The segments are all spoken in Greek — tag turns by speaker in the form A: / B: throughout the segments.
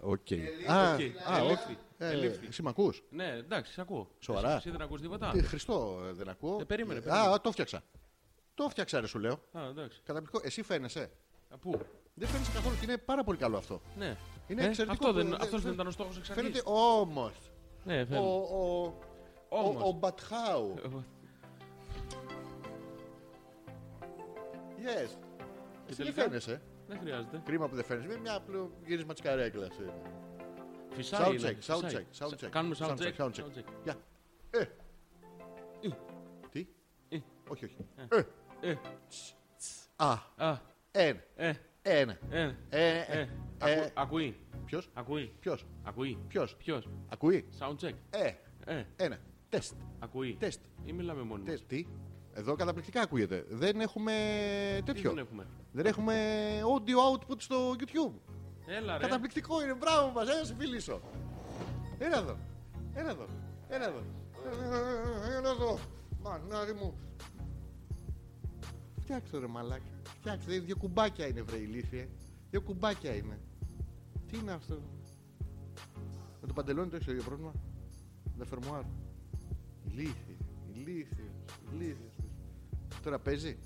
A: Οκ.
B: Α,
A: Οκ.
B: α,
A: Ελήφθη.
B: όχι.
A: Ε,
B: Ε, Εσύ με ακούς?
C: Ναι, εντάξει, σε ακούω.
A: Σοβαρά.
C: Εσύ, εσύ δεν ακούς τίποτα.
A: Τι, Χριστό ε, δεν ακούω.
C: Ε, περίμενε,
A: Ε,
C: περίμενε.
A: Α, το φτιάξα. Το φτιάξα, ρε σου λέω.
C: Α, εντάξει.
A: Καταπληκτικό. Εσύ φαίνεσαι.
C: Α, Πού.
A: Δεν φαίνεσαι καθόλου και είναι πάρα πολύ καλό αυτό.
C: Ναι.
A: Είναι
C: Ε,
A: εξαιρετικό.
C: Αυτό δεν,
A: Δε-
C: αυτός
A: δε-
C: δεν ήταν ο στόχος εξ αρχής.
A: Φαίνεται όμω.
C: Ναι,
A: Ο,
C: φαίνεται.
A: ο, ο,
C: Όμως.
A: ο Μπατχάου.
C: Ε,
A: Yes. Εσύ δεν
C: τελικά?
A: φαίνεσαι.
C: Δεν χρειάζεται.
A: Κρίμα που δεν φαίνεσαι. Είναι μια απλό γύρισμα ε. της καρέκλας.
C: Φυσάει.
A: Sound
C: είναι,
A: check, sound
C: φυσάει.
A: check, sound
C: Σα-
A: check.
C: Κάνουμε sound check.
A: sound
C: sound check.
A: check. Γεια. Ε.
C: Ε.
A: Τι.
C: Ε.
A: Όχι, όχι.
C: Ε,
A: Α.
C: α,
A: Εν.
C: ε,
A: Εν.
C: ε,
A: Ε.
C: ε.
A: Ε.
C: Ακού- Ακούει.
A: Ποιος.
C: Ακούει.
A: Ποιος.
C: Ακούει.
A: Ποιος.
C: Ποιος.
A: Ακούει.
C: Sound check.
A: Ε.
C: Ε,
A: Ένα. Τεστ.
C: ακούει.
A: Τεστ.
C: Ή μιλάμε μόνοι μας.
A: Τεστ. Τι. Εδώ καταπληκτικά ακούγεται. Δεν έχουμε
C: Τι
A: τέτοιο.
C: δεν έχουμε.
A: Δεν έχουμε audio output στο YouTube.
C: Έλα ρε.
A: Καταπληκτικό είναι, μπράβο μας, έλα να σε φιλήσω. Έλα εδώ, έλα εδώ, έλα εδώ. Έλα εδώ, μανάρι μου. Φτιάξτε ρε μαλάκα, φτιάξτε, Ε, δύο κουμπάκια είναι βρε ηλίθιε. Δύο κουμπάκια είναι. Τι είναι αυτό. Με το παντελόνι το έχεις το ίδιο πρόβλημα. Με φερμουάρ. Ηλίθιε, ηλίθιε, ηλίθιε. Τώρα παίζει.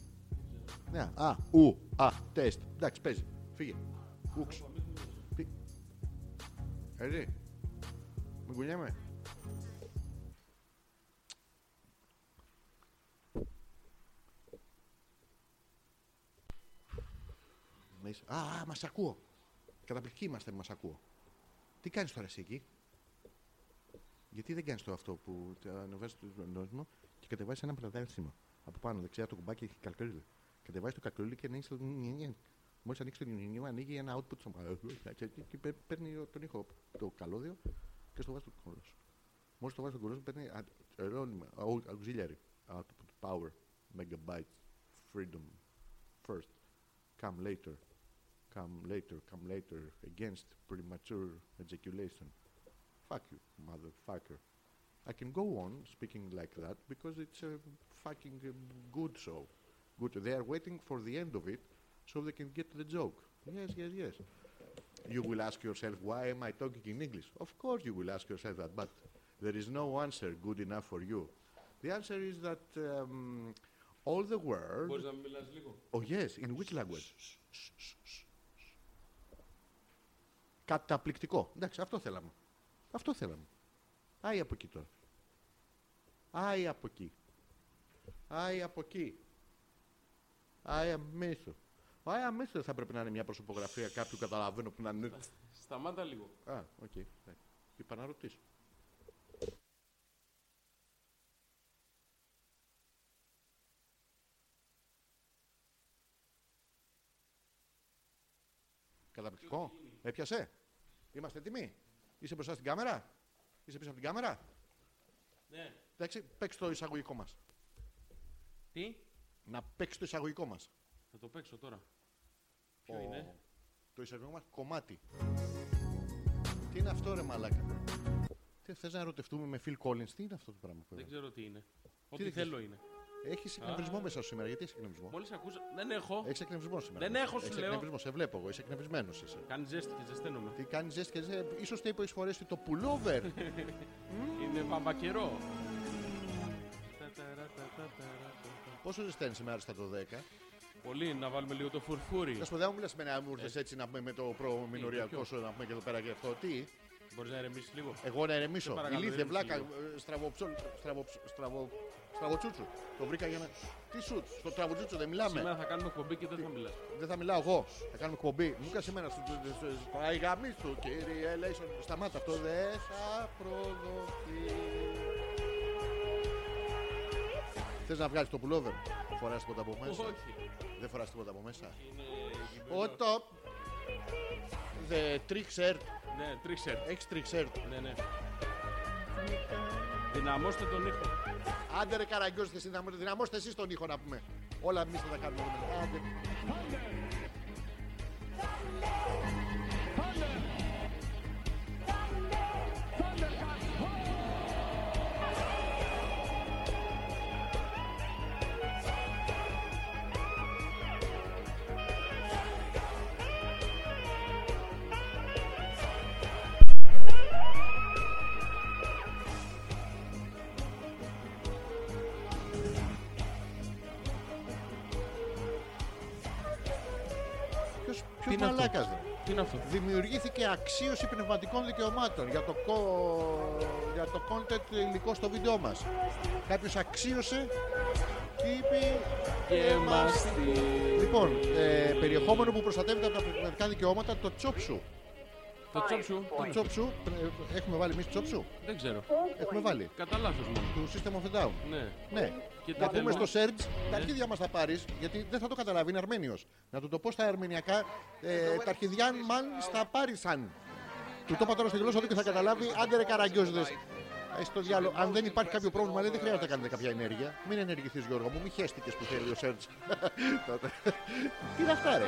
A: Ναι, α, ου, α, τεστ. Εντάξει, παίζει. Φύγε. Ούξ. Πι- Έτσι. Μην κουνιέμαι. Να είσαι- Α, α, μας ακούω. Καταπληκτικοί είμαστε που μας ακούω. Τι κάνεις τώρα εσύ εκεί. Γιατί δεν κάνεις το αυτό που τε- ανεβάζεις το νόημα και κατεβάζεις ένα πλατάνσιμο. Από πάνω δεξιά το κουμπάκι έχει καλκρίλι. Κατεβάζεις το καλκρίλι και ανοίγεις το νιενιέν. Μόλις ανοίξεις το νιενιέν ανοίγει ένα output στο και- και- και παί- παίρνει τον ήχο από το καλώδιο και στο βάζει το κόλλος σου. Μόλις το βάζει το κόλλος σου παίρνει α- ερώνυμα, au- auxiliary output power megabytes freedom first come later come later come later against premature ejaculation fuck you, motherfucker. I can go on speaking like that because it's a fucking um, good show. Good. They are waiting for the end of it so they can get the joke. Yes, yes, yes. You will ask yourself, why am I talking in English? Of course, you will ask yourself that, but there is no answer good enough for you. The answer is that um, all the world.
C: Μπορείς να μιλάς λίγο.
A: Oh yes, in which language? Καταπληκτικό. Εντάξει, αυτό θέλαμε. Αυτό θέλαμε. Άι από εκεί τώρα. Άι από εκεί. Άι από εκεί. Άι αμέσω. Ο Άι αμέσως δεν θα πρέπει να είναι μια προσωπογραφία κάποιου καταλαβαίνω που να είναι.
C: Σταμάτα λίγο.
A: Α, οκ. εντάξει. Είπα να ρωτήσω. Καταπληκτικό. Έπιασε. Είμαστε έτοιμοι. Είσαι μπροστά στην κάμερα. Είσαι πίσω από την κάμερα.
C: Ναι.
A: Εντάξει, παίξτε το εισαγωγικό μας.
C: Τι.
A: Να παίξει το εισαγωγικό μας.
C: Θα το παίξω τώρα. Ποιο είναι.
A: Το εισαγωγικό μας κομμάτι. Τι είναι αυτό ρε μαλάκα. Τι θες να ερωτευτούμε με Phil Collins. Τι είναι αυτό το πράγμα που
C: Δεν
A: έβαλε.
C: ξέρω τι είναι. Ό,τι
A: δεν
C: θέλω είναι.
A: Έχεις εκνευρισμό μέσα σου σήμερα. Γιατί έχεις εκνευρισμό.
C: Μόλις ακούσα. Δεν έχω.
A: Έχεις εκνευρισμό σήμερα.
C: Δεν έχω, σου
A: Έχεις
C: λέω.
A: εκνευρισμό. Σε βλέπω εγώ. Είσαι εκνευρισμένος είσαι.
C: Κάνει ζέστη και ζεσταίνομαι.
A: Τι κάνεις ζέστη και ζέστη. σω το είπες έχεις φορέσει το pullover.
C: Είναι βαμβακερό.
A: Πόσο ζεσταίνει σήμερα στα το 10.
C: Πολύ να βάλουμε λίγο το φουρφούρι.
A: Θα σου πω, δεν μου μιλάς με να
C: Ε.
A: μου ήρθε έτσι να πούμε με το
C: ποιο?
A: προμηνοριακό σου να πούμε και εδώ πέρα και αυτό. Τι.
C: Μπορείς να ερεμήσεις λίγο.
A: Εγώ να ερεμήσω.
C: παρακαλώ,
A: Ηλίθιε
C: ηρέμησε
A: βλάκα. ε, στραβοψόλ- στραβοψ- στραβο- Στραβοτσούτσου. Το βρήκα για να. Τι σουτ. Στο τραβοτσούτσου δεν μιλάμε.
C: Σήμερα θα κάνουμε εκπομπή και δεν θα μιλάς.
A: Δεν θα μιλάω εγώ. Θα κάνουμε κομπή. Μου έκανε σήμερα στο. Παϊγαμί του, κύριε Λέισον. Σταμάτα αυτό. Δεν θα προδοθεί. Θες να βγάλεις το pullover. Φοράς τίποτα από μέσα.
C: Όχι.
A: Δεν φοράς τίποτα από μέσα.
C: Είναι
A: Ο top. The trick shirt.
C: Ναι, τρίξερ.
A: Έχεις trick shirt.
C: Ναι, ναι. Δυναμώστε τον ήχο.
A: Άντε ρε καραγκιόζη, εσύ να μου- δυναμώστε εσείς τον ήχο να πούμε. Όλα εμείς θα τα κάνουμε. εδώ πέρα. Άντε. Ποιο
C: Τι είναι αυτό?
A: μαλάκα δε.
C: Τι είναι αυτό.
A: Δημιουργήθηκε αξίωση πνευματικών δικαιωμάτων για το, κο... για το content υλικό στο βίντεό μας. Κάποιος αξίωσε και είπε...
C: Και μας τη...
A: Λοιπόν, ε, περιεχόμενο που προστατεύεται από τα πνευματικά δικαιώματα, το τσόψου.
C: Το τσόπ σου.
A: Το
C: τι είναι?
A: τσόψου, ε, έχουμε βάλει εμείς τσόψου.
C: Δεν ξέρω.
A: Έχουμε βάλει.
C: Κατά λάθος μόνο.
A: Του System of a Down.
C: Ναι.
A: Ναι.
C: Και Ναι.
A: Να
C: τι
A: πούμε στο
C: θέλουμε.
A: Σέρτζ, τα αρχίδια μας θα πάρεις, γιατί δεν θα το καταλάβει, είναι Αρμένιος. Να του το πω στα αρμενιακά, ε, τα αρχιδιάν μαν στα πάρισαν. Του το είπα τώρα στη γλώσσα του και θα καταλάβει, άντε ρε καραγκιόζδες. Ε, Στο διάλογο, αν δεν υπάρχει κάποιο πρόβλημα, λέει, δεν χρειάζεται να κάνετε κάποια ενέργεια. Μην ενεργηθείς Γιώργο μου, μην χέστηκες που θέλει ο Σέρτζ. Τότε. Τι είναι αυτά, ρε.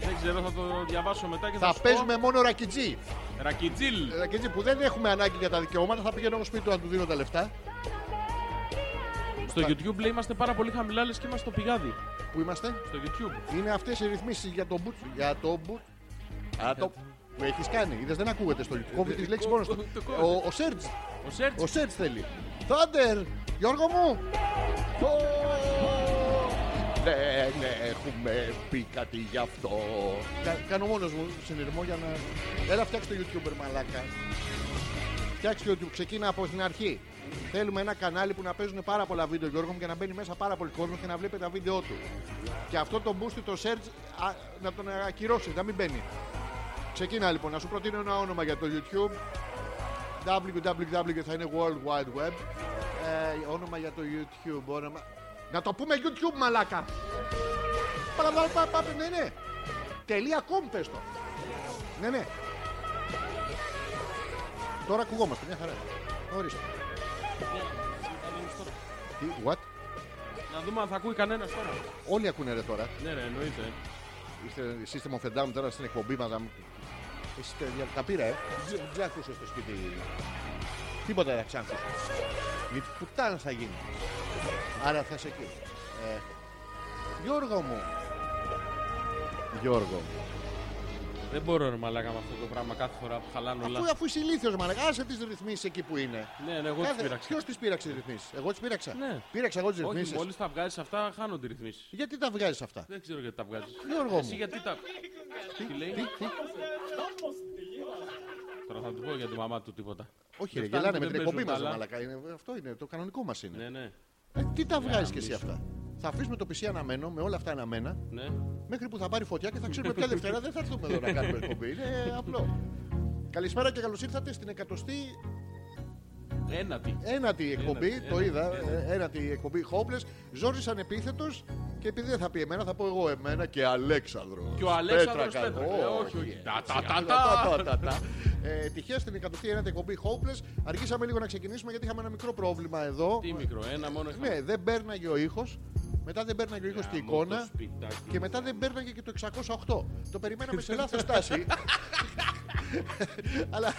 C: Δεν ξέρω, θα το διαβάσω μετά και θα,
A: Θα
C: σου πω.
A: παίζουμε μόνο ρακιτζή.
C: Ρακιτζίλ.
A: Ρακιτζή που δεν έχουμε ανάγκη για τα δικαιώματα, θα πηγαίνω εγώ σπίτι του να του δίνω τα λεφτά.
C: Στο YouTube λέει είμαστε πάρα πολύ χαμηλά, λες και είμαστε στο πηγάδι.
A: Πού είμαστε,
C: Στο YouTube.
A: Είναι αυτές οι ρυθμίσεις για το μπουτ. Για το μπουτ. Α, το.
C: Ε,
A: Που έχεις κάνει. Είδες δεν ακούγεται στο YouTube. Κόβει τι λέξει μόνος του.
C: το
A: Ο- Ο Σέρτζ.
C: Ο Σέρτς.
A: Ο Σέρτζ θέλει. Thunder! Γιώργο μου! Ω, Δεν ναι, έχουμε πει κάτι γι' αυτό. Κα- κάνω μόνος μου συνειρμό για να. Έλα, φτιάξε το YouTuber, μαλάκα. Φτιάξε το YouTube, ξεκίνα από την αρχή. Θέλουμε ένα κανάλι που να παίζουν πάρα πολλά βίντεο, Γιώργο μου, και να μπαίνει μέσα πάρα πολύ κόσμο και να βλέπει τα βίντεο του. Και αυτό το boost το search α, να τον ακυρώσει, να μην μπαίνει. Ξεκίνα λοιπόν, να σου προτείνω ένα όνομα για το YouTube. www θα είναι World Wide Web. Ε, όνομα για το YouTube, όνομα... Να το πούμε YouTube, μαλάκα! Παραπαπαπα, ναι, ναι. Τελεία com πες το. Ναι, ναι. Τώρα ακουγόμαστε, μια χαρά. Ορίστε. Τι, what?
C: Να δούμε αν θα ακούει κανένας τώρα.
A: Όλοι ακούνε ρε τώρα.
C: Ναι, ρε, εννοείται.
A: Είστε σύστημα of a Down τώρα στην εκπομπή, μαδάμ. Είστε δια... τα πήρα, ε. Τζ- Τζάχουσε στο σπίτι. Τίποτα δεν ξάνθουσε. Μη πουτάνας θα γίνει. Άρα θα σε εκεί. Ε, Γιώργο μου. Γιώργο. μου.
C: Δεν μπορώ, ρε, μαλάκα με αυτό το πράγμα κάθε φορά που χαλάνε όλα.
A: Αφού, αφού είσαι ηλίθιος μαλακά, άσε τις ρυθμίσεις εκεί που είναι.
C: Ναι, ναι, εγώ τις πειράξα.
A: Ποιος τις πήραξε τις ρυθμίσεις. Εγώ τις πήραξα.
C: Ναι.
A: Πήραξα εγώ τις
C: Όχι,
A: ρυθμίσεις.
C: μόλις τα βγάζεις αυτά, χάνονται οι ρυθμίσεις.
A: Γιατί τα βγάζεις αυτά.
C: Δεν ξέρω γιατί τα βγάζεις.
A: Γιώργο
C: Εσύ
A: μου.
C: γιατί τα. Τι λέει.
A: Τι, τι.
C: Τώρα θα του πω για τη μαμά του τίποτα.
A: Όχι,
C: Δεν
A: ρε,
C: φτάνει
A: γελάνε
C: που
A: με την
C: δεν
A: εκπομπή
C: παίζουν καλά.
A: μα. Μαλακά. Είναι, αυτό είναι, το κανονικό μας είναι.
C: Ναι, ναι.
A: Ε, τι τα βγάζει κι εσύ
C: μισό.
A: αυτά. Θα αφήσουμε το PC αναμένο με όλα αυτά αναμένα
C: ναι.
A: μέχρι που θα πάρει φωτιά και θα ξέρουμε ποια Δευτέρα δεν θα έρθουμε εδώ να κάνουμε εκπομπή. Είναι απλό. Καλησπέρα και καλώς ήρθατε στην εκατοστή
C: Ένατη.
A: Ε, ένατη εκπομπή.
C: Ένατη,
A: το
C: ένατη,
A: είδα.
C: ένατη.
A: ε, Ένατη εκπομπή. Χόμπλε. Ζόρι ανεπίθετος και επειδή δεν θα πει εμένα, θα πω εγώ εμένα και Αλέξανδρος.
C: Και ο Αλέξανδρος
A: Πέτρακα.
C: Πέτρακα.
A: Όχι,
C: Όχι, όχι.
A: ε,
C: Τα, τα, τα,
A: τα,
C: τα.
A: τα, τα, τα. Ε, Τυχαία στην εκατοστή ένατη εκπομπή Hopeless. Αργήσαμε λίγο να ξεκινήσουμε γιατί είχαμε ένα μικρό πρόβλημα εδώ.
C: Τι μικρό, ένα μόνο είχαμε.
A: Ναι, δεν πέρναγε ο ήχος. Μετά δεν πέρναγε ο ήχος και η
C: Γαμώ το
A: εικόνα.
C: σπιτάκι
A: Και
C: μου.
A: μετά δεν πέρναγε και το 608. Το περιμέναμε σε λάθος τάση. Αλλά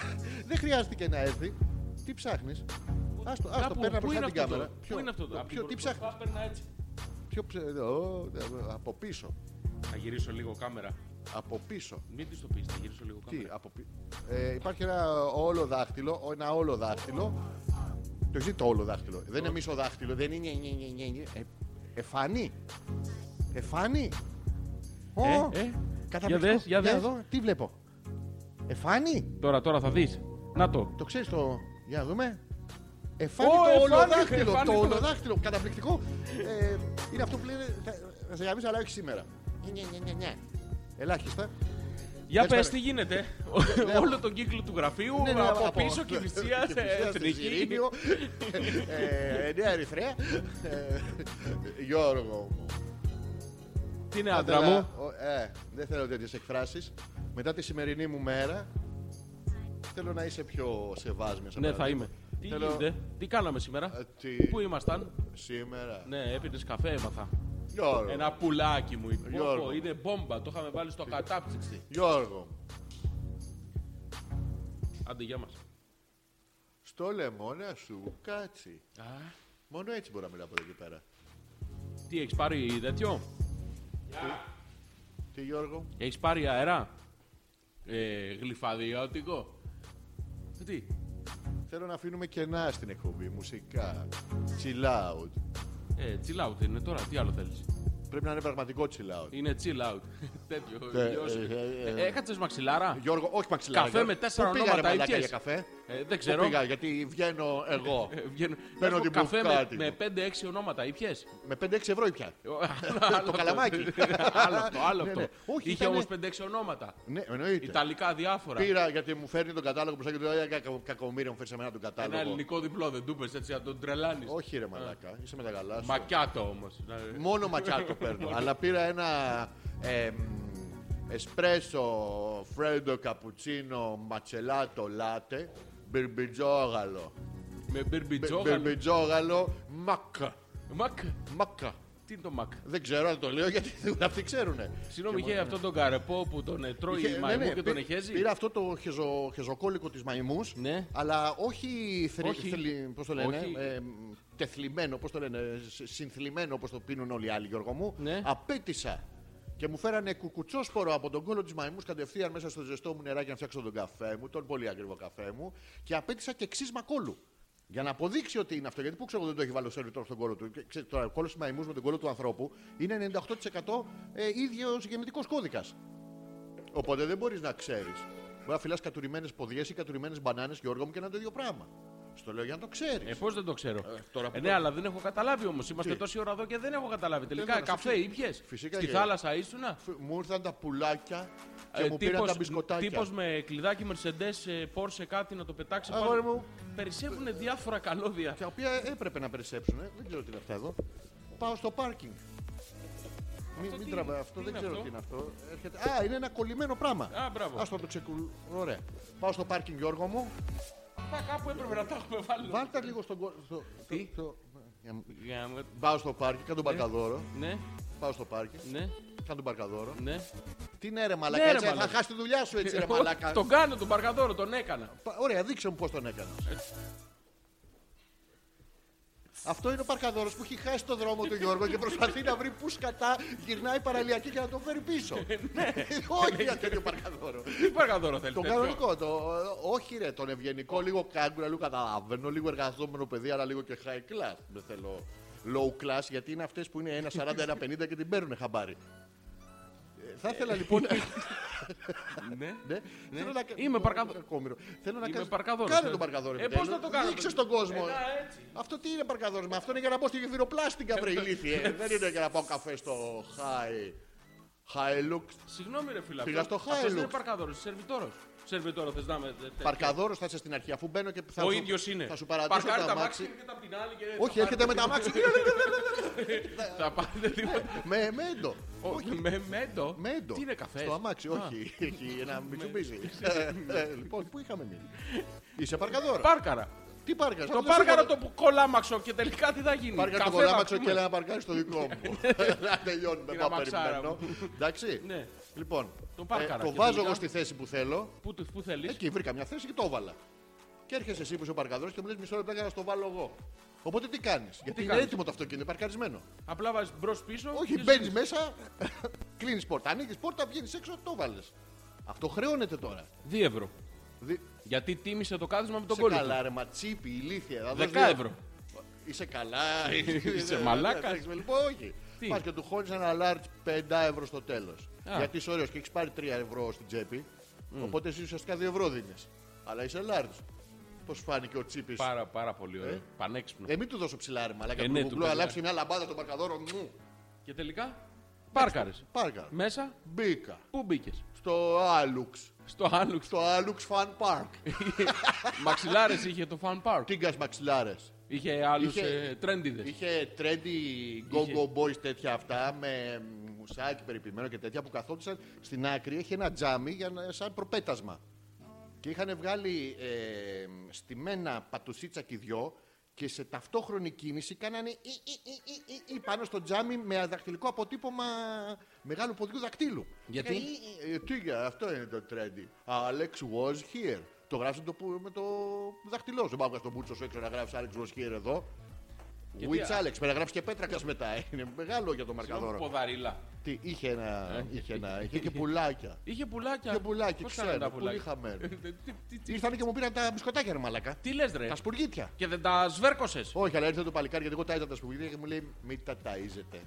A: δεν χρειάστηκε να έρθει. Τι ψάχνεις. Άστο, άστο,
C: Κάπου,
A: παίρνα
C: πού είναι
A: μπροστά
C: αυτό
A: την κάμερα.
C: τώρα, Πού είναι αυτό τώρα.
A: ποιο, τι ψάχνει. Ποιο ψε- Ω, ε, από πίσω.
C: Θα γυρίσω λίγο κάμερα.
A: Από πίσω.
C: Μην της το πεις, θα γυρίσω λίγο
A: Τι,
C: κάμερα.
A: από πι- Ε, υπάρχει ένα όλο δάχτυλο. Ένα όλο δάχτυλο. Το έχει δει το όλο δάχτυλο. Δεν είναι μισό δάχτυλο. Δεν είναι. νι- νι- νι- νι- ε, Εφανή. Εφανή. Ω,
C: Ε, ε, για
A: Καταπληκτικό.
C: δες, για
A: Για
C: δες.
A: εδώ, τι βλέπω. Εφάνη.
C: Τώρα, τώρα θα δεις. Να το.
A: Το ξέρεις το. Για να δούμε. Εφάνη
C: Ω,
A: το
C: εφάνη,
A: ολοδάχτυλο.
C: εφάνη
A: Το
C: το-
A: ολοδάχτυλο. Καταπληκτικό. Ε, είναι αυτό που λένε. Θα, θα σε γαμίσω, αλλά όχι σήμερα. Ναι, ναι, ναι, ναι. Ελάχιστα.
C: Για
A: Έτσι,
C: πες
A: πέρα.
C: τι γίνεται. Όλο τον κύκλο του γραφείου
A: Ναι, ναι,
C: από πίσω Κυφυσία
A: και Κυφυσίας,
C: Εθνική.
A: Ζηρήνιο. Ε, Νέα Ερυθρέα. Ε, Γιώργο μου.
C: Τι είναι άντρα μου.
A: Ο- ε, δεν θέλω τέτοιες εκφράσεις. Μετά τη σημερινή μου μέρα. Θέλω να είσαι πιο σεβάσμιος.
C: Ναι, θα
A: απέναντι
C: είμαι. Τι
A: Θέλω-
C: γίνεται, τι κάναμε σήμερα,
A: Ε, τι-
C: πού ήμασταν.
A: Σήμερα.
C: Ναι, έπινε καφέ, έμαθα.
A: Γιώργο.
C: Ένα πουλάκι μου. είπε.
A: Ε, Γιώργο.
C: Πω, πω, Είναι μπόμπα, το είχαμε βάλει στο κατάψυξη.
A: Γιώργο.
C: Άντε, γεια μας.
A: Στο λαιμό να σου κάτσει. Μόνο έτσι μπορώ να μιλάω από εδώ και πέρα.
C: Τι έχεις πάρει τέτοιο,
A: Τι Γιώργο.
C: έχεις πάρει αερά. Ε, γλυφαδιώτικο. Τι,
A: Θέλω να αφήνουμε κενά στην εκπομπή. Μουσικά. Chill out.
C: ε, chill out είναι τώρα, τι άλλο θέλεις.
A: Πρέπει να είναι πραγματικό τσιλάου.
C: Είναι chill out. Τέτοιο.
A: Ε,
C: Ιώσ-
A: ε, ε, ε.
C: Ε, Έκατσες μαξιλάρα.
A: Γιώργο, όχι μαξιλάρι.
C: Καφέ με τέσσερα
A: Πού πήγα, ρε
C: ονόματα
A: μαλάκα,
C: ήπιες?
A: για καφέ.
C: Ε, Δεν
A: Πού
C: ξέρω.
A: πήγα, γιατί βγαίνω εγώ.
C: Ε, βγαίνω-
A: Παίρνω
C: Έχω
A: την
C: καφέ με,
A: μπουφκάτη
C: με
A: μου.
C: 5-6 ονόματα. Ήπιες.
A: με 5-6 ευρώ ήπια.
C: το
A: καλαμάκι.
C: άλλο αυτό, άλλο
A: Ναι,
C: αυτό.
A: ναι. Όχι,
C: Είχε
A: ήταν-
C: όμω 5-6 ονόματα.
A: Ναι, εννοείται.
C: Ιταλικά διάφορα.
A: Πήρα γιατί μου φέρνει τον κατάλογο που σου έκανε κακομίριο μου φέρνει σε μένα τον
C: Ένα
A: κατάλογο.
C: ελληνικό διπλό δεν του είπες έτσι να τον τρελάνεις.
A: Όχι ρε μαλάκα, είσαι με τα καλά σου.
C: Μακιάτο ε, όμω.
A: Μόνο ματσάτο παίρνω. αλλά πήρα ένα εμ, εσπρέσο, φρέντο, καπουτσίνο, ματσελάτο, λάτε, μπιρμπιτζόγαλο.
C: Με μπερμπιτζόγαλ.
A: Μπιρμπιτζόγαλο, μακκα.
C: Μακ.
A: Μακκα.
C: Τι είναι το μακ.
A: Δεν ξέρω αν το λέω γιατί αυτοί ξέρουνε.
C: Συγγνώμη,
A: Και
C: είχε
A: μόνο-
C: αυτόν τον καρεπό που τον ε, τρώει
A: Είχε-
C: η
A: ναι,
C: μαϊμού
A: ναι,
C: και
A: πή-
C: τον εχέζει.
A: Πήρα αυτό το χεζο, χεζοκόλικο της μαϊμούς.
C: Ναι.
A: Αλλά όχι. θρυ-
C: Όχι.
A: θλι- πώς το λένε.
C: Όχι.
A: ε, τεθλιμμένο, πώς το λένε. συ- Συνθλιμμένο, όπως το πίνουν όλοι οι άλλοι, Γιώργο μου.
C: Ναι.
A: Απέτησα. Και μου φέρανε κουκουτσόσπορο από τον κόλο της μαϊμούς κατευθείαν μέσα στο ζεστό μου νεράκι να φτιάξω τον καφέ μου, τον πολύ ακριβό καφέ μου. Και απέτησα και ξύσμα κόλου. Για να αποδείξει ότι είναι αυτό, γιατί πού ξέρω ότι δεν το έχει βάλει ο σερβιτόρ στον κόλο του. Και Ξέρετε, το κόλο της μαϊμούς με τον κόλο του ανθρώπου είναι 98% ε, ίδιος γεννητικός κώδικας. Οπότε δεν μπορείς να ξέρεις. Μπορεί να φυλάς κατουρημένες ποδιές ή κατουρημένες μπανάνες, Γιώργο μου, και να είναι το ίδιο πράγμα. Στο λέω για να το ξέρεις.
C: Ε, πώς δεν το ξέρω.
A: Ε, τώρα που
C: Ε,
A: το-
C: ναι, αλλά δεν έχω καταλάβει όμως. Είμαστε
A: Τι?
C: τόση ώρα εδώ και δεν έχω καταλάβει. Τελικά
A: τώρα,
C: καφέ
A: φυσικά.
C: ήπιες.
A: Φυσικά
C: Στη
A: και-
C: θάλασσα ήσουνα.
A: Φ- Μου ήρθαν τα πουλάκια και μου πήραν τα μπισκοτάκια.
C: ε, τύπος με κλειδάκι Mercedes, ε, Porsche, κάτι να το πετάξει πάνω.
A: Αγόρι μου.
C: Περισσεύουν διάφορα καλώδια.
A: Τα οποία έπρεπε να περισσέψουν. ε. Δεν ξέρω τι είναι αυτά εδώ. Πάω στο πάρκινγκ. Μην,
C: τι
A: μην
C: είναι?
A: τραβά,
C: Τι
A: αυτό
C: είναι
A: δεν ξέρω
C: αυτό?
A: τι είναι αυτό. Έρχεται... Α, είναι ένα κολλημένο πράγμα.
C: Α, μπράβο.
A: Ας το το ξεκουλ... Ωραία. Πάω στο πάρκινγκ, Γιώργο μου.
C: Αυτά κάπου έπρεπε να τα έχουμε βάλει.
A: Βάλτε λίγο στον κο- στο-
C: Τι?
A: στο- στο- Για να-
C: Για να-
A: Πάω στο πάρκινγκ, κάνω τον παρκαδόρο.
C: Ναι,
A: Πάω στο πάρκινγκ,
C: ναι,
A: κάνω τον παρκαδόρο.
C: ναι.
A: Τι ναι, ρε Μαλάκα,
C: Ναι,
A: έτσι,
C: ρε,
A: θα
C: μαλάκα.
A: χάσει τη δουλειά σου έτσι, ρε
C: Εγώ
A: Μαλάκα.
C: Τον κάνω τον παρκαδόρο, τον έκανα.
A: Πα- Ωραία, δείξε μου πώς τον έκανε. Αυτό είναι ο παρκαδόρος που έχει χάσει το δρόμο του Γιώργο και προσπαθεί να βρει πούς σκατά γυρνάει παραλιακή και να τον φέρει πίσω.
C: Ναι.
A: Ναι, Όχι για τέτοιο παρκαδόρο.
C: Τι παρκαδόρο θέλεις.
A: Τον κανονικό, το, όχι ρε, τον ευγενικό, λίγο κάγκουρα, λίγο καταλαβαίνω, λίγο εργαζόμενο παιδί, αλλά λίγο και high class. Δεν θέλω low class, γιατί είναι αυτές που είναι 1,40-1,50 και την παίρνουν χαμπάρι. Ε, Θα ήθελα λοιπόν.
C: Ναι.
A: Ναι. Θέλω να...
C: Είμαι παρκαδο-
A: κακόμοιρο. Θέλω να
C: Είμαι
A: κάνεις-
C: παρκαδόρος,
A: Κάνε
C: ναι.
A: τον παρκαδόρο.
C: Ε, πώς να το Ε, κάνω.
A: Δείξε στον κόσμο.
C: Ένα έτσι.
A: Αυτό τι είναι παρκαδόρο, μα αυτό είναι για να μπω στη γεφυροπλάστηκα, βρε ηλίθιε. Δεν είναι για να πάω καφέ στο high. High look.
C: Συγγνώμη ρε φίλα.
A: Πήγα
C: αυτό-
A: στο
C: αυτός
A: Hilux.
C: δεν είναι παρκαδόρος, είσαι σερβιτόρος. Σερβιτόρο θες να με... τε- τε-
A: Παρκαδόρος θα είσαι στην αρχή, αφού μπαίνω και θα,
C: Ο
A: σου-
C: ίδιος είναι.
A: θα σου παρατήσω
C: Παρκάρει
A: τα
C: τα μάξι,
A: μάξι.
C: έρχεται απ' την άλλη και.
A: Όχι,
C: θα
A: έρχεται με
C: πάρει-
A: τα μάξι.
C: Θα πάρετε τίποτα.
A: Με μέντο.
C: Όχι, με μέντο.
A: Ε, Μέντο.
C: Τι είναι καφές.
A: Στο αμάξι, όχι. Έχει ένα μιτσουμπίζι. Ε, Λοιπόν, πού είχαμε μείνει. Είσαι παρκαδόρο.
C: Πάρκαρα.
A: Τι πάρκα.
C: Το πάρκαρα το που κολάμαξο και τελικά τι θα γίνει.
A: Πάρκα
C: Καφέ
A: το
C: θα Ναι.
A: κολάμαξο
C: πούμε.
A: και λέει να παρκάρεις το δικό μου. Να τελειώνουμε.
C: Την
A: Πάω
C: αμαξάρα
A: περιμένω. Εντάξει.
C: Ναι.
A: Λοιπόν,
C: Το πάρκαρα
A: ε,
C: και
A: το
C: τελικά-
A: βάζω εγώ στη θέση που θέλω.
C: Πού, το- πού θέλεις.
A: Εκεί βρήκα μια θέση και το έβαλα. Και έρχεσαι εσύ που είσαι ο παρκαδόρο και μου λες μισό λεπτό για να στο βάλω εγώ. Οπότε τι κάνεις. Γιατί είναι
C: κάνεις?
A: έτοιμο το αυτοκίνητο, παρκαρισμένο.
C: Απλά βάζεις μπρος πίσω.
A: Όχι, μπαίνει μέσα, κλείνεις πόρτα. Ανοίγεις πόρτα, βγαίνεις έξω, το βάλες. Αυτό χρεώνεται τώρα.
C: 2 ευρώ.
A: Δι...
C: Γιατί τίμησε το κάθισμα με τον
A: Είσαι
C: κόλλο. του.
A: καλά, ρε ματσίπη, ηλίθεια. θα δώσω
C: 10
A: δύο.
C: ευρώ.
A: Είσαι καλά.
C: Είσαι μαλάκας.
A: Εντάξει, Λοιπόν, όχι.
C: Τι?
A: Πας και του χώνεις ένα large 5 ευρώ στο τέλος.
C: Α.
A: Γιατί είσαι ωραίος και έχεις πάρει 3 ευρώ στην τσέπη. Οπότε εσύ ουσιαστικά 2 ευρώ δίνεις. Αλλά είσαι large. Πώς φάνηκε ο τσίπης.
C: Πάρα, πάρα πολύ ωραίο.
A: Ε.
C: Πανέξυπνο.
A: Ε, μην του δώσω ψηλά ρε μαλάκα.
C: Ε,
A: του
C: ναι, του
A: κουκλού,
C: παιδιά.
A: αλλάξει μια λαμπάδα τον παρκαδόρο μου.
C: Και τελικά. Πάρκαρε.
A: Πάρκα.
C: Μέσα.
A: Μπήκα
C: Πού μπήκες.
A: στο Άλουξ.
C: Στο Άνουξ.
A: Στο Άλουξ Fan Park.
C: Μαξιλάρες είχε το Fun Park.
A: Τίγκα μαξιλάρες.
C: Είχε ε, άλλους
A: Είχε-
C: τρέντιδες.
A: Είχε trendy go-go boys τέτοια αυτά με μουσάκι περιποιημένο και τέτοια που καθόντουσαν στην άκρη. Έχει ένα τζάμι για να, σαν προπέτασμα. Και είχαν βγάλει ε, στημένα πατουσίτσα και δυο και σε ταυτόχρονη κίνηση κάνανε «ι, ι, ι, ι, ι, ι» πάνω στο τζάμι με δακτυλικό αποτύπωμα μεγάλου ποδιού δακτύλου.
C: Γιατί?
A: Ε, «ι, ι, ι». Τι για, αυτό είναι το trendy. Alex was here. Το γράψαν το, που- με το δαχτυλό. σου. Δεν πάω να βγάλω τον μπούτσο σου έξω να γράψει Alex was here εδώ.
C: Γιατί,
A: Witch
C: α-
A: Alex, πρέπει να γράψει και πέτρακας μετά. Είναι μεγάλο για το μαρκαδόρο.
C: Ποδαρίλα.
A: Τι, είχε ένα. είχε ένα. είχε και πουλάκια.
C: Είχε πουλάκια.
A: Και πουλάκι,
C: Ε. Πώς κάνανε
A: ξέρω.
C: τα
A: Πολύ
C: πουλάκια. Ε,
A: χαμένο.
C: Τι- τι- τι-
A: Ήρθανε και μου πήραν τα μπισκοτάκια, ρε μαλακά.
C: Τι λες, ρε.
A: Τα σπουργίτια.
C: Και δεν τα σβέρκωσες.
A: Όχι, αλλά ήρθε το παλικάρι γιατί εγώ τάιζα τα σπουργίτια και μου λέει μη τα ταΐζετε.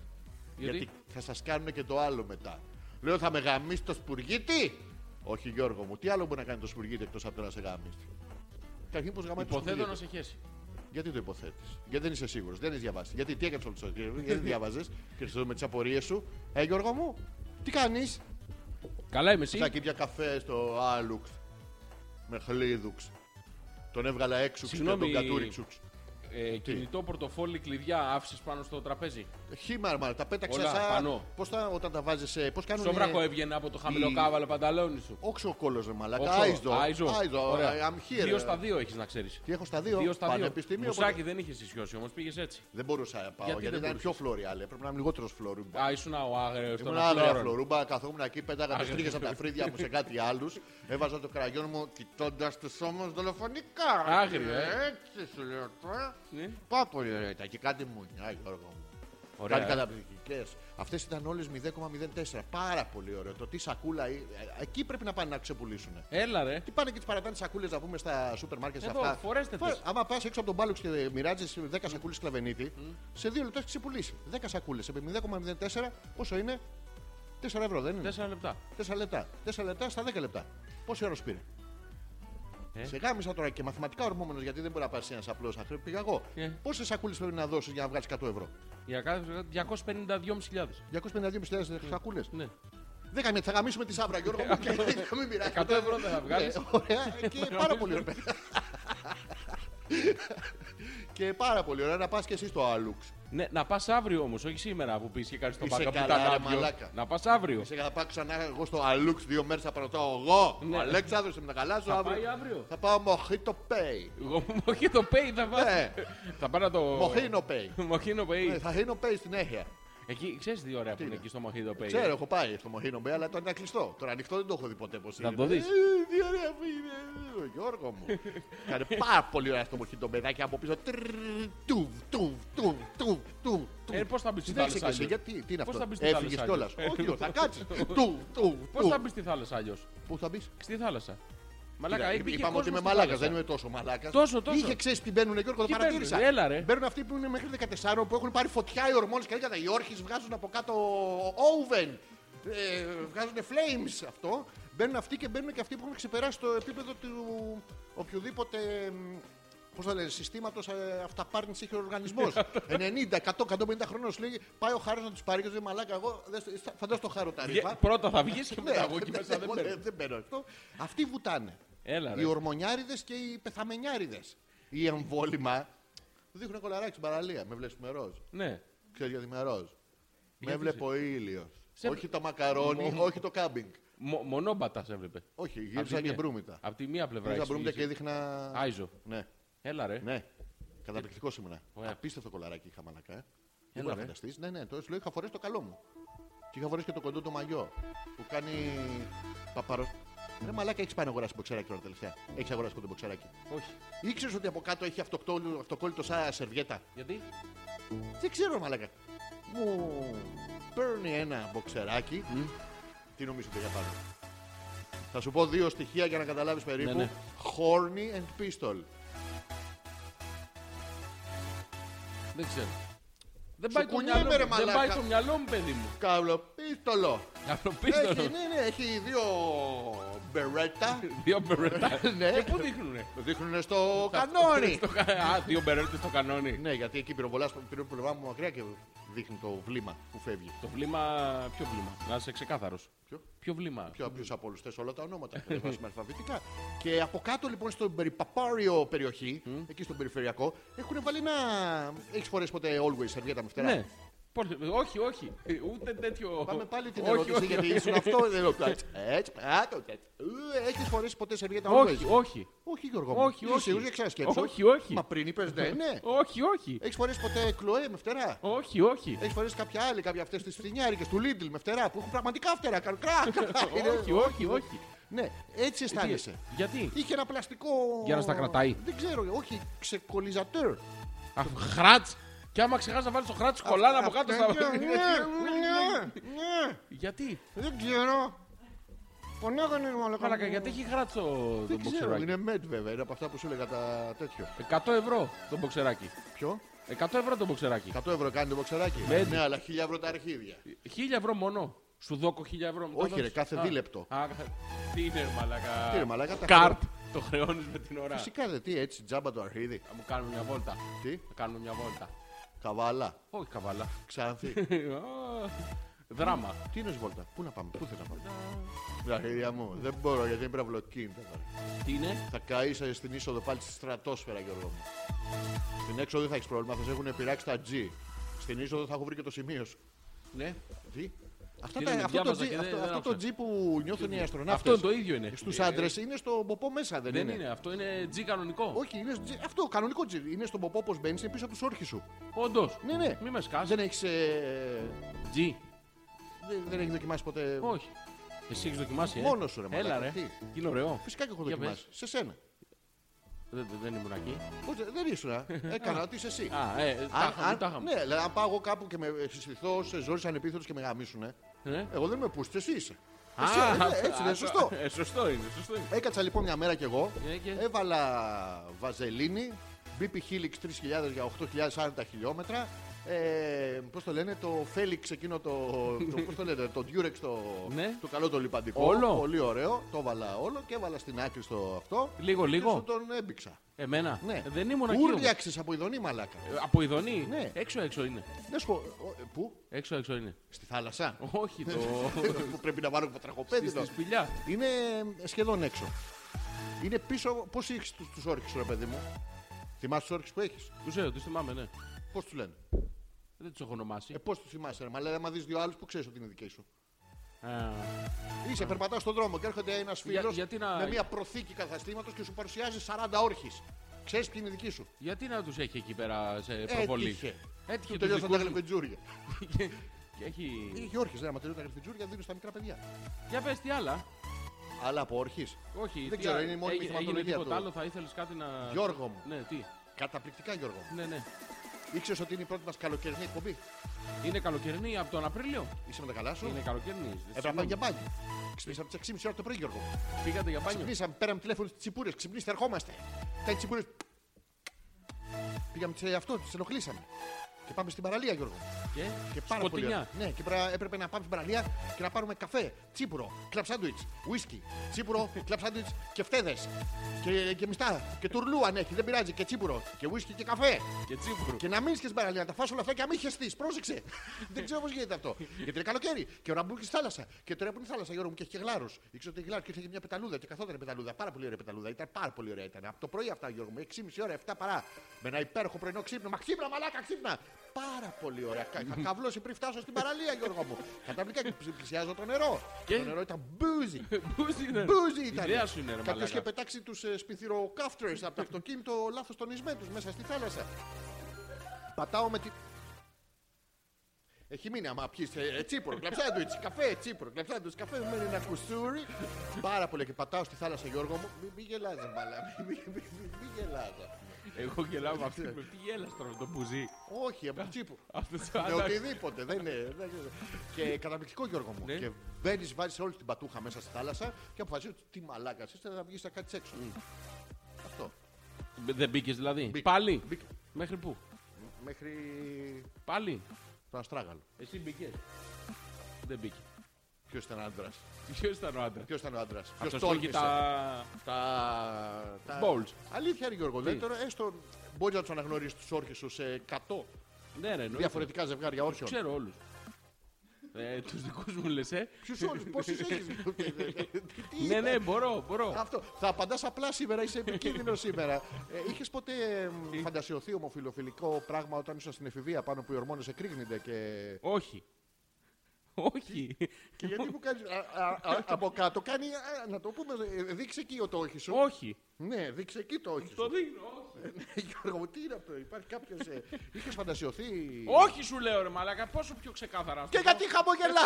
C: Γιατί?
A: θα σας κάνουν και το άλλο μετά. Λέω, θα με γαμίσει το σπουργίτη. Όχι, Γιώργο μου, τι άλλο μπορεί να κάνει το σπουργίτη εκτός από το να σε γαμίσει. Καταρχήν, πώς γαμάει το
C: Υποθέτω να
A: σπουργίτη.
C: σε χέσει.
A: Γιατί το υποθέτεις. Γιατί δεν είσαι σίγουρος, δεν έχεις διαβάσει. Γιατί τι έκανες όλο το Σαββατοκύριακο, γιατί δεν διάβαζες και σου με τις απορίες σου. Ε, Γιώργο μου, τι κάνεις.
C: Καλά είμαι εσύ.
A: Σακίδια καφέ στο Άλουξ. Με χλίδουξ. Τον έβγαλα έξουξ και τον
C: Συγγνώμη.
A: κατούριξουξ.
C: Ε, κινητό, πορτοφόλι, κλειδιά, άφησε πάνω στο τραπέζι.
A: Ναι, Χήμα, μα τα πέταξα
C: Όλα,
A: σαν.
C: πανώ.
A: Πώς τα όταν τα βάζεις σε. Πώς κάνουν.
C: Στο ε. βρακό έβγαινε από το χαμηλό
A: η-
C: κάβαλο πανταλόνι σου.
A: Όξο κόλλος, ρε μαλάκα.
C: Όξο,
A: Άιζο.
C: Άιζο.
A: Άιζο. ε,
C: Ωραία.
A: I'm here.
C: Δύο στα δύο έχεις να ξέρεις.
A: Τι έχω στα δύο.
C: Δύο στα δύο.
A: Πανεπιστήμιο.
C: Μουσάκι
A: οπότε-
C: δεν είχες ισιώσει όμως, πήγες έτσι.
A: Δεν μπορούσα να πάω
C: Γιατί
A: γιατί,
C: δεν
A: ήταν
C: μπορούσες?
A: πιο φλωριά. Πρέπει να είμαι λιγότερος φλωρούμπα.
C: Α, ήσουν ο άγρεο
A: Ήμουν
C: των
A: άγρια
C: Αχλώρων.
A: φλωρούμπα, καθόμουν εκεί, πέταγα τις
C: Άγρια
A: τρίχε από τα
C: φλωρούμπα.
A: φρύδια μου σε κάτι άλλους. Έβαζα το κραγιόν μου κοιτώντας τους ώμους δολοφονικά.
C: Άγριο, ε.
A: Έτσι σου λέω τώρα.
C: Ναι.
A: Πάρα πολύ ωραία ήταν και κάτι μου. Α, Γιώργο μου.
C: Ωραία.
A: Κάτι καταπληκτικές. Αυτές ήταν όλες 0,04. Πάρα πολύ ωραίο. Το τι σακούλα. ε, Εκεί πρέπει να πάνε να ξεπουλήσουν.
C: Έλα ρε.
A: Τι πάνε και τις παρατάνε σακούλες να πούμε στα σούπερ μάρκετ σε
C: Εδώ,
A: αυτά.
C: φορέστε
A: Φορέ-
C: τις.
A: Άμα πας έξω από τον μπάλουξ και μοιράζεις 10 σακούλε κλαβενίτη, σε δύο λεπτά έχεις ξεπουλήσει. 10 σακούλες. Επί 0,04 πόσο είναι. 4 ευρώ δεν είναι.
C: Τέσσερα λεπτά.
A: 4 λεπτά. 4 λεπτά στα 10 λεπτά. Πόση ώρα σου πήρε.
C: Ε.
A: Σε γάμισα τώρα και μαθηματικά ορμόμενος γιατί δεν μπορεί να πάρεις ένας απλός σακούλι. Πήγα εγώ.
C: Ε.
A: Πόσες σακούλες πρέπει να δώσεις για να βγάλεις 100 ευρώ.
C: Για κάθε 252.500.
A: 252.000 σακούλες.
C: Ναι.
A: Δεν κάνει, θα γαμίσουμε τη Σάβρα, Γιώργο. μου, και θα μην πειράζει.
C: 100 Ε, ευρώ δεν θα Ε, βγάλει.
A: Ναι, Ωραία, και πάρα πολύ ωραία. Και πάρα πολύ ωραία να πας και εσύ στο Άλουξ.
C: Ναι, να πας αύριο όμως, όχι σήμερα που πεις και κάνεις το
A: Είσαι
C: μπάκα που
A: καλά,
C: ήταν
A: ρε
C: άδειο.
A: μαλάκα.
C: Να πας αύριο.
A: Σε θα πάω ξανά εγώ στο Αλούξ δύο μέρες θα παρωτάω εγώ.
C: Ναι.
A: Ο Αλέξανδρος είμαι τα καλά σου
C: Θα
A: αύριο.
C: πάει αύριο.
A: Θα πάω Μοχίτο Pay.
C: Εγώ μου όχι το pay θα πάω.
A: Ναι.
C: Θα πάω να το.
A: Μοχίνο Pay.
C: Μοχίνο
A: Ναι,
C: pay.
A: Θα γίνω Pay στην Έχεια.
C: Εκεί ξέρεις τι ωραία που είναι
A: είναι?
C: εκεί στο Μοχίνο pay.
A: Ξέρω, έχω πάει στο Μοχίνο Pay, αλλά ήταν κλειστό. Τώρα ανοιχτό δεν το έχω δει ποτέ πώ είναι.
C: Να το δεις.
A: Ε, Τι ωραία που είναι. Ε, Γιώργο μου. Κάνε πάρα πολύ ωραία στο Μοχίνο Pay. και από πίσω. τρρρ, Τουβ, τουβ, τουβ, τουβ, τουβ, τουβ.
C: Ε, πώς θα μπεις στη
A: Συντάξε και
C: θάλασσα.
A: εσύ,
C: αλλιώς?
A: γιατί τι είναι
C: Πώς
A: αυτό.
C: θα μπεις στη
A: Έφυγες
C: θάλασσα
A: κιόλας.
C: αλλιώς?
A: Όχι, θα κάτσεις. Τουβ, τουβ,
C: Πώς
A: τουβ.
C: θα μπεις στη θάλασσα αλλιώ.
A: Πού θα μπεις.
C: Στη θάλασσα. Μαλάκα,
A: Κοίτα,
C: έπικε
A: Είπαμε ότι
C: κόσμος
A: είμαι
C: στη
A: μαλάκα,
C: θάλασσα.
A: δεν είμαι τόσο μαλάκας.
C: Τόσο, τόσο.
A: Είχε ξέρεις τι μπαίνουν Γιώργο, το
C: Τι
A: παρατήρησα.
C: μπαίνουν, έλα, ρε.
A: Μπαίνουν αυτοί που είναι μέχρι 14 που έχουν πάρει φωτιά οι ορμόνες και λέγανε οι όρχες βγάζουν από κάτω oven. Ε, βγάζουν flames αυτό. Μπαίνουν αυτοί και μπαίνουν και αυτοί που έχουν ξεπεράσει το επίπεδο του οποιοδήποτε. Πώς θα λένε, συστήματος αυταπάρνησης είχε ο οργανισμός. 90, 100, 150 χρόνων σου λέει πάει ο χάρο να τους πάρει και τους λέει Μαλάκα, εγώ δεν- φαντάζομαι το χάρο τα ρήφα.
C: Βγε- Ε, Πρώτα θα βγεις και
A: Ναι,
C: μετά εγώ εκεί
A: ναι,
C: μέσα δεν
A: μόνο-
C: παίρνω.
A: δεν παίρνω αυτό. Αυτοί βουτάνε.
C: Έλα, ρε.
A: Οι ορμονιάριδες και οι πεθαμενιάριδες. Οι εμβόλυμα δείχνουν κολαράκι στην παραλία. Με βλέπεις με ροζ.
C: Ναι.
A: Ξέρεις γιατί είμαι ροζ. Με
C: Γιατί
A: βλέπω ήλιος.
C: Σε-
A: Όχι το μακαρόνι, όχι το κάμπινγκ.
C: Μο- Μονόμπατα σε έβλεπε.
A: Όχι,
C: Απ' τη
A: γύρισα και
C: μία-
A: μπρούμητα.
C: Απ' τη μία πλευρά.
A: Γύρισα
C: έχεις
A: μπρούμητα και
C: φύγει.
A: έδειχνα.
C: Άιζο.
A: Ναι,
C: Έλα ρε.
A: ναι. Καταπληκτικός ήμουνα.
C: Ωραία.
A: Απίστευτο κολαράκι είχα μαλακά. ε.
C: Έλα,
A: Δεν μπορεί να
C: ρε.
A: φανταστείς. Ναι, ναι, το σου λέω είχα φορέσει το καλό μου. Και είχα φορέσει και το κοντό το μαγιό που κάνει παπαρο. Ρε μαλάκα, έχεις πάει να αγοράσεις μποξεράκι τώρα τελευταία. Έχεις αγοράσει κοντό μποξεράκι.
C: Όχι.
A: Ήξερες ότι από κάτω έχει αυτοκτόλου- αυτοκόλλητο σαν σερβιέτα.
C: Γιατί.
A: Δεν ξέρω, μαλάκα. Μου παίρνει ένα μποξεράκι. Τι νομίζω ότι για πάνω. Θα σου πω δύο στοιχεία για να καταλάβεις περίπου.
C: Ναι, ναι.
A: Horny and pistol.
C: Δεν ξέρω. Δεν
A: Σου
C: πάει, το
A: κουνιέμαι,
C: μυαλό,
A: ρε,
C: μου. δεν πάει
A: μαλάκα.
C: το μυαλό μου, παιδί μου.
A: Καυλοπίστολο. Έχει,
C: Καπνοπίστολο.
A: ναι, ναι, έχει δύο μπερέτα.
C: Δύο μπερετά.
A: Ναι.
C: Και πού δείχνουνε.
A: Το δείχνουν στο κανόνι.
C: Στο κα- Α, δύο μπερέτε στο κανόνι.
A: ναι, γιατί εκεί πυροβολάς πυροβολά μου μακριά και δείχνει το βλήμα που φεύγει.
C: Το βλήμα. Ποιο βλήμα. Να είσαι ξεκάθαρος.
A: Ποιο?
C: Ποιο βλήμα.
A: πιο απλού από όλου. όλα τα ονόματα. που διαβάζουμε αλφαβητικά. Και από κάτω λοιπόν στον περιπαπάριο περιοχή, εκεί στον περιφερειακό, έχουν βάλει ένα. Έχεις φορέσει ποτέ always σερβιέτα με φτερά.
C: Ναι. Πώς- Όχι, όχι. Ε, Ούτε τέτοιο.
A: Πάμε πάλι την
C: Όχι,
A: ερώτηση
C: όχι,
A: γιατί
C: όχι.
A: ήσουν αυτό. δεν λέω, Έτσι, έτσι, πάτο, έτσι. Έχεις φορέσει ποτέ σερβιέτα always.
C: Όχι, όχι.
A: όχι, Γιώργο. μου.
C: Όχι,
A: Είσαι
C: όχι.
A: σίγουρος, δεν ξέρω σκέψω.
C: Όχι, όχι.
A: Μα πριν είπες ναι, ναι.
C: Όχι, όχι.
A: Έχεις φορέσει ποτέ κλοέ με φτερά.
C: Όχι, όχι.
A: Έχεις φορέσει κάποια άλλη, κάποια αυτές τις φθινιάρικες του Lidl με φτερά που έχουν πραγματικά φτερά. κάνουν κρακ. Είναι-
C: Όχι, όχι, όχι.
A: Ναι, έτσι αισθάνεσαι.
C: Γιατί.
A: Είχε ένα πλαστικό.
C: Για να στα κρατάει.
A: Δεν ξέρω, όχι, ξεκολιζατέρ.
C: Αφ- Χράτς. Και άμα ξεχάσεις να βάλεις το χράτς κολλάνε από κάτω στα.
A: Ναι, ναι, ναι, ναι,
C: Γιατί.
A: δεν ξέρω. Φωνάγανε μάλλον.
C: Μαλάκα, γιατί έχει χράτς το το
A: Δεν ξέρω,
C: μποξεράκι.
A: είναι μετ βέβαια, είναι από αυτά που σου έλεγα τα τέτοιο.
C: 100 ευρώ το μποξεράκι.
A: Ποιο?
C: 100 ευρώ το μποξεράκι.
A: 100 ευρώ κάνει το μποξεράκι.
C: Μένει.
A: Ναι, αλλά 1000 ευρώ τα αρχίδια.
C: 1000 ευρώ μόνο. Σου δώκω 1000 ευρώ. Μου τα
A: Όχι,
C: δώσεις.
A: ρε, κάθε
C: Α.
A: δίλεπτο.
C: Α, καθα- τι είναι, ρε, μαλακά.
A: Τι ρε, μαλάκα, τα
C: Καρτ. Το χρεώνεις με την ώρα.
A: Φυσικά δε τι έτσι, τζάμπα το αρχίδι.
C: Θα μου κάνουν μια βόλτα.
A: Τι,
C: Θα κάνουν μια βόλτα.
A: καβάλα,
C: Όχι καβάλα.
A: ξανθή.
C: Α, Δράμα.
A: τι είναι βόλτα, πού να πάμε, πού θέλω να πάμε. Τα αρχίδια μου, δεν μπορώ γιατί είναι πραυλοκίνητα.
C: Τι είναι.
A: Θα καεί στην είσοδο πάλι στη στρατόσφαιρα, Γιώργο μου. Στην έξοδο δεν θα έχεις πρόβλημα, θα σε έχουν πειράξει τα G. Στην είσοδο θα έχω βρει και το σημείο σου.
C: Ναι.
A: Τι. Αυτά
C: Τι
A: τα-
C: λέμε,
A: αυτό το,
C: διάβαζα
A: G,
C: και δεν-
A: αυτό,
C: δεν
A: αυτό το
C: άκουσα.
A: G που νιώθουν οι αστροναύτες.
C: Αυτό είναι το ίδιο είναι.
A: Στους
C: Ε,
A: άντρες είναι στο ποπό μέσα, δεν,
C: Δεν είναι. Αυτό είναι τζι κανονικό.
A: Όχι, είναι τζι- αυτό, κανονικό τζι. Είναι στον ποπό όπως μπαίνεις, είναι πίσω από τους όρχες σου.
C: Όντως.
A: Ναι, ναι.
C: Μη με σκάς.
A: Δεν έχεις... Ε,
C: Τζι.
A: δεν, δεν έχεις δοκιμάσει ποτέ...
C: Όχι. Εσύ έχεις δοκιμάσει. ε.
A: Μόνος σου, ρε,
C: Έλα
A: μαλάκα.
C: ρε.
A: Τι.
C: Είναι ωραίο.
A: Φυσικά και έχω
C: Για πες.
A: δοκιμάσει. Σε σένα.
C: Δεν- δεν- Δεν ήμουν εκεί.
A: Ούτε, δεν ήσουν. α. Έκανα τι εσύ.
C: Α, ε, τα είχαμε, τα είχαμε.
A: ναι, δηλαδή, αν πάω εγώ κάπου και με συστηθώ σε ζόρι ανεπίθετος και με γαμίσουνε,
C: Ναι.
A: εγώ δεν με πούστε, εσύ είσαι.
C: Α,
A: Εσύ, ναι,
C: αυτό-
A: έτσι είναι,
C: αυτό-
A: σωστό.
C: ε, Σωστό είναι, σωστό είναι.
A: Έκατσα λοιπόν μια μέρα κι εγώ,
C: Ε, και-
A: έβαλα βαζελίνη, BP Helix 3000 για 8.040 χιλιόμετρα, ε, Πώς το λένε, το Felix εκείνο το. το πώς το λένε, το Durex το,
C: Ναι.
A: το καλό το λιπαντικό.
C: Όλο.
A: Πολύ ωραίο. Το έβαλα όλο και έβαλα στην άκρη στο αυτό.
C: Λίγο, λίγο.
A: Και σου τον έμπηξα.
C: Εμένα.
A: Ναι.
C: Ε, Δεν ήμουν εκεί. όμως.
A: Ούρλιαξε από ειδονή μαλάκα.
C: Ε, Από ειδονή.
A: Ναι.
C: Έξω έξω είναι.
A: Να σου πω, ο, ε, πού?
C: Έξω έξω είναι.
A: Στη θάλασσα.
C: Όχι το.
A: που πρέπει να βάλω
C: στη-
A: πατραχοπέδι.
C: Στη σπηλιά.
A: Είναι σχεδόν έξω. Είναι πίσω. Πώς έχει του όρχε, ρε παιδί μου. Θυμάσαι τους όρχε που έχεις.
C: Τους έω, τους θυμάμαι, ναι.
A: Πώς τους λένε.
C: Δεν τους έχω ονομάσει.
A: Ε, πώς τους θυμάσαι, ρε Μαλά, άμα δεις δύο άλλους που ξέρεις ότι είναι δικοί σου. Ε.
C: Α,
A: Είσαι, περπατάς στον δρόμο και έρχεται ένας φίλος
C: γιατί να-
A: με μια προθήκη καθαστήματος και σου παρουσιάζει 40 όρχε. Ξέρεις ποιοι είναι δικοί σου.
C: Γιατί να τους έχει εκεί πέρα σε προβολή.
A: Έτυχε.
C: Έτυχε τους
A: Τους τελειώσαν τα
C: δικούς του.
A: γλυφετζούρια.
C: Και έχει.
A: Είχε όρχες, ρε, μα τελειώσαν τα γλυφετζούρια, δίνουν στα μικρά παιδιά.
C: Για πες τι άλλα.
A: Αλλά από όρχες.
C: Όχι,
A: Δεν
C: τι
A: ξέρω,
C: άλλα.
A: είναι η μόνιμη
C: Έγινε- έγινε
A: θυματολογία
C: τίποτα
A: του.
C: άλλο, θα ήθελες κάτι να.
A: Γιώργο μου.
C: Ναι, τι.
A: Καταπληκτικά, Γιώργο.
C: Ναι, ναι.
A: Ήξερες ότι είναι η πρώτη μας καλοκαιρινή εκπομπή.
C: Είναι καλοκαιρινή από τον Απρίλιο.
A: Είσαι με τα καλά σου.
C: Είναι καλοκαιρινή.
A: Έπρεπε να πάμε για μπάνιο. Ξυπνήσαμε τις 6.30 ώρα το πρωί, Γιώργο.
C: Πήγατε για μπάνιο.
A: Ξυπνήσαμε, πέραμε τηλέφωνο στις τσιπούρες. Ξυπνήστε, ερχόμαστε. Τα οι τσιπούρες. Πήγαμε σε αυτό, τις ενοχλήσαμε. Και πάμε στην παραλία, Γιώργο.
C: Και,
A: Και πάρα πολύ.
C: σκοτεινιά.
A: ωραία. Ναι, και πρα- έπρεπε να πάμε στην παραλία και να πάρουμε καφέ, τσίπουρο, κλαπ σάντουιτ, ουίσκι, τσίπουρο, κλαπ σάντουιτ και φτέδε. Και, και μιστά. Και τουρλού αν έχει, δεν πειράζει. Και τσίπουρο, και ουίσκι και καφέ.
C: Και τσίπρου.
A: Και να μην στην παραλία, να τα φας όλα αυτά και να μην χεστεί. Πρόσεξε. δεν ξέρω πώς γίνεται αυτό. Γιατί είναι καλοκαίρι και ώρα μπουν και στη θάλασσα. Και τώρα που είναι η θάλασσα, Γιώργο μου και έχει και γλάρο. Ήξερα ότι γλάρος και είχε και μια πεταλούδα και καθόταν η πεταλούδα. Πάρα πολύ ωραία πεταλούδα. Ήταν πάρα πολύ ωραία. Ήταν. Από το πρωί αυτά, Γιώργο μου, 6,5 ώρα, 7 παρά. Με ένα υπέροχο πρωινό ξύπνο. Μα ξύπνα, μαλάκα, ξύπνα. Πάρα πολύ ωραία. Κα- Είχα καβλώσει πριν φτάσω στην παραλία, Γιώργο μου. Καταπληκτικά και πλησι- πλησιάζω το νερό.
C: Και-
A: Το νερό ήταν μπούζι.
C: Πού είναι.
A: Μπούζι
C: Η
A: ήταν.
C: Ιδέα σου είναι, ρε
A: Κάποιος
C: μαλάκα.
A: είχε πετάξει τους σπιθυροκάφτερε από το αυτοκίνητο λάθος τονισμένου μέσα στη θάλασσα. Πατάω με τη. Έχει μείνει άμα πιεις ε, τσίπρο, κλαψάντουιτ, καφέ, τσίπρο, κλαψάντουιτ, καφέ. Μου μένει ένα κουσούρι. Πάρα πολύ και πατάω στη θάλασσα, Γιώργο μου. Μην μη γελάζει, μπαλά. Μην μη, μη γελάζει.
C: Εγώ γελάω με αυτή. με Τι γέλας τώρα με το Ναι, μπουζί.
A: Όχι, από το τσίπρο.
C: Αυτό το
A: Με
C: άλλαξε.
A: οτιδήποτε. Δεν είναι. δεν είναι. και καταπληκτικό Γιώργο μου.
C: Ναι.
A: Και μπαίνεις, βάζεις όλη την πατούχα μέσα στη θάλασσα και αποφασίζεις ότι τι μαλάκας είστε να βγει να κάτσεις έξω. Αυτό.
C: Δεν μπήκες δηλαδή.
A: Μπήκα.
C: Πάλι.
A: Μπήκα.
C: Μέχρι πού.
A: Μέχρι
C: Πάλι.
A: το αστράγαλο.
C: Εσύ μπήκες. Δεν μπήκες.
A: Ποιος ήταν άντρας.
C: Ποιος ήταν ο άντρας.
A: Ποιος ήταν ο άντρας. Ποιο
C: Αυτός που έχει τα.
A: Τα... τα...
C: Balls.
A: Αλήθεια, ρε Γιώργο.
C: Τι?
A: Δεν τώρα, έστω μπορεί να τους αναγνωρίσεις τους όρχες σου σε 100
C: Ναι, ρε, εννοείται.
A: διαφορετικά ζευγάρια όρχων.
C: Ξέρω όλους. Ε, τους δικούς μου λες, ε.
A: Ποιους όρχε, πόσους έχεις.
C: Ναι, ναι, μπορώ, μπορώ.
A: Αυτό. Θα απαντάς απλά σήμερα, είσαι επικίνδυνο σήμερα. Ε, Είχες ποτέ εμ, φαντασιωθεί ομοφιλοφιλικό πράγμα όταν ήσουν στην εφηβεία πάνω που οι ορμόνες εκρήγνεται και.
C: Όχι. Όχι.
A: και γιατί μου κάνει. από κάτω κάνει. α, να το πούμε. ε, Δείξε εκεί το όχι σου.
C: Όχι.
A: Ναι, δείξε εκεί το όχι
C: Το
A: σου. Ε, ναι,
C: δείχνω. όχι.
A: Γιώργο, μου, τι είναι αυτό, υπάρχει κάποιος. Είχε φαντασιωθεί.
C: Όχι σου λέω ρε μαλάκα, πόσο πιο ξεκάθαρα. να σου
A: Και
C: το
A: γιατί χαμογελά!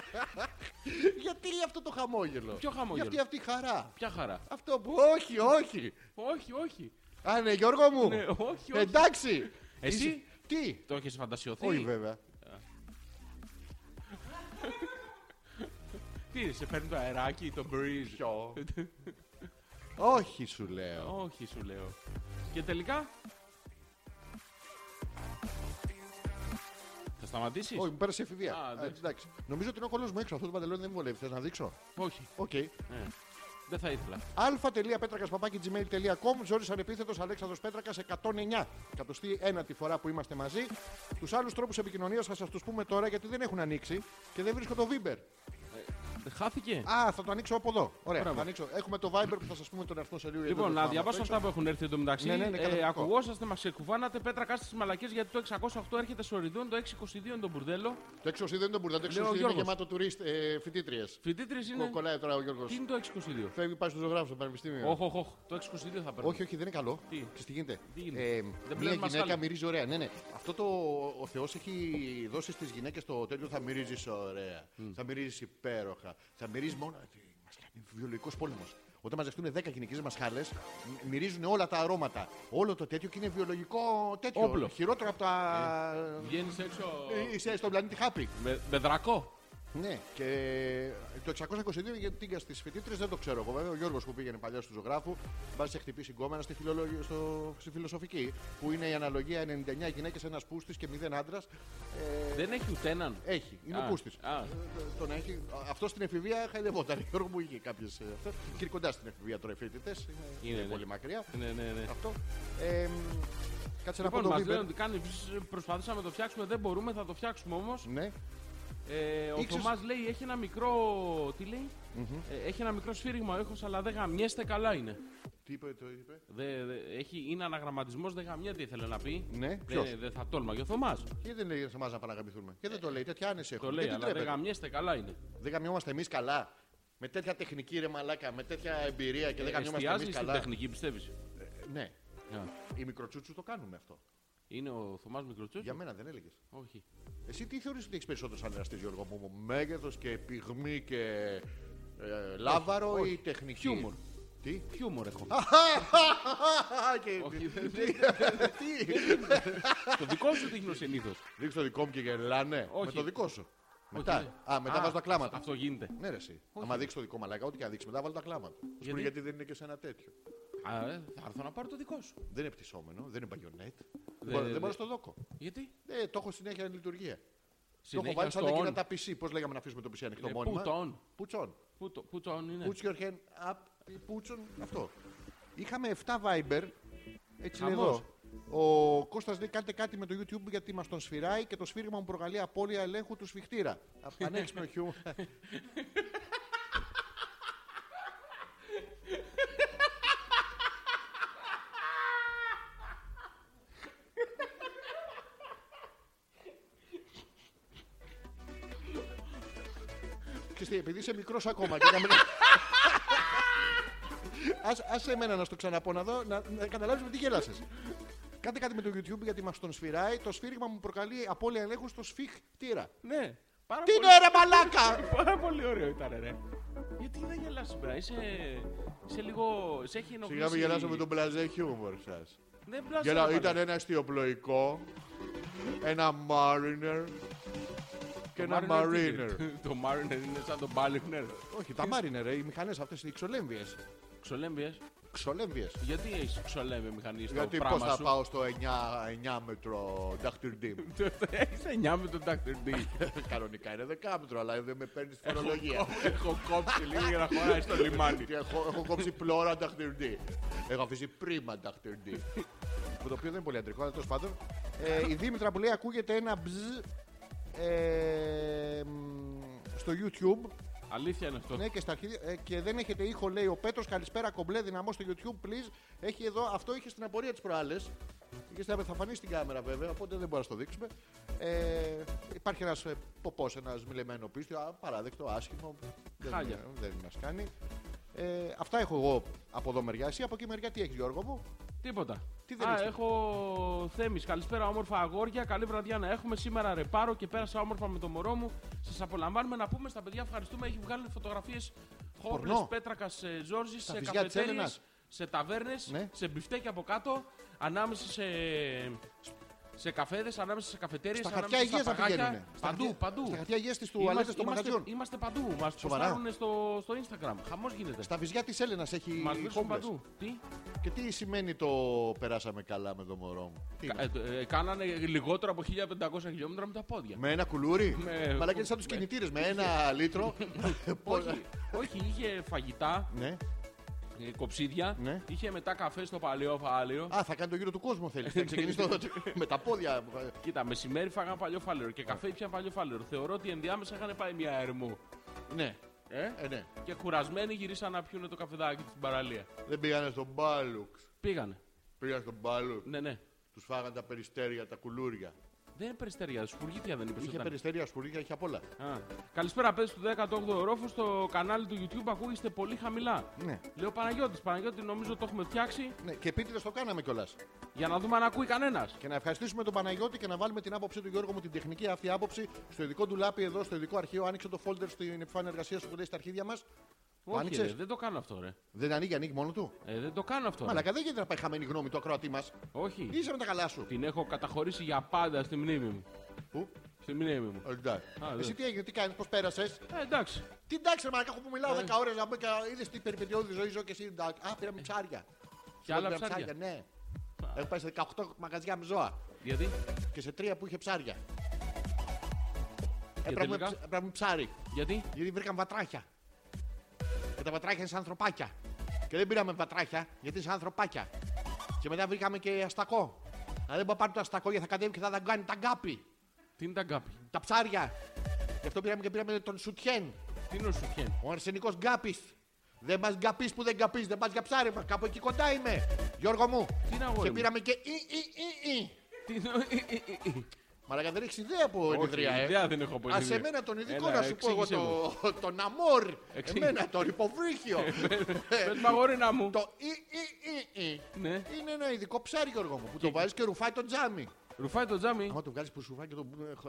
A: γιατί αυτό το χαμόγελο.
C: Ποιο χαμόγελο?
A: Γιατί αυτή η χαρά.
C: πω. Ποια χαρά.
A: Αυτό που. Όχι, όχι.
C: Όχι, όχι.
A: Α, ναι, Γιώργο μου.
C: Ναι, όχι, όχι.
A: Εντάξει.
C: Εσύ?
A: Είσαι- Τι.
C: Το έχεις φαντασιωθεί.
A: Όχι βέβαια.
C: Τι είναι, σε παίρνει το αεράκι, το breeze.
A: Ποιο. Όχι σου λέω.
C: Όχι σου λέω. Και τελικά. σταματήσεις.
A: Όχι, μου πέρασε η εφηβεία.
C: Α,
A: Α,
C: εντάξει.
A: εντάξει. Νομίζω ότι είναι ο κολλό μου έξω. Αυτό το παντελόνι δεν μου βολεύει. Θες να δείξω.
C: Όχι.
A: Οκ.
C: Ε, δεν θα ήθελα.
A: αλφα.πέτρακα.gmail.com Ζόρις ανεπίθετος Αλέξανδρος Πέτρακας 109. Κατοστή ένα τη φορά που είμαστε μαζί. Τους άλλους τρόπους επικοινωνίας θα σας τους πούμε τώρα γιατί δεν έχουν ανοίξει και δεν βρίσκω το Viber.
C: Ε, Χάθηκε.
A: Α, θα το ανοίξω από εδώ. Ωραία,
C: Μπράβο.
A: θα ανοίξω. Έχουμε το Viber που θα σας πούμε τον αριθμό σε λίγο. γιατί
C: Λοιπόν,
A: δεν το
C: να
A: θυμάμαι
C: διαβάσω
A: απ' έξω.
C: αυτά που έχουν έρθει εντωμεταξύ.
A: Ναι, ναι, είναι
C: ε,
A: καταπληκτικό.
C: ακουγόσαστε, μας ξεκουβάνατε πέτρα κάστα τη μαλακή γιατί το 608 έρχεται σοριδόν, το 622 είναι το μπουρδέλο.
A: Το 6 δεν είναι το μπουρδα, το 6
C: Λέω,
A: είναι
C: Γιώργος.
A: γεμάτο τουρίστ, ε, φοιτήτριες.
C: Φοιτήτρε είναι.
A: Κολλάει τώρα ο Γιώργος.
C: Τι είναι το 622.
A: Φεύγει, πάει στο ζωγράφο στο πανεπιστήμιο.
C: Όχι, όχι, όχι. Το 622 θα παίρνω.
A: Όχι, όχι, δεν είναι καλό.
C: Τι?
A: Ξέρεις τι γίνεται.
C: Τι γίνεται?
A: Ε, μια
C: πλένουμε
A: γυναίκα
C: μασχάλια.
A: μυρίζει ωραία. Ναι, ναι. Αυτό το ο Θεός έχει δώσει στις γυναίκες το τέτοιο θα μυρίζεις ωραία. Θα μυρίζεις υπέροχα. Θα μυρίζει μόνο. Ε, τι, Μας κάνει βιολογικός πόλεμος. Όταν μαζευτούν 10 γυναικέ μασχάλε, μυρίζουν όλα τα αρώματα. Όλο το τέτοιο και είναι βιολογικό τέτοιο.
C: Όπλος.
A: Χειρότερο από τα.
C: Βγαίνεις έξω.
A: Ε, Είσαι στον πλανήτη Χάπη.
C: Με, με δρακό.
A: Ναι, και το 622 για την τίγκα στις φοιτήτρε δεν το ξέρω εγώ. Βέβαια, ο Γιώργος που πήγαινε παλιά στου ζωγράφου, μπα σε χτυπήσει γκόμενα στη, φιλολο- στο... στη φιλοσοφική, που είναι η αναλογία 99 γυναίκες, ένας πούστης και 0 άντρα.
C: Δεν έχει ούτε έναν.
A: Έχει, είναι
C: Α,
A: πούστης.
C: α.
A: Έχει... Αυτό στην εφηβεία χαϊδευόταν. Γιώργο μου είχε κάποιες. Και κοντά στην εφηβεία τώρα οι φοιτητές. Είναι,
C: Είναι, ναι.
A: πολύ μακριά.
C: Ναι, ναι, ναι.
A: Αυτό. Ε, μ, κάτσε
C: Λοιπόν,
A: να
C: μα
A: πω το
C: λένε
A: Viber.
C: ότι κάνει, προσπαθήσαμε να το φτιάξουμε, δεν μπορούμε, θα το φτιάξουμε όμως.
A: Ναι,
C: Ε, ο
A: Ήξερες-
C: Θωμάς λέει έχει ένα μικρό. Τι λέει? Ε, έχει ένα μικρό σφύριγμα ο ήχος, αλλά δεν γαμιέστε, καλά είναι.
A: τι είπε, το είπε.
C: Δε, δε, έχει, είναι αναγραμματισμός, δεν γαμιέται, ήθελε να πει.
A: Ναι,
C: Δεν
A: ποιος?
C: δεν θα τόλμαγε ο Θωμάς.
A: Και δεν λέει σε εμά να παραγαμηθούμε. Και δεν το λέει, τέτοια άνεση
C: Το
A: έχουμε.
C: λέει,
A: Ε, Γιατί
C: αλλά δεν
A: τρέπεται.
C: γαμιέστε, καλά είναι.
A: Δεν γαμιόμαστε εμείς καλά. Με τέτοια τεχνική ρε μαλάκα, με τέτοια εμπειρία και δεν γαμιόμαστε εμεί
C: Ε, Εστιάζει στην
A: καλά.
C: τεχνική, πιστεύεις.
A: Ε, ναι, οι μικροτσούτσου το κάνουμε αυτό.
C: Είναι ο Θωμάς Μικροτσούτσου.
A: Για μένα δεν έλεγες.
C: Όχι.
A: Εσύ τι θεωρείς ότι έχεις περισσότερο σαν εραστή, Γιώργο μου, μέγεθος και πυγμή και ε, λάβαρο
C: όχι.
A: ή τεχνική.
C: Χιούμορ.
A: Τι.
C: Χιούμορ έχω.
A: Και-
C: Όχι, δεν- Το δικό σου δείχνω συνήθως.
A: Ρίξε το δικό μου και γελάνε.
C: Όχι.
A: Με το δικό σου. Μετά. Α, μετά βάζω τα κλάματα.
C: Αυτό γίνεται.
A: Ναι, ρε, εσύ. Άμα δείξει το δικό μαλάκα, ό,τι και αν δείξει, μετά βάλω τα κλάματα. Σου πούνε,
C: Γιατί?
A: γιατί δεν είναι και σε ένα τέτοιο.
C: Α, ε, θα έρθω να πάρω το δικό σου.
A: Δεν είναι πτυσσόμενο, δεν είναι μπαγιονέτ.
C: Δε-
A: Δεν, μπορώ- δεν
C: δε-
A: μπορώ στο δόκο.
C: Γιατί?
A: Ε, το έχω συνέχεια εν λειτουργία. Το έχω
C: Συνέχεια
A: βάλει σαν
C: στο
A: τα
C: on.
A: κοινά τα PC. Πώς λέγαμε να αφήσουμε το PC ανοιχτό
C: Ε,
A: μόνιμα.
C: put on.
A: Πουτσόν.
C: Πού το, πού το on είναι.
A: Put your hand up. Πουτσον. Αυτό. Είχαμε 7 Viber. Έτσι είναι
C: Χαμός.
A: εδώ. Ο Κώστας λέει κάντε κάτι με το YouTube γιατί μας τον σφυράει και το σφύριγμα μου προκαλεί απώλεια ελέγχου του σφιχτήρα. Α, Πανέξυπνο χιού. Ξέρεις τι, επειδή είσαι μικρός ακόμα και να μην... Ας, ας εμένα να στο ξαναπώ να δω, να, να καταλάβεις με τι γέλασες. Κάντε κάτι με το YouTube γιατί μας τον σφυράει. Το σφύριγμα μου προκαλεί απώλεια ελέγχου στο σφιχτήρα.
C: Ναι. Πάρα
A: Τι
C: πολύ-
A: είναι ρε μαλάκα!
C: Πάρα πολύ ωραίο ήταν, ρε. Γιατί δεν γελάς σήμερα, είσαι, είσαι λίγο. Σε έχει ενοχλήσει. Ναι,
A: Σιγά μην γελάσω με τον μπλαζέ χιούμορ σας.
C: Δεν πλάσε.
A: Γελά,
C: ρε,
A: ήταν
C: μάνα.
A: ένα αστιοπλοϊκό, ένα Mariner και ένα
C: Το Mariner
A: Mariner.
C: τι είναι? Το Mariner είναι σαν τον Baliner.
A: Όχι, τα Mariner, ρε, οι μηχανές αυτές οι ξολέμβιες.
C: Ξολέμβιες.
A: Ξολέμβιες.
C: Γιατί έχεις ξολέμβια μηχανή στο
A: Γιατί πώς
C: πράγμα
A: θα
C: σου.
A: πάω στο 9, 9 μέτρο Dr. Dim.
C: Έχεις 9 με τον Dr. D.
A: Κανονικά είναι δεκάμετρο, αλλά δεν με παίρνεις στη φορολογία.
C: Έχω κόψει λίγο για να χωράει στο λιμάνι.
A: Και έχω, έχω κόψει πλώρα Dr. D. Έχω αφήσει πρίμα Dr. D. που το οποίο δεν είναι πολύ αντρικό, αλλά τέλος πάντων. Ε, η Δήμητρα που λέει ακούγεται ένα μπζ ε, μ, στο YouTube
C: Αλήθεια είναι αυτό.
A: ναι, και, στα αρχίδια- ε, και δεν έχετε ήχο, λέει ο Πέτρος. Καλησπέρα, κομπλέ, δυναμό στο YouTube, please. Έχει εδώ, αυτό είχε στην απορία της προάλλες. Θα φανεί στην κάμερα βέβαια, οπότε δεν μπορούμε να το δείξουμε. Ε, υπάρχει ένας ε, ποπός, ένας μιλεμένο πίστιο, α, παράδεκτο, άσχημο. Δεν,
C: Χάλια.
A: δεν μας κάνει. Ε, αυτά έχω εγώ από εδώ μεριά. Εσύ από εκεί μεριά τι έχεις, Γιώργο μου.
C: Τίποτα.
A: Τι δεν
C: Α,
A: έχεις?
C: έχω Θέμης. Καλησπέρα, όμορφα αγόρια. Καλή βραδιά να έχουμε. Σήμερα ρεπάρω και πέρασα όμορφα με το μωρό μου. Σας απολαμβάνουμε να πούμε στα παιδιά ευχαριστούμε. Έχει βγάλει φωτογραφίες χόρνε
A: Πορνό.
C: Πέτρακας Ζόρζη ε, σε
A: βυζιά της
C: καφετέρειες,
A: Έλενας.
C: σε ταβέρνες,
A: Ναι.
C: σε μπιφτέκια από κάτω, ανάμεσα σε. σε καφέδες, ανάμεσα σε καφετέρειες,
A: Στα
C: ανάμεσα
A: χαρτιά υγεία
C: στα
A: θα
C: παγάκια.
A: πηγαίνουν.
C: Παντού, παντού.
A: Στα χαρτιά υγείας της τουαλέτα
C: είμαστε,
A: των μαγαζιών.
C: είμαστε παντού. Μας
A: Σοβαρά.
C: ποστάρουν στο, στο Instagram. Χαμός γίνεται.
A: Στα βυζιά της Έλενας έχει
C: Μας βρίσκουν
A: homeless.
C: παντού. Τι?
A: Και τι σημαίνει το περάσαμε καλά με το μωρό μου. Τι είναι?
C: Ε, το- ε, κάνανε λιγότερο από 1500 χιλιόμετρα με τα πόδια.
A: Με ένα κουλούρι.
C: Με-
A: Μαλάκα είναι σαν τους
C: με-
A: κινητήρες. Με ένα λίτρο.
C: όχι, όχι, είχε φαγητά,
A: Ναι.
C: ε, κοψίδια,
A: Ναι.
C: είχε μετά καφέ στο παλαιό φάλεο.
A: Α, θα κάνει το γύρο του κόσμου θέλεις. Θα ξεκινήσει το- με τα πόδια.
C: Κοίτα, μεσημέρι φάγανε παλιό φάλερο και καφέ πιαν παλιό φάλερο. Θεωρώ ότι ενδιάμεσα είχαν πάει μια ερμό.
A: Ναι.
C: Ε?
A: Ε, ναι.
C: Και κουρασμένοι γυρίσαν να πιούνε το καφεδάκι του στην παραλία.
A: Δεν πήγανε στον Μπάλουξ.
C: Πήγανε.
A: Πήγανε στον Μπάλουξ.
C: Ναι, ναι.
A: Τους φάγανε τα περιστέρια, τα κουλούρια.
C: Δεν είναι περιστέρια, σπουργίτια δεν είπες.
A: Είχε
C: Είχε
A: περιστέρια, σκουρίκια, είχε απ' όλα.
C: Καλησπέρα, παίζει του 18ου ορόφου. Στο κανάλι του YouTube ακούγεστε πολύ χαμηλά.
D: Ναι.
C: Λέω Παναγιώτης, Παναγιώτη, νομίζω το έχουμε φτιάξει
A: Ναι, και επίτηδες το κάναμε κιόλας.
C: για να δούμε αν ακούει κανένας.
A: Και να ευχαριστήσουμε τον Παναγιώτη και να βάλουμε την άποψή του Γιώργο μου, την τεχνική αυτή άποψη, στο ειδικό του λάπι εδώ, στο ειδικό αρχείο. Άνοιξε το folder στην επιφάνεια εργασίας σου που λέει στα αρχίδια μας. Το
C: Όχι, ρε,
A: άνοιξες.
C: δεν το κάνω αυτό, ρε.
A: Δεν ανοίγει, ανοίγει μόνο του.
C: Ε, δεν το κάνω αυτό. ρε.
A: Μαλακά δεν γίνεται να πάει χαμένη γνώμη το ακροατή μας.
C: Όχι.
A: Είσαι με τα καλά σου.
C: Την έχω καταχωρήσει για πάντα στη μνήμη μου.
A: Πού?
C: Στη μνήμη μου.
A: Ε, εντάξει.
C: Α, δε.
A: Εσύ τι έγινε, τι κάνεις, πώς πέρασες.
C: Ε, εντάξει.
A: Τι εντάξει, ρε Μαλακά, έχω που μιλάω
C: Ε.
A: 10 ώρες να μπω και είδες τι περιπετειώδη ζωή ζω και εσύ. εντάξει. Α, πήραμε ψάρια.
C: Και άλλα
A: Πήραμε
C: ψάρια.
A: Ναι. Έχω πάει σε 18 μαγαζιά με ζώα.
C: Γιατί,
A: και σε τρία που είχε ψάρια.
C: τελικά?
A: Έπρεπε ψ- έπρεπε με ψάρι.
C: γιατί.
A: Γιατί βρήκαν βατράχια. Και τα βατράχια είναι σαν ανθρωπάκια. Και δεν πήραμε βατράχια γιατί είναι σαν ανθρωπάκια. Και μετά βρήκαμε και αστακό. Αλλά δεν μπορούμε να πάρουμε το αστακό γιατί θα κατέβει και θα δαγκάνει τα γκάπη.
C: Τι είναι τα γκάπη.
A: Τα ψάρια. Γι' αυτό πήραμε και πήραμε τον Σουτιέν.
C: Τι είναι ο Σουτιέν.
A: Ο αρσενικός γκάπης. Δεν μα γκαπεί που δεν γκαπείς. Δεν πας για ψάρι. μα Κάπου εκεί κοντά είμαι. Γιώργο μου.
C: Τι είναι αγόρι.
A: Και
C: μου?
A: πήραμε και. Ι, ι, ι, ι.
C: Τι είναι. ε, ε, ε, ε, ε.
A: Μαλάκα δεν έχεις ιδέα από
C: Όχι,
A: ενιδρία, ε.
C: ιδέα δεν έχω από
A: Α
C: ενιδρία.
A: εμένα τον ειδικό
C: Έλα,
A: να σου πω εγώ
C: εξήγησέ
A: το, τον αμόρ.
C: Εξήγη-
A: Εμένα τον υποβρύχιο.
C: Πες μου, αγόρινα Ε, μου.
A: το ι, ι, ι, ι.
C: Ναι.
A: Είναι ένα ειδικό ψάρι, Γιώργο μου, που το βάζεις και ρουφάει τον τζάμι.
C: Ρουφάει το τζάμι.
A: Άμα το βγάλεις που σου ρουφάει και το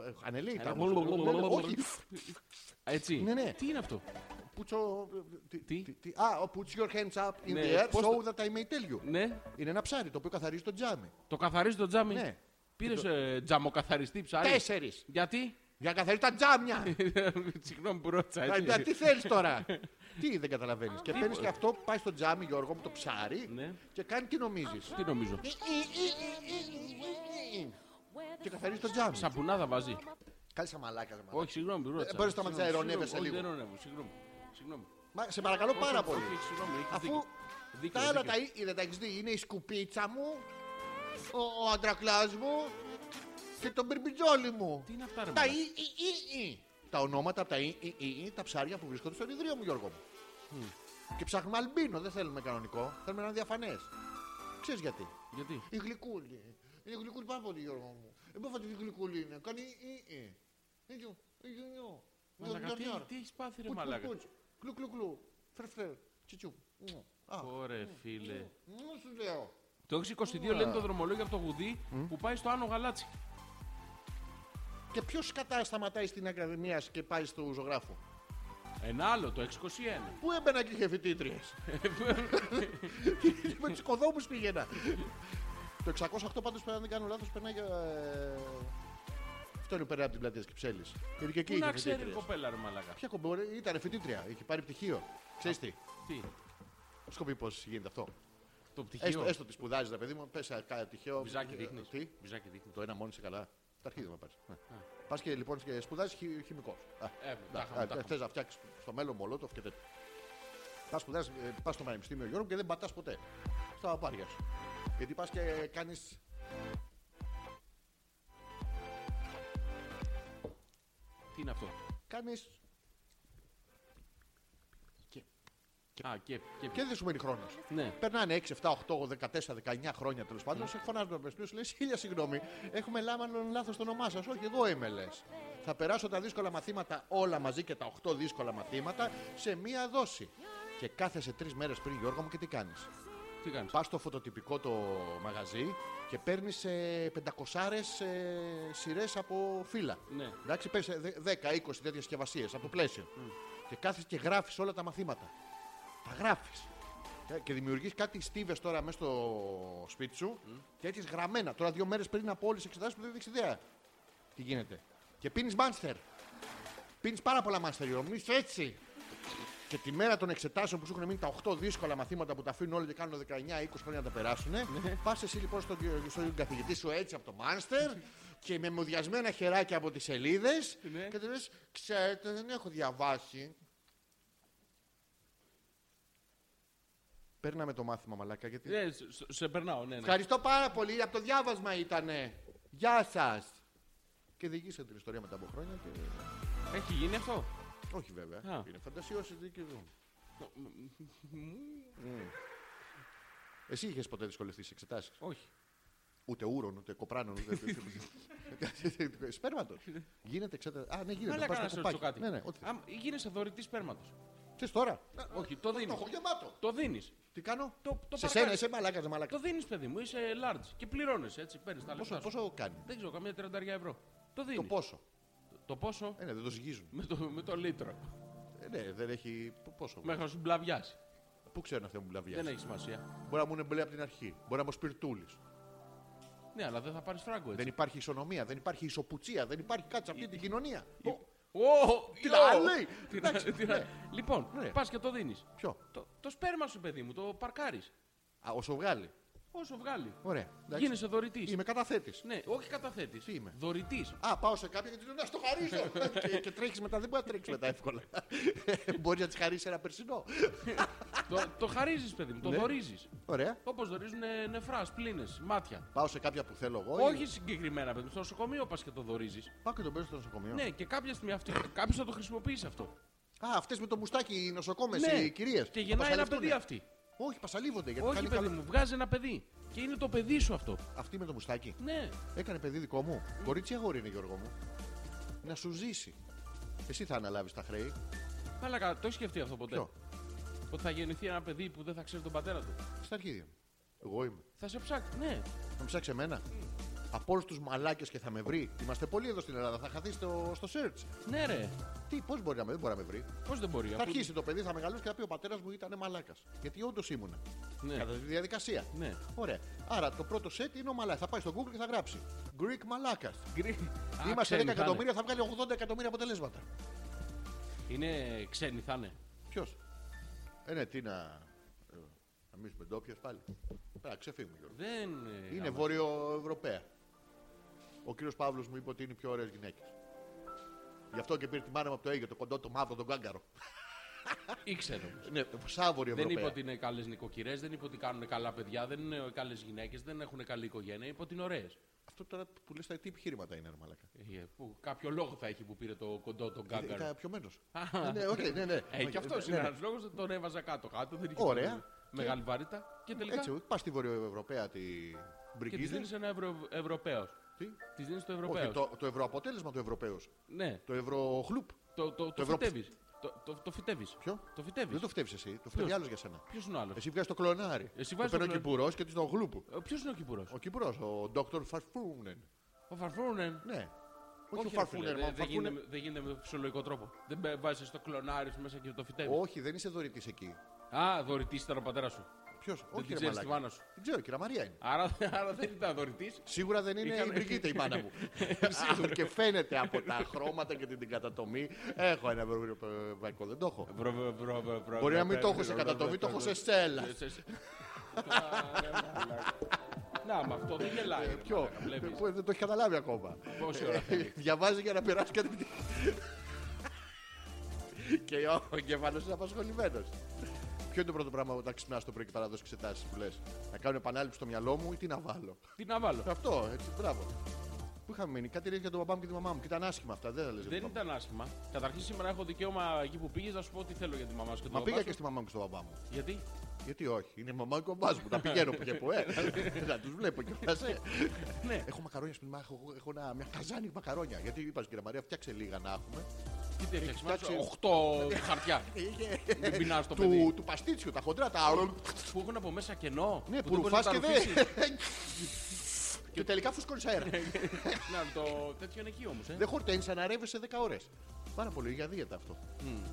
A: ε, ανελεί.
C: Ένα
A: τα-
C: γλου-
A: Όχι.
C: Έτσι.
A: Ναι, ναι.
C: Τι είναι αυτό.
A: Πουτσο. τι-
C: Τι?
A: τι- τι- Α, ο- put your hands up in
C: Ναι,
A: the air
C: πώς
A: so that I may tell you.
C: Ναι.
A: Είναι ένα ψάρι το οποίο καθαρίζει τον τζάμι.
C: Το καθαρίζει το τζάμι.
A: Ναι.
C: Πήρε τζαμοκαθαριστή ψάρι.
A: Τέσσερις.
C: Γιατί.
A: Για να καθαρίζει τα τζάμια.
C: Συγγνώμη που ρώτησα.
A: Ε,
C: έτσι.
A: εντάξει, τι θέλεις τώρα. τι δεν καταλαβαίνεις. και παίρνεις και αυτό, πάει στο τζάμι, Γιώργο μου, το ψάρι
C: Ναι.
A: και κάνει τι νομίζεις.
C: Τι νομίζω.
A: και καθαρίζει το τζάμι.
C: Σαπουνάδα βάζει.
A: Καλή σαν μαλάκα. ρε μαλάκα.
C: Όχι, συγγνώμη που ρώτησα.
A: Ε, μπορείς να σταματήσεις να
C: Συγγνώμη,
A: ειρωνεύεσαι
C: συγγνώμη.
A: λίγο.
C: Όχι, δεν ειρωνεύω. Συγγνώμη. Συγγνώμη.
A: Μα, σε παρακαλώ πάρα
C: Όχι,
A: πολύ.
C: όχι, συγγνώμη, έχεις
A: Αφού
C: δίκιο. Δίκιο,
A: τα άλλα
C: δίκιο.
A: τα ή- δεν τα έχει δει, είναι η σκουπίτσα μου, ο, ο αντρακλάς μου και το μπιρμπιτζόλι μου.
C: Τι είναι αυτά, ρε
A: Τα
C: μαλάκα.
A: ή, ή, ή, ή. Τα ονόματα από τα ή, ή, ή, ή, τα ψάρια που βρίσκονται στο ιδρύο μου, Γιώργο μου. Και ψάχνουμε αλμπίνο, δεν θέλουμε κανονικό. Θέλουμε έναν διαφανές. Ξέρεις γιατί.
C: Γιατί.
A: Η γλυκούλη. Είναι γλυκούλη πάρα πολύ, Γιώργο μου. Δεν μπορεί να φανταστεί γλυκούλη είναι. Κάνει ή, ή. Νιου, νιου, νιου.
C: Μαλάκα,
A: Νιου, νιου,
C: τι,
A: νιου.
C: τι έχεις πάθει ρε
A: Κουτ,
C: μαλάκα.
A: κουτ, κουτ. Κλου, κλου, κλου. Φρε, φρε. Τσιτσου. Μου. Α,
C: Ωρε φίλε.
A: μου σου λέω.
C: Το 622 λένε το δρομολόγιο από το γουδί που πάει στο Άνω Γαλάτσι.
A: Και ποιος κατά σταματάει στην Ακαδημία και πάει στο ζωγράφο.
C: Ένα άλλο, το 621.
A: Πού έμπαινα και είχε φοιτήτριες. Με τους οικοδόμους πήγαινα. Το 608 πάντω πέρα, αν δεν κάνω λάθος, περνάει για. ε, Αυτό είναι πέρα από την πλατεία Κυψέλη. Γιατί και εκεί
C: Πού να
A: είχε
C: ξέρει η
A: φοιτήτριες.
C: κοπέλα ρε μαλάκα.
A: Ποια κομπόρε, ήταν φοιτήτρια, είχε πάρει πτυχίο. Ξέρεις τι,
C: Τι,
A: σκοπεί πώς γίνεται αυτό.
C: το πτυχίο.
A: Έστω, έστω τη σπουδάζεις, ρε παιδί μου, πες κάτι πτυχίο.
C: Βυζάκι
A: Ε,
C: δείχνεις.
A: Τι,
C: Μπιζάκι δείχνεις.
A: το ένα μόνο σε καλά. Τα αρχίδια μου πα. Πας και λοιπόν και σπουδάζεις χημικό.
C: Ε, τα είχαμε, τα
A: Θες να φτιάξεις στο μέλλον μολότοφ και τέτοια. Πας σπουδάζεις, πα ε, στο Πανεπιστήμιο Γιώργο και δεν πατάς ποτέ. Στα απάρια σου. Γιατί πας και κάνεις.
C: Τι είναι αυτό.
A: Κάνεις.
C: Α, και, και,
A: Και δεν σου μένει χρόνος.
C: Ναι.
A: Περνάνε 6, 7, 8, 14, 19 χρόνια τέλος πάντων. Σε φωνάζει το Πανεπιστήμιο, σου λέει χίλια συγγνώμη. Έχουμε λάμαλον λάθος το όνομά σας. Όχι, εγώ είμαι λες. Θα περάσω τα δύσκολα μαθήματα όλα μαζί και τα 8 δύσκολα μαθήματα σε μία δόση. Και κάθεσαι τρεις μέρες πριν, Γιώργο μου, και τι κάνεις.
C: Τι κάνεις.
A: Πας στο φωτοτυπικό το μαγαζί και παίρνεις ε, 500 ε, σειρές από φύλλα.
C: Ναι.
A: Εντάξει, ε, παίρνει 10-20 τέτοιες συσκευασίες από πλαίσιο. Και κάθεσαι και γράφεις όλα τα μαθήματα. Τα γράφεις. Ε, Και δημιουργείς κάτι στίβες τώρα μέσα στο σπίτι σου και έχεις γραμμένα. Τώρα δύο μέρες πριν από όλες τις εξετάσεις που δεν έχεις ιδέα τι γίνεται. Και πίνεις μάνστερ. Πίνεις πάρα πολλά μάνστερ, Ιωμή, έτσι. Και τη μέρα των εξετάσεων που σου έχουν μείνει τα 8 δύσκολα μαθήματα που τα αφήνουν όλοι και κάνουν 19-20 χρόνια να τα περάσουν. Πας εσύ λοιπόν στον, στον καθηγητή σου έτσι από το μάνστερ και με μοδιασμένα χεράκια από τις σελίδες.
C: Ναι.
A: Και του λες: Ξέρετε, δεν έχω διαβάσει. Παίρναμε το μάθημα, μαλάκα. Γιατί...
C: Ε, σε- σε- σε περνάω, ναι. ναι.
A: Ευχαριστώ πάρα πολύ. Από το διάβασμα ήτανε. Γεια σας. Και διηγήσατε την ιστορία μετά από χρόνια. Και...
C: Έχει γίνει αυτό.
A: Όχι βέβαια.
C: Α.
A: Είναι φαντασιώσει δίκαιο. Ε, Εσύ είχες ποτέ δυσκολευτείς σε εξετάσεις.
C: Όχι.
A: Ούτε ούρων, ούτε κοπράνων, ούτε. Σπέρματος. Γίνεται εξέταση. Α, ναι, γίνεται.
C: Μαλάκα
A: Πας
C: να
A: στο
C: σε ρωτήσω
A: κουπάκι.
C: κάτι.
A: Ναι, ναι, ό,τι θες.
C: Αμ, Γίνεσαι δωρητής σπέρματος.
A: Ξέρεις τώρα.
C: Όχι, το
A: Το
C: δίνεις.
A: έχω γεμάτο.
C: Το δίνεις.
A: Τι κάνω.
C: Το- το
A: σε
C: παρακάνεις.
A: σένα, είσαι μαλάκα, μαλάκας.
C: Το δίνεις, παιδί μου, είσαι large και πληρώνει έτσι. Παίρνεις τα λεφτά.
A: Πόσο,
C: σου.
A: πόσο κάνει.
C: Δεν ξέρω, καμία 30 ευρώ. Το
A: Το
C: δίνεις.
A: πόσο.
C: Το πόσο
A: Ε, ναι, δεν το ζυγίζουν.
C: με το, με το λίτρο.
A: Ε, ναι, δεν έχει. Πόσο.
C: Μέχρι να σου μπλαβιάσει.
A: Πού ξέρουν αυτοί μου μπλαβιά.
C: Δεν έχει σημασία.
A: Μπορεί να μου είναι μπλε από την αρχή. Μπορεί να μου σπιρτούλης.
C: Ναι, αλλά δεν θα πάρεις φράγκο
A: Δεν
C: έτσι.
A: υπάρχει ισονομία, δεν υπάρχει ισοπουτσία, δεν υπάρχει κάτι σε αυτή
C: Ε,
A: την κοινωνία. Ο,
C: Ω,
A: Τι
C: ω,
A: να λέει.
C: τι να-
A: Εντάξει,
C: τι να-
A: ναι. Ναι.
C: Λοιπόν, πας και το δίνεις.
A: Ποιο.
C: Το, το σπέρμα σου, παιδί μου, το παρκάρεις.
A: Α, ο Σοβγάλη.
C: Όσο βγάλει.
A: Ωραία. εντάξει.
C: Γίνεσαι δωρητής.
A: Είμαι καταθέτης.
C: Ναι, όχι καταθέτης.
A: Τι είμαι?
C: Δωρητής.
A: Α, πάω σε κάποιον και του λέω να στο χαρίσω. και, και τρέχεις μετά, δεν μπορεί να τρέξεις μετά εύκολα. μπορεί να της χαρίσεις ένα περσινό.
C: το, το χαρίζεις, παιδί μου, το
A: Ναι.
C: δωρίζεις.
A: Ωραία.
C: Όπως δωρίζουν ε, νεφράς, πλήνες, μάτια.
A: Πάω σε κάποια που θέλω εγώ.
C: Όχι συγκεκριμένα, παιδί μου. Στο νοσοκομείο πας και το δωρίζεις.
A: ή- Πάω και τον παίρνω στο νοσοκομείο.
C: Ναι, και κάποια στιγμή αυτή, κάποιος θα το χρησιμοποιήσει αυτό.
A: Α, αυτές με το μουστάκι οι νοσοκόμες,
C: ναι,
A: οι κυρίες.
C: Και γεννάει ένα παιδί αυτή.
A: Όχι, πασαλίβονται γιατί
C: Όχι,
A: κάνει
C: παιδί
A: καλό.
C: μου, βγάζει ένα παιδί. Και είναι το παιδί σου αυτό.
A: Αυτή με το μουστάκι.
C: Ναι.
A: Έκανε παιδί δικό μου.
C: Ε.
A: Κορίτσι ή αγόρι είναι, Γιώργο μου. Να σου ζήσει. Εσύ θα αναλάβεις τα
C: Ναι.
A: χρέη.
C: Μαλάκα, το έχεις σκεφτεί αυτό ποτέ.
A: Ποιο?
C: Ότι θα γεννηθεί ένα παιδί που δεν θα ξέρει τον πατέρα του.
A: Στα αρχίδια μου. Εγώ είμαι.
C: Θα σε ψάξει. Ναι.
A: Θα με ψάξεις εμένα.
C: Ε.
A: Από όλους τους μαλάκες και θα με βρει. Είμαστε πολλοί εδώ στην Ελλάδα. Θα χαθείς στο, στο search.
C: Ναι, ρε.
A: Τι, πώς μπορεί να με, δεν μπορεί να με βρει.
C: Πώς δεν μπορεί.
A: Θα
C: Ε, αφού-
A: αρχίσει το παιδί, θα μεγαλώσει και θα πει ο πατέρας μου ήταν μαλάκας. Γιατί όντως ήμουνα.
C: Ναι.
A: Κατά τη διαδικασία.
C: Ναι.
A: Ωραία. Άρα το πρώτο set είναι ο μαλάκας. Θα πάει στο Google και θα γράψει. Greek μαλάκας.
C: Γκρι- Α,
A: Είμαστε 10
C: ξένοι θα
A: εκατομμύρια, θα βγάλει 80 εκατομμύρια αποτελέσματα.
C: Είναι Είναι ξένοι, θα είναι.
A: Ποιος. Ε, ναι, τι να. ε, Να μην με ντόπιο πάλι. Α, ξεφύγουμε Γιώργο.
C: Δεν. ε,
A: Είναι
C: άμα-
A: Βόρειο-Ευρωπαία. Ο κύριος Παύλος μου είπε ότι είναι οι πιο ωραίες γυναίκες. Γι' αυτό και πήρε τη μάνα μου από το Αίγυπτο, το κοντό, το μαύρο, τον κάγκαρο.
C: Ήξερε όμως.
A: Ναι, σαν Βόρειο-Ευρωπαία.
C: Δεν είπε ότι είναι καλές νοικοκυρές, δεν είπε ότι κάνουν καλά παιδιά, δεν είναι καλές γυναίκες, δεν έχουν καλή οικογένεια. Είπε ότι είναι ωραίες.
A: Αυτό τώρα που λες, τι επιχείρηματα είναι, ρε Μαλάκα.
C: Ε, Κάποιο λόγο θα έχει που πήρε το κοντό τον
A: Ήταν-
C: κάγκαρο.
A: Ήταν πιωμένος.
C: Α.
A: ναι, οκ, ναι, ναι.
C: Ε, και αυτός
A: Ναι,
C: είναι
A: ναι.
C: ένας λόγος, τον έβαζα κάτω. κάτω δεν είχε
A: Ωραία.
C: πολύ Μεγάλη βαρύτητα. Και τελικά.
A: ναι. Έτσι, πας στη Βορειοευρωπαία τη
C: και της δίνει
A: Μπριγκίδα.
C: ένα ευρω... Ευρωπαίος.
A: Τι?
C: Τη δίνει το
A: Όχι,
C: Ευρωπαίο.
A: το, το ευρωαποτέλεσμα του Ευρωπαίου.
C: Ναι,
A: Το ευρωχλουπ.
C: το, το, το,
A: Ευρω-
C: φυτεύεις. Το, το, το φυτεύεις.
A: Ποιο?
C: Το
A: Δεν
C: φυτεύει.
A: το Ε, φταίεις εσύ, το φταίει άλλος για σένα.
C: Ποιος είναι ο άλλος.
A: Εσύ βγάζεις το κλονάρι.
C: Εσύ
A: το
C: βάζεις το
A: παίρνει ο
C: κλονάρι.
A: Κυπουρός και τη τον γλούπου.
C: Ποιος είναι ο Κυπουρός.
A: Ο Κυπουρός, ο Dr. Φαρφούνεν.
C: Ο Φαρφούρνεν.
A: Ναι.
C: Όχι,
A: Όχι, ο
C: ρε φίλε, δεν
A: Φαρφούνεν, μα
C: δεν γίνεται
A: Φαρφούνεν.
C: με- δεν γίνεται με φυσιολογικό τρόπο. Δεν μπε- βάζεις στο κλονάρι σου μέσα και το φυτεύεις.
A: Όχι, δεν είσαι δωρητής εκεί.
C: Α, δωρητής ήταν ο πατέρας σου.
A: Ποιος,
C: την
A: όχι, ρε
C: ξέρεις
A: μαλάκα.
C: τη μάνα σου.
A: Δεν ξέρω, κυρία Μαρία είναι.
C: Άρα, άρα δεν ήταν δωρητής.
A: Σίγουρα δεν είναι
C: Είχαν-
A: η Μπριγκίτα η μάνα μου.
C: Ε,
A: και φαίνεται από τα χρώματα και την, την κατατομή. Έχω ένα ευρωπαϊκό, δεν το έχω. Μπορεί να μην το έχω σε κατατομή, το έχω σε στέλα.
C: Να, με αυτό δεν γελάει. ρε
A: Ποιο,
C: μαλάκα, βλέπεις.
A: Πού- δεν το έχει καταλάβει ακόμα.
C: Πόση ώρα θέλει.
A: Ε, Διαβάζει για να περάσει κάτι. Και ο εγκεφάλο είναι απασχολημένος. Ποιο είναι το πρώτο πράγμα όταν ξυπνάς το πρωί και παραδώσει εξετάσει που λες. Να κάνω επανάληψη στο μυαλό μου ή τι να βάλω.
C: Τι να βάλω.
A: Αυτό, έτσι, μπράβο. Πού είχαμε μείνει, κάτι λέει για τον παπά μου και τη μαμά μου. Και ήταν άσχημα αυτά, δεν θα λε.
C: Δεν ήταν άσχημα. Καταρχήν σήμερα έχω δικαίωμα εκεί που πήγες να σου πω τι θέλω για τη μαμά σου και τον
A: Μα
C: παπά
A: πήγα
C: σου.
A: και στη μαμά μου και στον παπά μου.
C: Γιατί.
A: Γιατί όχι, είναι η μαμά και ο μπάς μου. Να πηγαίνω που και που, ε. Να τους βλέπω και αυτά. ε.
C: Ναι.
A: Έχω μακαρόνια σπίτι, μου, έχω, έχω ένα- μια καζάνη μακαρόνια. Γιατί είπα στην κυρία Μαρία, φτιάξε λίγα να έχουμε.
C: Τι τι έφτιαξε. μάνα σου,
A: φτιάξει-
C: Οχτώ χαρτιά.
A: Είχε-
C: Μην πεινάς το
A: του,
C: παιδί.
A: του παστίτσιου, τα χοντρά, τα.
C: Που έχουν από μέσα κενό.
A: Ναι,
C: δεν
A: που
C: μπορείς να
A: ρουφά
C: τα
A: και δεν.
C: ρουφήσεις.
A: Και τελικά φουσκώνεις αέρα.
C: Να, το τέτοιο είναι εκεί όμως. Ε.
A: Δεν χορταίνεις, αναρεύει σε 10 ώρες. Πάρα πολύ για δίαιτα αυτό.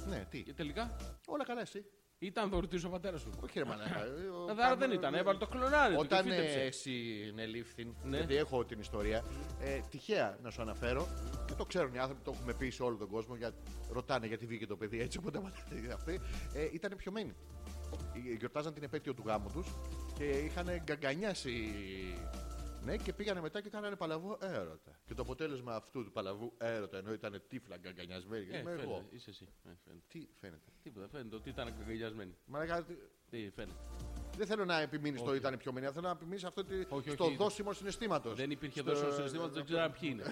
A: Ναι, τι.
C: Και τελικά.
A: Όλα καλά, εσύ.
C: Ήταν δωρητή ο πατέρας σου.
A: Όχι, ρε μαλάκα. ε, ο
C: Άρα δεν
A: Κάμερον,
C: ήταν,
A: ε,
C: έβαλε το κλονάρι του.
A: Όταν
C: και
A: ε,
C: φύτεψε.
A: εσύ ενελήφθη,
C: Ναι.
A: γιατί έχω την ιστορία, ε, τυχαία να σου αναφέρω και το ξέρουν οι άνθρωποι, το έχουμε πει σε όλο τον κόσμο, για, ρωτάνε γιατί βγήκε το παιδί έτσι, οπότε μα αυτή, ε, ήταν πιωμένοι. Ε, Γιορτάζαν την επέτειο του γάμου τους και είχαν γκαγκανιάσει ναι, και πήγανε μετά και κάνανε παλαβό έρωτα. Και το αποτέλεσμα αυτού του παλαβού έρωτα, ενώ ήταν τύφλα γκαγκανιασμένοι,
C: Ε,
A: γιατί είμαι
C: φαίνεται,
A: εγώ.
C: είσαι εσύ. Ε, φαίνεται.
A: Τι φαίνεται.
C: Τίποτα, φαίνεται ότι ήταν καγκελιασμένοι.
A: Μαλάκα, τι-
C: Τι φαίνεται.
A: δεν θέλω να επιμείνεις στο ήταν πιωμένοι, θέλω να επιμείνεις αυτό ότι
C: όχι,
A: στο
C: όχι.
A: δόσιμο συναισθήματος.
C: Δεν υπήρχε δόση συναισθήματος, δεν ξέραν ποιοι είναι.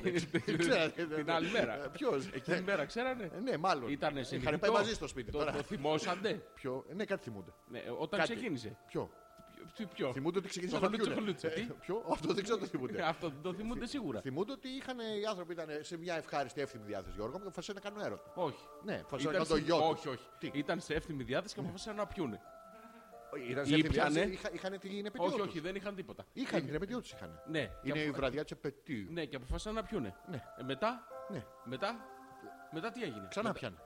C: Την άλλη μέρα.
A: Ποιο.
C: Εκείνη την μέρα ξέρανε.
A: Ναι, μάλλον.
C: Ήταν
A: Είχαν πάει μαζί στο σπίτι τώρα.
C: Το θυμόσαντε.
A: Ποιο. Ναι, κάτι θυμούνται.
C: Ναι, όταν
A: Κάτι.
C: ξεκίνησε.
A: Ποιο.
C: Ποιο- τι- Ποιο.
A: Θυμούνται ότι ξεκίνησαν
C: Το
A: να πιούνε.
C: χλούτσο,
A: Ε,
C: χλούτσο, τι?
A: Ποιο. Αυτό δεν ξέρω το θυμούνται.
C: Αυτό δεν το θυμούνται σίγουρα.
A: Θυμούνται ότι είχαν οι άνθρωποι ήταν σε μια ευχάριστη εύθυμη διάθεση Γιώργο μου και αποφασίσαν να κάνουν έρωτα.
C: Όχι.
A: Ναι, αποφασίσαν να
C: Ήταν
A: κάνουν το
C: σε...
A: γιο. τους.
C: Όχι, όχι.
A: Τι?
C: Ήταν σε εύθυμη διάθεση και αποφάσισαν να πιούνε.
A: Ήταν σε εύθυμη
C: Ήπιανε.
A: διάθεση, είχα- Είχαν την επαιτειό
C: Όχι,
A: τους.
C: όχι, δεν είχαν τίποτα.
A: Είχαν την επαιτειό του είχαν.
C: Ναι. και
A: Είναι η
C: απο-
A: βραδιά της επαιτίου.
C: Ναι, και αποφάσισαν να πιούνε.
A: Ναι.
C: Ε, μετά,
A: Ναι.
C: μετά, μετά τι έγινε.
A: Ξανά
C: Μετά-
A: πιάνε.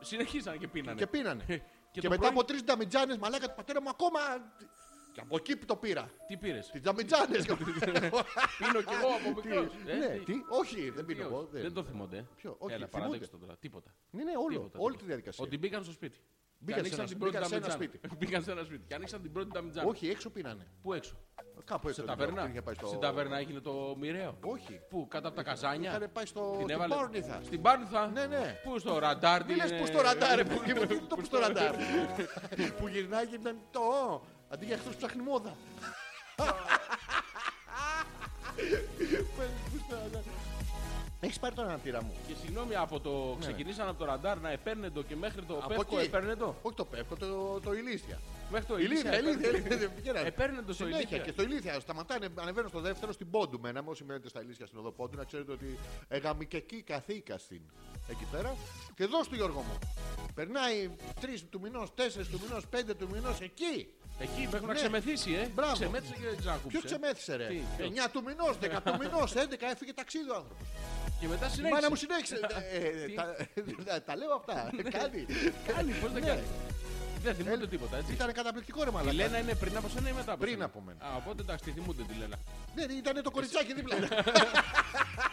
C: Συνεχίσανε και πίνανε.
A: Και πίνανε.
C: Ε,
A: και
C: το
A: μετά
C: πρωί
A: από τρεις νταμιτζάνες, μαλάκα του πατέρα μου ακόμα. Και από εκεί που το πήρα.
C: Τι πήρες.
A: Τις νταμιτζάνε.
C: Ε, Πίνω κι εγώ από Ε, μικρό.
A: Ναι, τι, όχι, δεν πίνω εγώ.
C: ε, Δεν το θυμούνται. ε?
A: Ποιο, όχι,
C: Έλα,
A: θυμούνται.
C: παραδείξτε το τώρα. Τίποτα.
A: Ναι, ναι, όλο.
C: Τίποτα,
A: Όλη
C: τίποτα.
A: τη διαδικασία.
C: Ότι μπήκαν στο σπίτι.
A: Μπήκαν
C: Και
A: σε ένα-
C: ανοίξαν την πρώτη
A: μπήκαν σε ένα
C: ταμιτζάνα. Μπήκαν σε ένα σπίτι. Και ανοίξαν την πρώτη ταμιτζάνα.
A: Όχι, έξω πίνανε.
C: Πού έξω.
A: Κάπου έξω.
C: Σε
A: δεν
C: ταβέρνα.
A: ξέρω, είχε πάει στο-
C: Στην ταβέρνα έγινε το μοιραίο.
A: Όχι.
C: Πού, κάτω από τα καζάνια.
A: Είχαν πάει στο. Την Πόρνηθα.
C: Στην Πάρνηθα.
A: Ναι, ναι.
C: Πού στο ραντάρ.
A: Τι
C: την,
A: λε
C: ε,
A: που στο ραντάρ, ρε παιδί μου, τι το που στο ραντάρ. Που γυρνάει και ήταν το. «Ω, Αντί για χθος ψάχνει μόδα. Έχεις πάρει τον ανατήρα μου.
C: Και συγγνώμη από το ξεκινήσαν από το ραντάρ να επέρνετο και μέχρι το πέφτο
A: Ναι. εκεί.
C: επέρνετο.
A: Όχι το πέφτο, το, το ηλίθια.
C: Μέχρι το
A: Ηλίθια, ηλίθια, ηλίθια. δεν πηγαίνανε.
C: Επέρνετο στο
A: Συνέχεια
C: ηλίθια.
A: και στο ηλίθια. Σταματάνε, ανεβαίνω στο δεύτερο στην Πόντου. Μένα, όσοι μένετε στα ηλίθια στην οδό Πόντου, να ξέρετε ότι εγαμικεκή καθήκα στην εκεί πέρα. Και εδώ στο Γιώργο μου. Περνάει 3 του μηνός, 4 του μηνός, 5 του μηνός εκεί.
C: Εκεί μέχρι να
A: Ναι.
C: ξεμεθύσει, ε.
A: Μπράβο.
C: Ξεμέθησε και δεν ξανακούψε.
A: Ποιος ξεμέθησε, ρε.
C: Τι,
A: 9
C: ποιος.
A: του μηνός, 10 του μηνός, 11 έφυγε ταξίδι ο άνθρωπος.
C: Και μετά
A: Η μάνα μου
C: συνέχισε.
A: συνέχισε. Ε, ε,
C: Τι?
A: τα- τα- Τα λέω αυτά. Κάνει.
C: Κάνει, πώς δεν
A: Ναι.
C: κάνει. Δεν θυμούνται
A: Ε,
C: τίποτα, έτσι.
A: Ήταν καταπληκτικό ρε
C: Η
A: μαλακά.
C: Λένα είναι πριν από σένα ή μετά από
A: Πριν
C: σένα?
A: από μένα.
C: Α, οπότε εντάξει, τη θυμούνται τη Λένα.
A: Ναι, ήταν το κοριτσάκι δίπλα.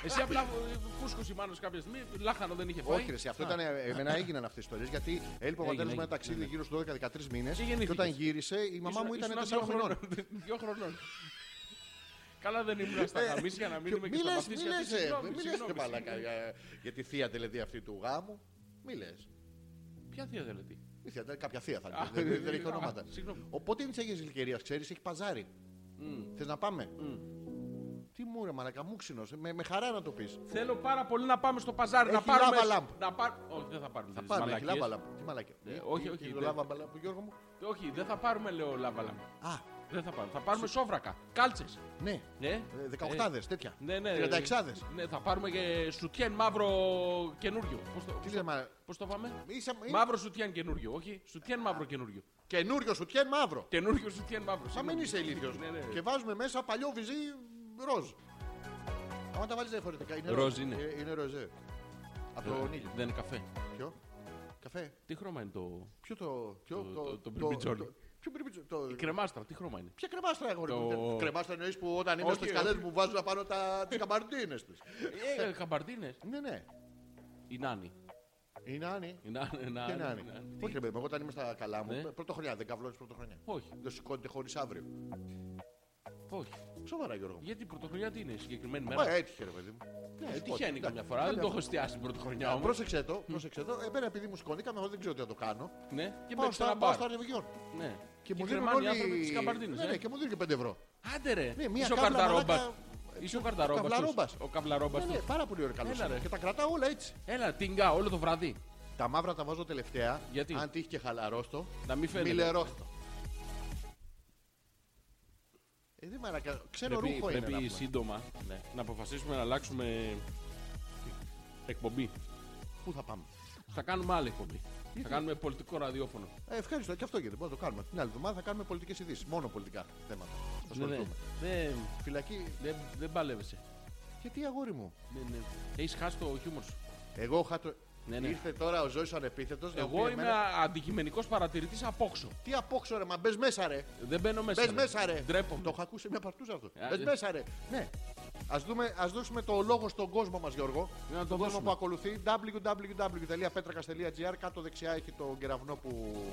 C: Εσύ απλά ε, φούσκωσε μάλλον κάποια στιγμή, λάχανο δεν είχε φάει.
A: Όχι, ρε, εσύ, αυτό
C: Α,
A: ήταν. Εμένα έγιναν αυτές τι ιστορίες. Γιατί έλειπε ο
C: Έγινε,
A: πατέρας μου ένα
C: έγινε,
A: ταξίδι γύρω στους 12-13 μήνες.
C: Και
A: Και
C: γεννήθηκες.
A: όταν γύρισε, η μαμά
C: ήσουν-
A: μου ήταν
C: ήσουν
A: 4
C: δύο
A: χρονών.
C: Δύο χρονών. Καλά δεν ήμουν
A: Ε,
C: στα γαμίσια να μείνουμε και
A: Μη
C: στα
A: λες, μη
C: παπίσια.
A: λες, ε,
C: Συγγνώμη,
A: μη λες,
C: συγγνώμη,
A: ρε μαλάκα,
C: συγγνώμη.
A: για- για τη θεία τελετή αυτή του γάμου. Μη λες.
C: Ποια θεία δηλαδή.
A: Η θεία, ήταν κάποια θεία θα
C: Α,
A: είναι. Ε, δεν- Δεν έχει
C: α,
A: ονόματα.
C: συγγνώμη.
A: Οπότε είναι της Αγίας Ελκαιρία, ξέρεις, έχει παζάρι. Θες να πάμε. Τι μου ρε μαλακά, μου ξυνός. Με, με χαρά να το πεις.
C: Θέλω πάρα πολύ να πάμε στο παζάρι, να
A: Έχει
C: πάρουμε...
A: λάβα λάμπ.
C: Να πάρ- Όχι, δεν θα πάρουμε
A: Θα
C: τις
A: πάμε, έχει
C: μαλακίες.
A: λάβα λάμπα. Τι μαλακά.
C: Ε, όχι, όχι,
A: Το
C: δεν-
A: λάβα λάμπα, Γιώργο μου.
C: Όχι, δεν θα πάρουμε, λέω, λάβα λάμπα.
A: Α,
C: Δεν θα πάρουμε. Θα πάρουμε σόβρακα, κάλτσες.
A: ναι.
C: Ναι,
A: Ε, 18 τέτοια.
C: Ναι, ναι.
A: 36
C: Ναι, θα πάρουμε και σουτιέν μαύρο καινούριο. Πώς το,
A: Τι Ε.
C: πώς το-
A: λέμε, μα-
C: πώς το πάμε.
A: Είσαι,
C: Μαύρο σουτιέν καινούριο, όχι. Σουτιέν μαύρο καινούριο.
A: Καινούριο σουτιέν μαύρο.
C: Καινούριο σουτιέν μαύρο.
A: Σαν μην
C: συγγνώμη.
A: είσαι ηλίθιος.
C: Ναι, ναι.
A: Και βάζουμε μέσα παλιό βυζί ροζ. Άμα τα βάλεις διαφορετικά. Είναι
C: Ροζ είναι.
A: Ε, Είναι ροζέ. Από
C: Ε,
A: τον ήλιο.
C: Δεν είναι καφέ.
A: Ποιο. Καφέ.
C: Τι χρώμα είναι το.
A: Ποιο το. Ποιο
C: Το- το- το μπριμπιτζόλι.
A: το- Ποιο μπριμπιτζόλι. το-
C: Η κρεμάστρα, τι χρώμα είναι.
A: Ποια κρεμάστρα αγόρι
C: Το-
A: μου. δεν- Κρεμάστρα εννοείς που όταν είμαι
C: Όχι,
A: στις
C: όχι.
A: καλέ μου βάζουν απάνω τα καμπαρτίνε του.
C: Ε, καμπαρτίνε.
A: Ναι, ναι.
C: Η νάνη.
A: Είναι άνοι.
C: Η νάνη, η νάνη,
A: Και
C: η
A: είναι άνοι.
C: νάνη.
A: Όχι, ρε παιδί μου, εγώ όταν είμαι στα καλά
C: Ναι.
A: μου. Πρωτοχρονιά, δεν καβλώνεις πρωτοχρονιά.
C: Όχι,
A: Δεν σηκώνεται χωρίς αύριο.
C: όχι.
A: Σοβαρά, Γιώργο. μου.
C: Γιατί η πρωτοχρονιά τι είναι, η συγκεκριμένη
A: Μα
C: μέρα.
A: έτυχε, ρε παιδί μου. Ναι,
C: Ε,
A: σηκώνεται.
C: Τυχαίνει καμιά
A: Εντάξει,
C: φορά, δεν
A: κάποια
C: το έχω εστιάσει την πρωτοχρονιά
A: Α,
C: όμως.
A: Πρόσεξε το, πρόσεξε το. Εμένα επειδή μου σκονήκαμε, εγώ δεν ξέρω τι να το κάνω.
C: Ναι, και
A: Πάω
C: με
A: στα,
C: ξαναπάρω.
A: πάω στα ρεβιόν.
C: Ναι.
A: Και μου δίνουν
C: κρεμάνε οι άνθρωποι ε.
A: όλοι.
C: τι καμπαρτίνε.
A: Ναι, ναι, και μου δίνουν και 5 ευρώ.
C: Άντε ρε,
A: Ναι, μία
C: είσαι ο
A: κάβλα,
C: καρταρόμπας.
A: μαλάκα.
C: Είσαι ο καρταρόμπας. τους.
A: καβλαρόμπας.
C: Ο καβλαρόμπας.
A: Ναι, ναι,
C: τους.
A: πάρα πολύ ωραίο καλός.
C: Έλα,
A: είναι.
C: ρε.
A: Και τα κρατάω όλα έτσι.
C: Έλα, τίνγκα όλο το βράδυ.
A: Τα μαύρα τα βάζω τελευταία.
C: Γιατί?
A: Αν τύχει και χαλαρώστο.
C: Να μην φαίνεται.
A: Μιλερώστο. Ε, δεν μαρακα... Ξέρω
C: Πρέπει,
A: ρούχο είναι. Ναι.
C: πρέπει
A: να πούμε.
C: σύντομα να αποφασίσουμε να αλλάξουμε εκπομπή.
A: Πού θα πάμε.
C: Θα κάνουμε άλλη εκπομπή. Θα κάνουμε πολιτικό ραδιόφωνο.
A: Ε, ευχαριστώ και αυτό γιατί μπορούμε να το κάνουμε. Την άλλη εβδομάδα θα κάνουμε πολιτικές ειδήσεις. Μόνο πολιτικά θέματα. Θα
C: Ναι, ναι.
A: ασχοληθούμε.
C: Δεν
A: Φυλακή.
C: δεν- δεν παλεύεσαι.
A: Γιατί αγόρι μου.
C: Ναι, ναι. Έχεις χάσει το χιούμορ σου.
A: Εγώ χάτω.
C: Ναι, ναι.
A: Ήρθε τώρα ο Ζώης ο ανεπίθετος. να
C: Εγώ
A: πει
C: είμαι
A: Ε, εμένα,
C: αντικειμενικός παρατηρητής απόξω.
A: Τι απόξω ρε, μα μπες μέσα ρε.
C: Δεν μπαίνω μέσα.
A: Μπες μέσα ρε.
C: Ντρέπομαι.
A: Το έχω ακούσει μια παρτούσα αυτό.
C: Ε,
A: Μπες
C: ε.
A: μέσα ρε. Ναι. Ας, δούμε, ας δώσουμε το λόγο στον κόσμο μας Γιώργο.
C: να το
A: Στον κόσμο
C: δώσουμε.
A: που ακολουθεί. www.petrakas.gr Κάτω δεξιά έχει τον κεραυνό που...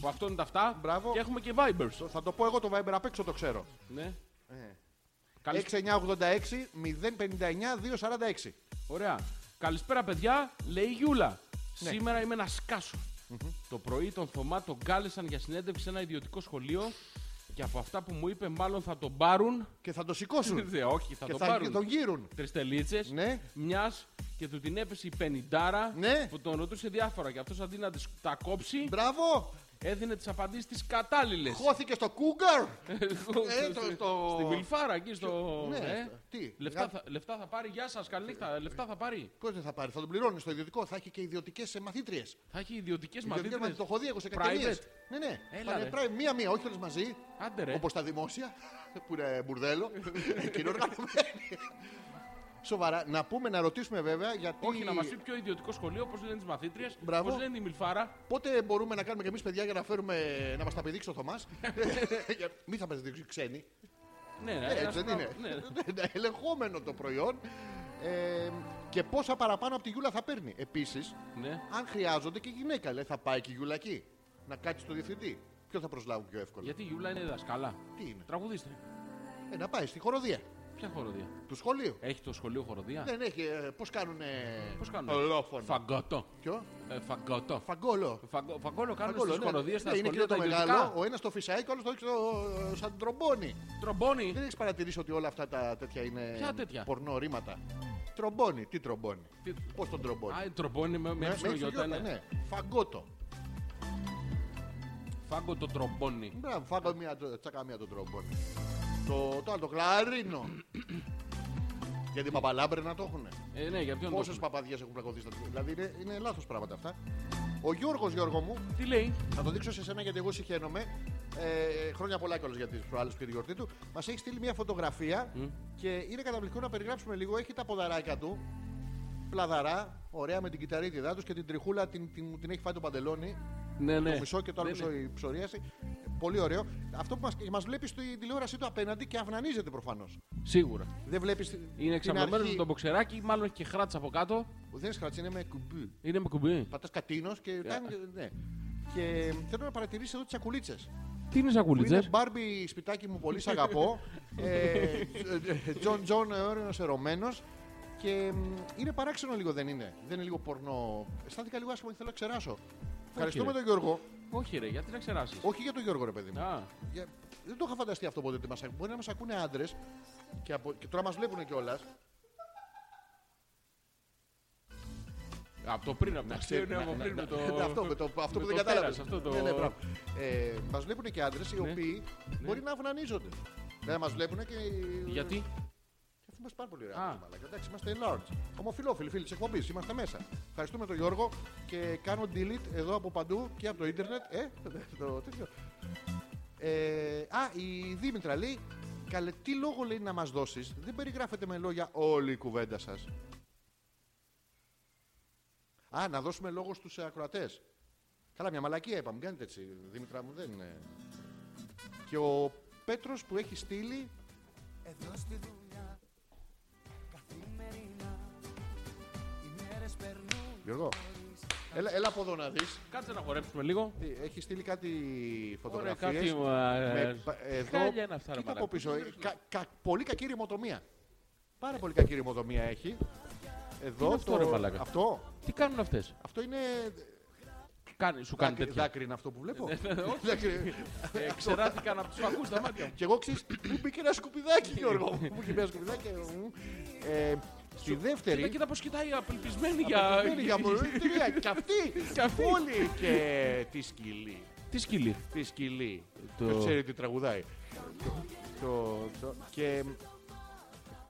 C: Που αυτό είναι τα αυτά.
A: Μπράβο.
C: Και έχουμε και Vibers.
A: Θα το πω εγώ το Viber απ' έξω το ξέρω.
C: Ναι.
A: Ε.
C: Καλησ-
A: 6986 059 246.
C: Ωραία. Καλησπέρα, παιδιά. Λέει η Γιούλα.
A: Ναι.
C: Σήμερα είμαι ένας σκάσο. Το πρωί τον Θωμά τον κάλεσαν για συνέντευξη σε ένα ιδιωτικό σχολείο και από αυτά που μου είπε, μάλλον θα τον πάρουν.
A: Και θα το σηκώσουν.
C: Δε, όχι, θα
A: και
C: τον
A: θα
C: πάρουν. Ε.
A: τον γύρουν.
C: Τριστελίτσε.
A: Ναι.
C: Μιας και του την έπεσε η πενιντάρα
A: Ναι.
C: που τον ρωτούσε διάφορα. Και αυτός αντί να τις- τα κόψει,
A: Μπράβο!
C: έδινε τις απαντήσεις τις κατάλληλες.
A: Χώθηκε στο Cougar! Ε, το- το-
C: Στην Βιλφάρα εκεί στο.
A: Ναι,
C: ε.
A: στο- τι,
C: Λεφτά
A: γα-
C: θα- Λεφτά θα πάρει, γεια σας, καλή νύχτα. Λεφτά θα πάρει.
A: Πώς δεν θα πάρει, θα τον πληρώνει στο ιδιωτικό, θα έχει και ε, ιδιωτικέ μαθήτριες.
C: Θα έχει ιδιωτικές
A: Ιδιωτικές
C: μαθήτρε.
A: μαθήτριες, το έχω δει εγώ σε
C: Private.
A: κατηγορίε. Ναι, ναι.
C: Έλα,
A: Θα είναι
C: ρε. Ε.
A: private, Μία-μία, όχι όλες μαζί.
C: Άντε ρε.
A: Όπως τα δημόσια, που είναι μπουρδέλο. και είναι οργανωμένοι. Σοβαρά, να πούμε, να ρωτήσουμε βέβαια γιατί.
C: Όχι, να μας πει ποιο ιδιωτικό σχολείο, πώ λένε τις μαθήτριες,
A: Μπράβο.
C: πώ λένε η Μιλφάρα.
A: Πότε μπορούμε να κάνουμε κι εμείς παιδιά για να φέρουμε να μας τα πηδήξει ο Θωμάς. Μην θα μας δείξει ξένοι.
C: Ναι, ναι,
A: Ε,
C: ένας-
A: Έτσι δεν είναι.
C: ναι.
A: Ναι, Ελεγχόμενο το προϊόν. Ε, και πόσα παραπάνω από τη Γιούλα θα παίρνει. Επίσης,
C: Ναι.
A: αν χρειάζονται και γυναίκα, λέει, θα πάει και η Γιούλα εκεί. Να κάτσει στο διευθυντή. Ποιο θα προσλάβουν πιο εύκολα.
C: Γιατί η Γιούλα είναι δασκάλα.
A: Τι είναι.
C: Τραγουδίστρια.
A: Ε, να πάει στη χοροδία
C: Ποια χοροδία.
A: του σχολείου.
C: Έχει το σχολείο χοροδία.
A: Δεν έχει. Ε, Πώς κάνουν. Ε,
C: Πώς κάνουνε?
A: Ολόφωνο.
C: Φαγκότο.
A: Ποιο?
C: Ε, φαγκότο.
A: Φαγκόλο.
C: Φαγκο- Φαγκόλο κάνουν
A: Φαγκόλο,
C: στις
A: ναι.
C: χοροδίες, στα
A: Ναι, είναι και
C: σχολεία τα
A: το μεγάλο.
C: ιδιωτικά.
A: Ο ένας το φυσάει και ο άλλος το έχει στο- σαν τρομπόνι.
C: Τρομπόνι.
A: Δεν έχεις παρατηρήσει ότι όλα αυτά τα τέτοια είναι.
C: Ε. Ποια τέτοια?
A: Πορνό ρήματα. Τρομπόνι. Τι τρομπόνι.
C: Τι-
A: Πώς τον τρομπόνι.
C: Α, τρομπόνι με
A: Ναι,
C: με
A: με
C: ψιλογιώτα.
A: Υψηλογιώτα,
C: ναι.
A: ναι. Φαγκότο.
C: Φάγκο το τρομπόνι.
A: Μπράβο, φάγκο μία, το- τσάκα μία τον τρομπόν. Το, το άλλο, το κλαρίνο. Γιατί παπαλάμπρε το έχουν.
C: Ε, ναι, για ποιον το
A: Πόσες
C: έχουμε.
A: παπαδιέ έχουν πλακωθεί στα τηλέφωνα. Δηλαδή είναι, είναι λάθος πράγματα αυτά. Ο Γιώργος, Γιώργο μου,
C: Τι λέει.
A: θα το δείξω σε σένα γιατί εγώ συχαίνομαι. Ε, χρόνια πολλά κιόλας για τις προάλλες και τη γιορτή του. Μας έχει στείλει μια φωτογραφία και είναι καταπληκτικό να περιγράψουμε λίγο. Έχει τα ποδαράκια του. Πλαδαρά, ωραία με την κυταρίτιδά τους και την τριχούλα την, την, την έχει φάει το παντελόνι.
C: Ναι, ναι.
A: Το μισό και το άλλο
C: Ναι, ναι.
A: μισό η ψωρίαση. Πολύ ωραίο. Αυτό που μας, μας βλέπει στην τηλεόρασή του απέναντι και αυνανίζεται προφανώς.
C: Σίγουρα.
A: Δεν βλέπεις
C: Είναι εξαπλωμένο με
A: αρχή.
C: το μποξεράκι, μάλλον έχει και κράτσα από κάτω.
A: Δεν σκρατς, είναι με κουμπί.
C: Είναι με κουμπί.
A: Πατάς κατίνος
C: Ε.
A: και... κάνει- ναι. Και θέλω να παρατηρήσεις εδώ τις σακουλίτσες.
C: Τι είναι
A: Που είναι
C: σακουλίτσε.
A: Μπάρμπι σπιτάκι μου, πολύ σ' αγαπώ. Ε, Τζον Τζον, ωραίος ερωμένος. Και μ, είναι παράξενο λίγο, δεν είναι. Δεν είναι λίγο πορνό. Αισθάνθηκα λίγο άσχημα και θέλω να ξεράσω. Ευχαριστούμε
C: ρε.
A: τον Γιώργο.
C: Όχι, ρε, γιατί να ξεράσει.
A: Όχι για τον Γιώργο, ρε παιδί μου.
C: Α,
A: Για- Δεν το είχα φανταστεί αυτό ποτέ. ότι μας... Μπορεί να μας ακούνε άντρες και, από... και τώρα μας βλέπουν κιόλας.
C: από το πριν, από το ξέρουν από πριν με ναι, το.
A: αυτό, με το, αυτό
C: με
A: που
C: το
A: δεν κατάλαβε.
C: τέρας, αυτό το-
A: Ναι, ναι, μπράβο. ε, μας βλέπουν και άντρες οι
C: Ναι.
A: οποίοι μπορεί να αυνανίζονται. Δηλαδή μας βλέπουν και.
C: Γιατί.
A: Αφού είμαστε πάρα πολύ
C: Α.
A: ωραία. μαλάκα. Εντάξει, είμαστε large. Ομοφιλόφιλοι, φίλοι της εκπομπής, είμαστε μέσα. Ευχαριστούμε τον Γιώργο και κάνω delete εδώ από παντού και από το ίντερνετ. Ε, το τέτοιο. Ε, α, η Δήμητρα λέει, καλέ, τι λόγο λέει να μας δώσεις. Δεν περιγράφεται με λόγια όλη η κουβέντα σας. Α, να δώσουμε λόγο στους ε, ακροατές. Καλά, μια μαλακία είπαμε. Κάνετε έτσι, Δήμητρα μου, δεν είναι. Και ο Πέτρος που έχει στείλει
E: Εδώ στη δουλειά Καθημερινά Οι μέρες περνούν
A: Γιώργο, έλα, έλα από εδώ να δεις.
C: Κάτσε να χορέψουμε λίγο.
A: Τι, Έχεις στείλει κάτι
C: Ωραία,
A: φωτογραφίες.
C: κάτι.
A: με,
C: ε,
A: πα- εδώ,
C: Χάλια είναι αυτά, ρε
A: κοίτα από
C: μαλάκα.
A: πίσω. ε, κα- κα- πολύ κακή ρημοτομία. Πάρα πολύ κακή ρημοτομία έχει. Εδώ
C: είναι αυτό,
A: το-
C: ρε μαλάκα?
A: αυτό,
C: Τι κάνουν αυτές.
A: αυτό είναι
C: Σου κάνει
A: δάκρυ,
C: τέτοια. Ναι,
A: δάκρυ είναι αυτό που βλέπω.
C: Ε, Ξεράθηκαν από του φακού τα μάτια μου.
A: Και εγώ ξέρεις, μου μπήκε ένα σκουπιδάκι Γιώργο.
C: Ναι.
A: μου. Μου είχε ένα σκουπιδάκι. και, μ, ε, στη
C: Κοίτα,
A: δεύτερη,
C: κοίτα πώς κοιτάει απελπισμένη για.
A: είναι για μολυντήρια. Και αυτή,
C: Κι αυτή.
A: όλη και τη σκυλή.
C: Τι σκυλί.
A: Τη σκυλή.
C: Το-
A: Δεν ξέρει τι τραγουδάει. Το- το- Και...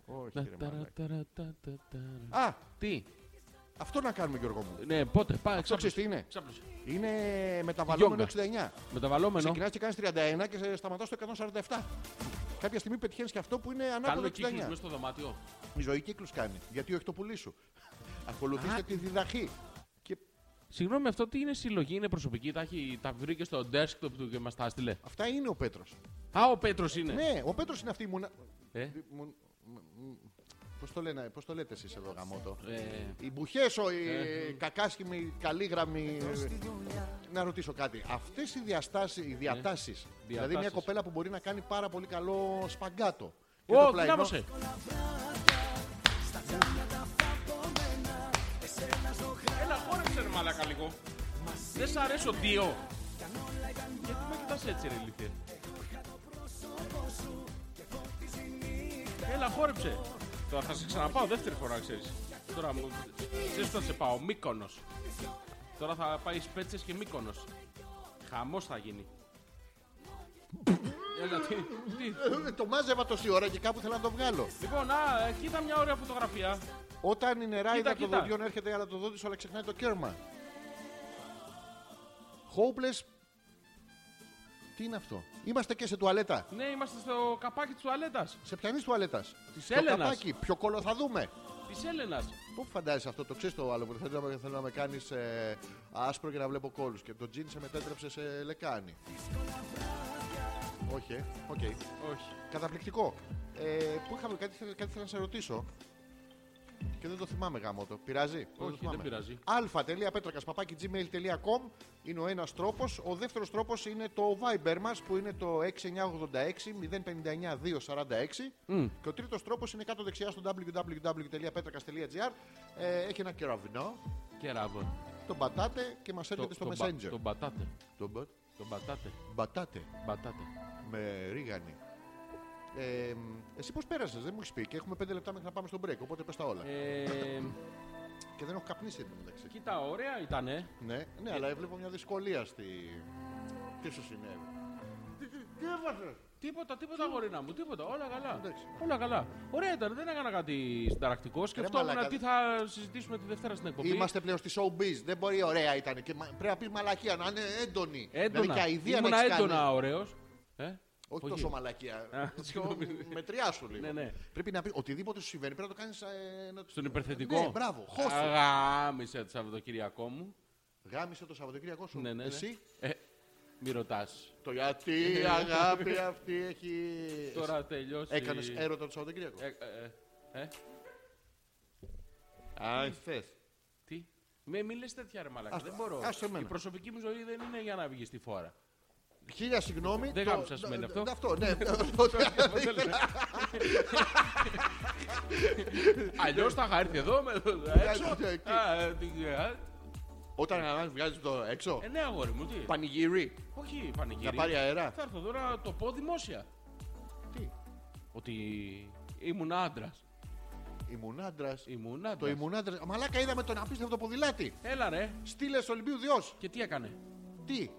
A: Όχι, ρε μαλάκα. Α,
C: Τι.
A: αυτό να κάνουμε Γιώργο μου.
C: Ναι, πότε. Πάει.
A: Αυτό
C: Ξάπλωσε.
A: ξέρεις τι είναι.
C: Ξάπλωσε.
A: Είναι μεταβαλλόμενο 69.
C: Μεταβαλλόμενο.
A: Ξεκινάς και κάνεις 31 και σε σταματάς στο 147. Κάποια στιγμή πετυχαίνεις και αυτό που είναι ανάποδο
C: Κάνω κύκλους
A: 69.
C: μέσα στο δωμάτιο.
A: Η ζωή κύκλους κάνει. Γιατί όχι το πουλί σου. Ακολουθήστε τη διδαχή.
C: Συγγνώμη, αυτό τι είναι συλλογή, είναι προσωπική. Τα, έχει, τα βρήκε στο desktop του και μας τα έστειλε.
A: Αυτά είναι ο Πέτρος.
C: Α, ο Πέτρος είναι.
A: Ναι, ο Πέτρος είναι αυτή η μουνα.
C: Ε,
A: Πώς το, λένε- πώς το λέτε εσείς εδώ, Γαμότο.
C: ε,
A: Οι μπουχέσο, οι κακάσχημοι, καλίγραμμοι.
E: στη δουλειά
A: Να ρωτήσω κάτι. Αυτές οι, διαστάσεις, οι διατάσεις. Δηλαδή μια
C: Ναι. Διατάσεις.
A: κοπέλα που μπορεί να κάνει πάρα πολύ καλό σπαγκάτο. Και το
C: Ω,
A: πλαϊνό-
C: δυνάμωσε. Έλα, χόρεψε ρε μαλάκα λίγο. Δεν σ' αρέσει ο Ντίο. Γιατί με κοιτάς έτσι ρε ηλίθιε. Έλα, χόρεψε. Τώρα θα σε ξαναπάω δεύτερη φορά, ξέρεις. Τώρα μου... Ξέρεις όταν σε πάω, Μύκονος. Τώρα θα πάεις Σπέτσες και Μύκονος. Χαμός θα γίνει. Έλα, τι, τι,
A: Ε, Το μάζευα τόση ώρα και κάπου θέλω να το βγάλω.
C: Λοιπόν, α, ε, κοίτα μια ωραία φωτογραφία.
A: Όταν η νεράιδα
C: Κοίτα,
A: των
C: κοίτα.
A: δοντιών έρχεται αλλά το δόντι σου, αλλά ξεχνάει το κέρμα. Hopeless. Τι είναι αυτό. Είμαστε και σε τουαλέτα.
C: Ναι, είμαστε στο καπάκι της τουαλέτας.
A: Σε πιανή τουαλέτας. Της
C: Έλενας.
A: Ποιο κόλλο θα δούμε.
C: Της Έλενας.
A: Πού φαντάζεσαι αυτό, το ξέρεις το άλλο που θέλω να, με- θέλω να με κάνεις άσπρο και να βλέπω κόλου. Και το τζιν σε μετέτρεψε σε λεκάνη. Όχι, ε. οκ.
C: Όχι.
A: Καταπληκτικό. Ε, πού είχαμε κάτι, ήθελα- κάτι θέλω να σε ρωτήσω. Και δεν το θυμάμαι γάμο το. Πειράζει. το
C: Όχι,
A: θυμάμαι.
C: δεν πειράζει.
A: αλφα.πέτρακα παπάκι gmail.com είναι ο ένας τρόπος. Ο δεύτερος τρόπος είναι το Viber μας που είναι το 6986-059-246. Και ο τρίτος τρόπος είναι κάτω δεξιά στο www.petrakas.gr. Ε, έχει ένα κεραυνό,
C: Κεράβο.
A: τον πατάτε και μας έρχεται στο
C: τον
A: Messenger.
C: μπα- Τον πατάτε.
A: Τον μπα-
C: Τον πατάτε.
A: πατάτε
C: Πατάτε.
A: με ρίγανη. Ε, εσύ πώς πέρασες, δεν μου έχεις πει και έχουμε 5 λεπτά μέχρι να πάμε στο break. Οπότε πες τα όλα.
C: Ε,
A: Και δεν έχω καπνίσει εν τω μεταξύ.
C: κοίτα, ωραία ήτανε.
A: Ναι, ναι,
C: Ε.
A: αλλά βλέπω μια δυσκολία στη. Τι σου συνέβη. Τι έβαζες.
C: Τίποτα, τίποτα, γορίνα μου, τίποτα. Όλα καλά.
A: Εντάξει.
C: Όλα καλά. Ωραία ήταν, δεν έκανα κάτι συνταρακτικό. Σκεφτόμουν
A: μαλάκα.
C: τι θα συζητήσουμε τη Δευτέρα στην εκπομπή.
A: Είμαστε πλέον στη showbiz. Δεν μπορεί ωραία ήταν. Και μα- πρέπει να πει μαλακία να είναι έντονη.
C: Έντονα.
A: Δηλαδή και αηδία να
C: Ήμουνα
A: έχεις κάνει.
C: έντονα ωραίος. Ε?
A: Όχι τόσο μαλακία.
C: συγγνώμη.
A: Μετριάσου λίγο.
C: Ναι, ναι.
A: Πρέπει να πει οτιδήποτε σου συμβαίνει πρέπει να το κάνεις. να...
C: Στον υπερθετικό.
A: Ναι, μπράβο. Χώστε.
C: Αγάμισε το Σαββατοκύριακό μου.
A: Γάμισε το Σαββατοκύριακό σου.
C: Ναι, ναι, ναι.
A: Εσύ.
C: Ε, μη ρωτάς.
A: Το γιατί η αγάπη αυτή έχει.
C: Τώρα τελειώσει.
A: Έκανες έρωτα το Σαββατοκύριακο.
C: Ε, ε, ε, ε,
A: Αν θες.
C: τι. Με μη λες τέτοια ρε μαλάκα.
A: Ας-
C: δεν μπορώ.
A: ας το εμένα.
C: Η προσωπική μου ζωή δεν είναι για να βγεις στη φόρα.
A: Χίλια συγγνώμη.
C: Δεν
A: το-
C: γάμισα,
A: το-
C: σημαίνει αυτό.
A: το- Αυτό, ναι. Το-
C: ε. Αλλιώς θα είχα έρθει εδώ με έξω.
A: Ε, εκεί.
C: Α, ε, τι- ε,
A: Όταν αναλάβει, βγάζεις το έξω.
C: Ε, ναι, αγόρι μου, τι.
A: Πανηγύρι.
C: Όχι, πανηγύρι.
A: Να πάρει αέρα.
C: Θα έρθω εδώ να το πω δημόσια.
A: Τι.
C: Ότι ήμουν άντρας.
A: Ήμουν άντρας.
C: Ήμουν
A: Το
C: άντρας.
A: ήμουν άντρας. Μαλάκα είδαμε τον απίστευτο ποδηλάτη.
C: Έλα ρε.
A: Στείλε Ολυμπίου Διός.
C: Και τι έκανε.
A: Τι.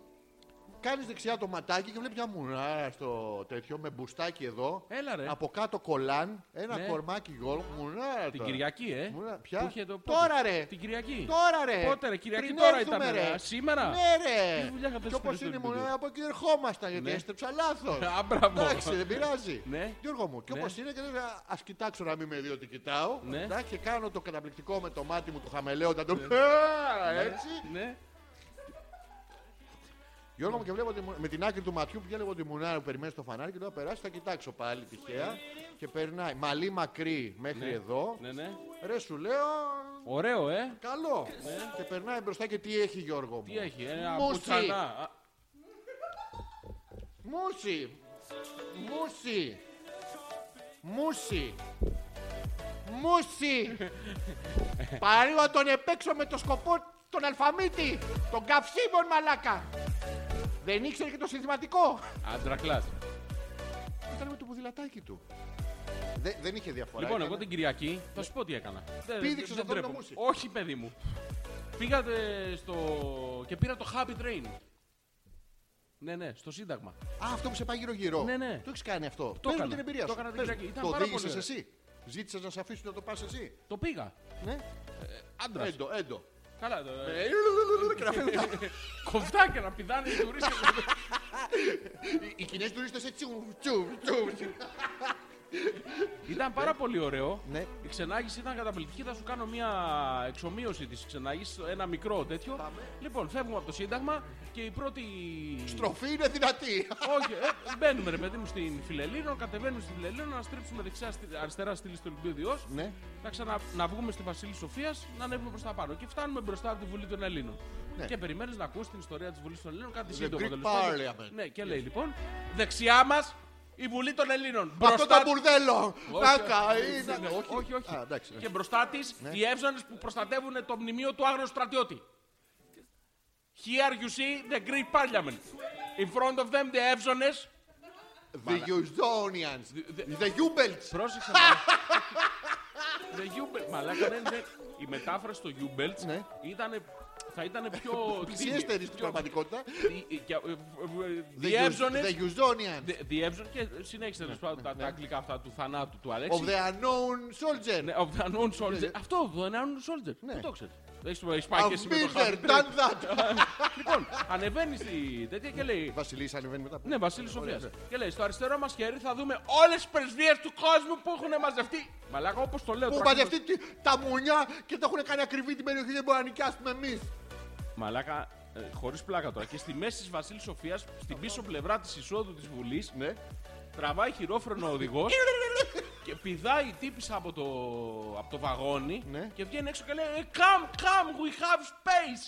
A: Κάνεις δεξιά το ματάκι και βλέπεις μια μουνάρα στο τέτοιο με μπουστάκι εδώ.
C: Έλα, ρε.
A: Από κάτω κολάν. Ένα
C: Ε, Ναι.
A: κορμάκι γκολ. Μουνάρα.
C: Την
A: τώρα.
C: Κυριακή, ε.
A: Μουνάρα. Ποια?
C: Που είχε το-
A: Τώρα,
C: πότε?
A: ρε.
C: Την Κυριακή.
A: Τώρα ρε!
C: Πότε, ρε, Κυριακή,
A: Πριν
C: τώρα
A: έρθουμε,
C: ήταν, ρε. Σήμερα?
A: Ναι, ρε!
C: Τι δουλειά είχατε
A: Και
C: στο
A: όπως
C: Χριστό
A: είναι
C: του
A: μόνο
C: Παιδιού.
A: από εκεί ερχόμασταν γιατί
C: Ναι.
A: έστρεψα λάθος.
C: Α, μπράβο.
A: Εντάξει, δεν πειράζει.
C: Ναι.
A: Γιώργο μου, και
C: Ναι.
A: όπως είναι, και δεν- α κοιτάξω να μην με δει ότι κοιτάω.
C: Ναι.
A: Εντάξει, και κάνω το καταπληκτικό με το μάτι μου το χαμελέοντα. Το... Α, Έτσι.
C: Ναι.
A: Γιώργο μου, και βλέπω ότι μου- με την άκρη του ματιού που βλέπω τη μουνάρα που περιμένεις στο φανάρι και λέω περάσει, θα κοιτάξω πάλι τυχαία. Και περνάει μαλλί μακρύ μέχρι εδώ.
C: Ναι, ναι.
A: Ρε σου λέω,
C: Ωραίο, ε.
A: Καλό. Και περνάει μπροστά και τι έχει Γιώργο μου.
C: Τι έχει, ε, ένα
A: Μουσι.
C: πουτσανά. Α,
A: Μουσι. Μουσι. Μουσι. Μουσι. Παρήγα να τον επέξω με το σκοπό τον αλφαμίτη. Τον καυσίμων μαλάκα. Δεν ήξερε και το συνθηματικό.
C: Αντρακλάς.
A: Ήταν με το ποδηλατάκι του. Δε- δεν είχε διαφορά.
C: Λοιπόν,
A: Ήταν-
C: εγώ την Κυριακή θα σου πω τι έκανα. Δεν-
A: Πήδηξες
C: δεν
A: αυτό το
C: ντρέπομαι.
A: μουσι.
C: Όχι, παιδί μου. Πήγατε στο. και πήρα το Happy Train. Ναι, ναι, στο Σύνταγμα.
A: Α, αυτό που σε πάει γύρω-γύρω.
C: Ναι, ναι.
A: Το έχεις κάνει αυτό. Πες
C: Το
A: μου
C: έκανα.
A: την εμπειρία
C: Το
A: σου.
C: έκανα την
A: Πες μου.
C: Κυριακή. Ήταν
A: Το
C: πάρα πολύ
A: οδήγησες
C: ωραία.
A: εσύ. Ζήτησε να σε αφήσουν να το πα εσύ.
C: Το πήγα.
A: Ναι.
C: Ε, Άντρα.
A: Έντο, έντο.
C: Καλά, το.
A: Ναι.
C: Κοφτά και να πηδάνε οι τουρίστες.
A: Οι Κινέζοι τουρίστες έτσι. τσου, τσου, τσου.
C: Ήταν πάρα πολύ ωραίο.
D: Ναι.
C: Η ξενάγηση ήταν καταπληκτική. Θα σου κάνω μια εξομοίωση της ξενάγησης, ένα μικρό τέτοιο. Λοιπόν, φεύγουμε από το Σύνταγμα και η πρώτη.
A: Στροφή είναι δυνατή.
C: Όχι, ε, μπαίνουμε ρε παιδί μου στην Φιλελλήνων, κατεβαίνουμε στην Φιλελλήνων, να στρίψουμε δεξιά στη- αριστερά στη λύση του Ολυμπίου Διός,
A: ναι.
C: να, ξανα, να βγούμε στη Βασίλη Σοφίας, να ανέβουμε προς τα πάνω. Και φτάνουμε μπροστά από τη Βουλή των Ελλήνων.
A: Ναι.
C: Και περιμένεις να ακούσει την ιστορία της Βουλής των Ελλήνων, κάτι
A: The
C: σύντομο
A: Greek
C: τέλος πάντων.
A: Parliament.
C: Ναι, και λέει λοιπόν, δεξιά μας η Βουλή των Ελλήνων.
A: Αυτό
C: Μπροστά
A: το μπουρδέλο.
C: όχι,
A: Να
C: όχι,
A: καεί.
C: όχι,
A: να-
C: ναι, όχι, όχι, όχι.
A: Α, εντάξει. Ναι.
C: Και μπροστά της οι εύζωνε που προστατεύουν το μνημείο του άγνωστου στρατιώτη. Here you see the Greek Parliament. In front of them the εύζωνε.
A: The Jordanians. The Jubels.
C: Πρόσεξε. μαλάκα. the Jubel. Μαλάκα δεν είναι. Η μετάφραση στο Jubels
A: Ναι.
C: ήτανε- θα ήταν πιο. ε,
A: Πλησιέστερη στην πραγματικότητα. The
C: The
A: Jus-
C: εύζωνε.
A: The Jordanians.
C: The εύζωνε. Και συνέχισε τέλος πάντων, τα τα αγγλικά αυτά του θανάτου του Αλέξη.
A: Ναι, Of the unknown soldier.
C: Ναι, of the unknown soldier. Αυτό, the unknown soldier.
A: Ναι.
C: Πού το ξέρεις. Έχεις έχεις πάει και
A: I've
C: εσύ με
A: been
C: το
A: there,
C: Harry
A: done that.
C: Λοιπόν, ανεβαίνεις στη τέτοια και λέει.
A: Βασιλής ανεβαίνει μετά.
C: Ναι, Βασίλης Σοφία. Και λέει: Στο αριστερό μας χέρι θα δούμε όλες τις πρεσβείες του κόσμου που έχουν μαζευτεί. Μαλάκα, όπως το λέω
A: Που
C: τώρα.
A: μαζευτεί τη- τα μουνιά και τα έχουν κάνει ακριβή την περιοχή, δεν μπορεί να νοικιάσουμε εμείς.
C: Μαλάκα, χωρίς πλάκα τώρα. Και στη μέση της Βασίλης Σοφίας, στην πίσω πλευρά της εισόδου της Βουλής,
A: Ναι.
C: τραβάει χειρόφρενο ο οδηγός. και πηδάει η τύπησα από το, από το βαγόνι
A: Ναι.
C: και βγαίνει έξω και λέει «Ε, Come, come, we have space.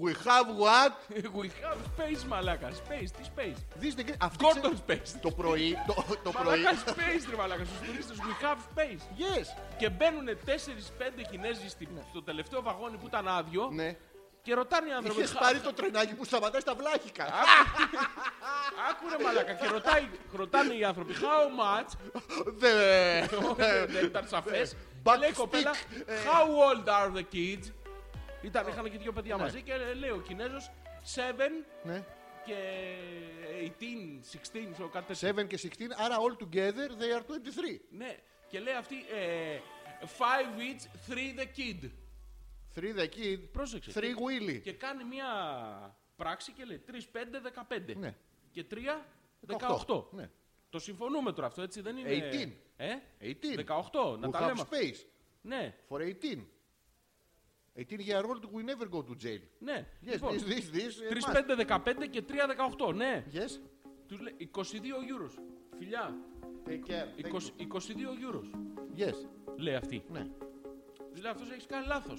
A: We have what?
C: We have space, μαλάκας. Space, τι space.
A: This the Greek. Αυτή
C: Gordon
A: ξέρεις,
C: space.
A: Το πρωί. Το, το πρωί.
C: Μαλάκα space, ρε μαλάκα. Στους τουρίστες, we have space.
A: Yes.
C: Και μπαίνουν 4-5 Κινέζοι στη- στο τελευταίο βαγόνι που ήταν άδειο
A: Ναι.
C: και ρωτάνε οι άνθρωποι.
A: Είχες πάρει το τρενάκι που σταματάει στα βλάχικα.
C: Άκουρε μαλάκα και ρωτάει, ρωτάνε οι άνθρωποι. How much?
A: Δε.
C: Όχι, Ε, Δεν ήταν σαφές.
A: Back
C: Λέει η κοπέλα.
A: stick.
C: How old are the kids? Ήταν, είχαν και δύο παιδιά μαζί και λέει ο Κινέζος 7
A: Ναι.
C: και 18, 16, ξέρω κάτι τέτοιο.
A: 7 και 16, άρα all together they are 23.
C: Ναι, και λέει αυτή. Ε, five each, three the kid.
A: 3 the kid,
C: Πρόσεξε.
A: 3 willy.
C: Και κάνει μια πράξη και λέει 3, 5, 15.
A: Ναι.
C: Και 3, 18.
A: 18. Ναι.
C: Το συμφωνούμε τώρα αυτό, έτσι δεν είναι.
A: 18.
C: Ε?
A: 18.
C: 18, να
A: We
C: τα
A: have
C: λέμε.
A: space
C: Ναι,
A: for 18. 18 year old we never go to jail.
C: ναι.
A: Yes, this, this, this. uh, must.
C: 3, 5, 15 και 3, 18. Ναι.
A: Yes.
C: Τους λέει 22 euros. Φιλιά,
A: Take care. Thank
C: 20, 22 euros.
A: you. Yes.
C: Λέει αυτή.
A: Ναι.
C: Του λέει αυτός έχεις κάνει λάθος.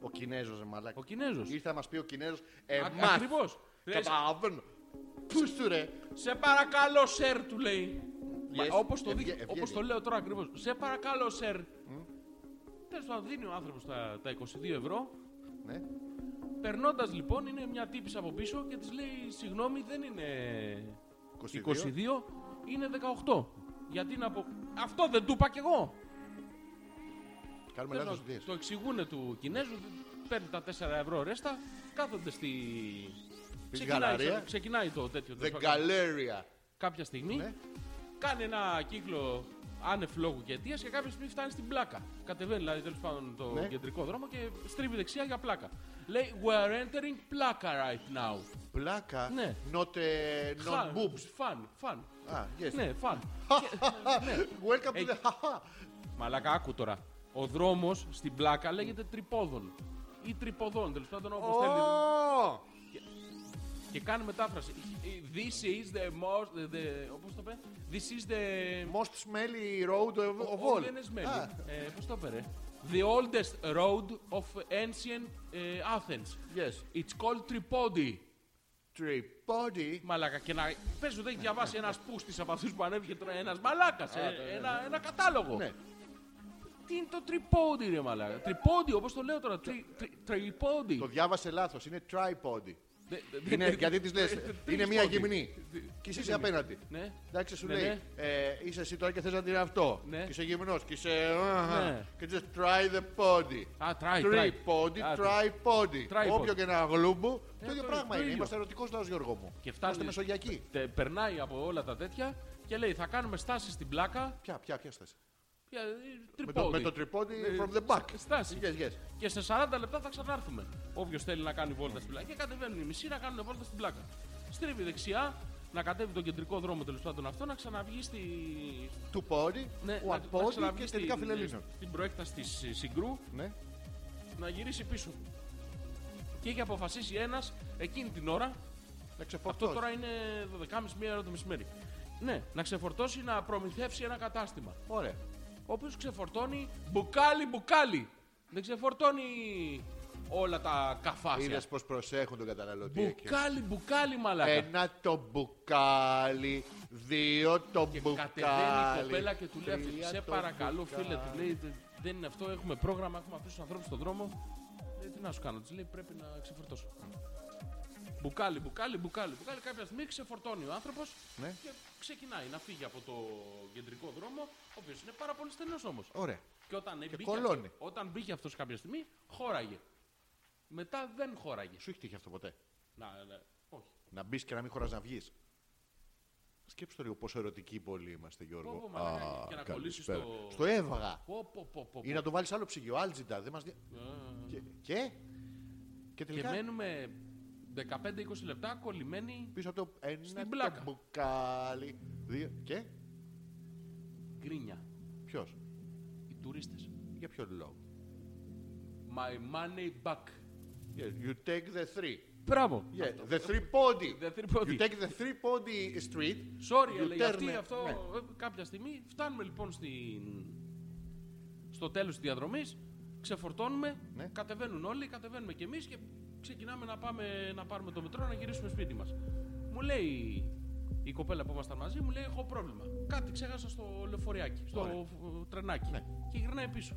A: Ο Κινέζος, ρε μαλάκα.
C: Ο Κινέζος.
A: Ήρθε να μας πει ο Κινέζος,
C: Α-
A: εμάς.
C: ακριβώς. Λες-
A: Καταλαβαίνω. Πού σου ρε.
C: Σε παρακαλώ, σερ, του λέει.
A: Yes,
C: Όπως το,
A: ευγε-
C: δείχνει-
A: ευγένεια.
C: όπως το λέω τώρα ακριβώς. Σε παρακαλώ, σερ. Τέλος πάντων, δίνει ο άνθρωπος τα, τα 22 ευρώ.
A: Ναι.
C: Περνώντας λοιπόν, είναι μια τύπης από πίσω και της λέει: Συγγνώμη, δεν είναι
A: 22.
C: 22, είναι 18. Γιατί να πω. Αυτό δεν του είπα κι εγώ.
A: Κάνουμε
C: Τέλος
A: λάθος
C: πάντων,
A: ιδέες.
C: Το εξηγούνε του Κινέζου, παίρνει τα 4 ευρώ ρέστα, κάθονται στη.
A: γαλαρία.
C: ξεκινάει το τέτοιο. τέλος
A: The
C: πάντων,
A: Galleria.
C: κάποια στιγμή.
A: Ναι.
C: Κάνει ένα κύκλο άνευ λόγου και αιτίας και κάποια στιγμή φτάνει στην πλάκα. Κατεβαίνει δηλαδή τέλος πάντων το
A: Ναι.
C: κεντρικό δρόμο και στρίβει δεξιά για πλάκα. Λέει We're entering πλάκα right now.
A: Πλάκα.
C: Ναι.
A: Not, uh, not
C: Fun,
A: boobs.
C: Fun, fun.
A: Ah, yes.
C: Ναι, fun.
A: Welcome to
C: Hey.
A: the... haha.
C: Μαλακά, άκου τώρα. Ο δρόμος στην πλάκα λέγεται τρυπόδων. Ή τρυποδών, τέλος πάντων όπως θέλει.
A: Ω!
C: Και κάνει μετάφραση. Ε, This is the most. The, the, όπως το είπε. This is the.
A: Most smelly road of, of all.
C: Όχι, δεν είναι σμένη.
A: Α,
C: Ε, Πώς το πέρε. The oldest road of ancient ε, Athens.
A: Yes.
C: It's called Tripodi.
A: Tripodi.
C: Μαλάκα. Και να πες ότι έχει διαβάσει ένας πούστης από αυτούς που ανέβηκε τώρα. Ένας μαλάκας. ένα, ένα κατάλογο.
A: Ναι.
C: Τι είναι το Tripodi, ρε μαλάκα. Tripodi, όπως το λέω τώρα. Τρι- τρι- Tripodi.
A: Το διάβασε λάθος. Είναι tripod.
C: Δε- δε-
A: Είναι,
C: δε-
A: γιατί της λες, ε?
C: Tripodi.
A: είναι μία γυμνή.
C: Τι-
A: Και εσύ είσαι απέναντι.
C: Ναι.
A: Εντάξει, σου
C: Ναι,
A: λέει,
C: ναι.
A: ε, είσαι εσύ τώρα και θες να την αυτό.
C: Ναι.
A: Και είσαι γυμνός και είσαι... αχα.
C: Ναι.
A: Και της λες, try the body.
C: Α, try, try.
A: Tripodi,
C: Α,
A: try body.
C: Tripod.
A: Όποιο και να γλούμπου, το
C: το-
A: ίδιο
C: Ε, το
A: πράγμα είναι.
C: ίδιο.
A: Είμαστε ερωτικός λαός, Γιώργο μου.
C: Και φτάνει-
A: Είμαστε μεσογειακοί.
C: Τε- περνάει από όλα τα τέτοια και λέει: Θα κάνουμε στάση στην πλάκα.
A: Ποια, ποια, ποια στάση.
C: ε,
A: Με το,
C: τρυπόδι.
A: με το tripod
C: Ε,
A: from the back.
C: στάση.
A: Yes, yes.
C: Και σε 40 λεπτά θα ξανάρθουμε. Όποιος θέλει να κάνει βόλτα στην πλάκα. Και κατεβαίνουν οι μισοί να κάνουν βόλτα στην πλάκα. Στρίβει δεξιά, να κατέβει τον κεντρικό δρόμο τέλος πάντων αυτό, να ξαναβγεί στη.
A: Του πόρη,
C: Ναι,
A: ο Απόδη
C: ξαναβγεί
A: και
C: στην-
A: τελικά φιλελλήνων.
C: Στην προέκταση της Συγκρού
A: Ναι.
C: να γυρίσει πίσω. Και είχε αποφασίσει ένας εκείνη την ώρα.
A: Να
C: Αυτό
A: ξεφορτώσει.
C: τώρα είναι 12.30 μία ώρα το μεσημέρι. Ναι, να ξεφορτώσει να προμηθεύσει ένα κατάστημα.
A: Ωραία.
C: Ο οποίος ξεφορτώνει μπουκάλι μπουκάλι. Δεν ξεφορτώνει όλα τα καφάσια.
A: Είδες πώ προσέχουν τον καταναλωτή εκεί.
C: Μπουκάλι μπουκάλι μαλάκα.
A: Ένα το μπουκάλι, δύο το
C: Και
A: μπουκάλι.
C: κατεβαίνει η κοπέλα και του λέει αυτή,
A: τρία
C: σε
A: το
C: παρακαλώ φίλε,
A: μπουκάλι».
C: του λέει «Δε- δεν είναι αυτό, έχουμε πρόγραμμα, έχουμε αυτούς τους ανθρώπους στον δρόμο. Λέει τι να σου κάνω, της λέει πρέπει να ξεφορτώσω. Μπουκάλι, μπουκάλι, μπουκάλι, μπουκάλι. Κάποια στιγμή ξεφορτώνει ο άνθρωπος
D: Ναι.
C: και ξεκινάει να φύγει από το κεντρικό δρόμο, ο οποίος είναι πάρα πολύ στενός όμως.
D: Ωραία.
C: Και όταν, μπήκε,
A: κολώνει.
C: όταν μπήκε αυτός κάποια στιγμή, χώραγε. Μετά δεν χώραγε.
A: Σου έχει τύχει αυτό ποτέ.
C: Να, ναι, όχι.
A: Να μπεις και να μην χωράς να βγεις. Σκέψτε το λίγο πόσο ερωτική πολύ είμαστε, Γιώργο.
C: Πω, πω, μαλάκα,
A: Α,
C: και να
A: καλησπέρα.
C: κολλήσεις στο-
A: στο έβγα.
C: Πω, πω, πω, πω,
A: Ή να
C: πω.
A: του βάλεις άλλο ψυγείο. Άλτζιντα. Δεν μας... δι-
C: Ε.
A: και, και. Και
C: Και
A: τελικά
C: μένουμε 15-20 λεπτά κολλημένοι
A: πίσω από το ένα
C: Στην
A: το
C: πλάκα.
A: μπουκάλι. Δύο. Και
C: γκρίνια.
A: ποιος.
C: Οι τουρίστες.
A: Για ποιο λόγο.
C: My money back.
A: Yes, you take the three.
C: Μπράβο.
A: Yeah, the three pody.
C: The three pony.
A: You take the three pody street.
C: Sorry,
A: you
C: έλεγε
A: turn
C: αυτή,
A: it.
C: αυτό.
A: Ναι.
C: ε, Κάποια στιγμή φτάνουμε λοιπόν στην... στο τέλος της διαδρομής, ξεφορτώνουμε,
A: Ναι.
C: κατεβαίνουν όλοι, κατεβαίνουμε κι εμείς και ξεκινάμε να, πάμε, να πάρουμε το μετρό να γυρίσουμε σπίτι μας. Μου λέει η κοπέλα που ήμασταν μαζί, μου λέει έχω πρόβλημα. Κάτι ξέχασα στο λεωφοριάκι, στο
A: Ωραία.
C: ε, τρενάκι.
A: Ναι.
C: Και γυρνάει πίσω.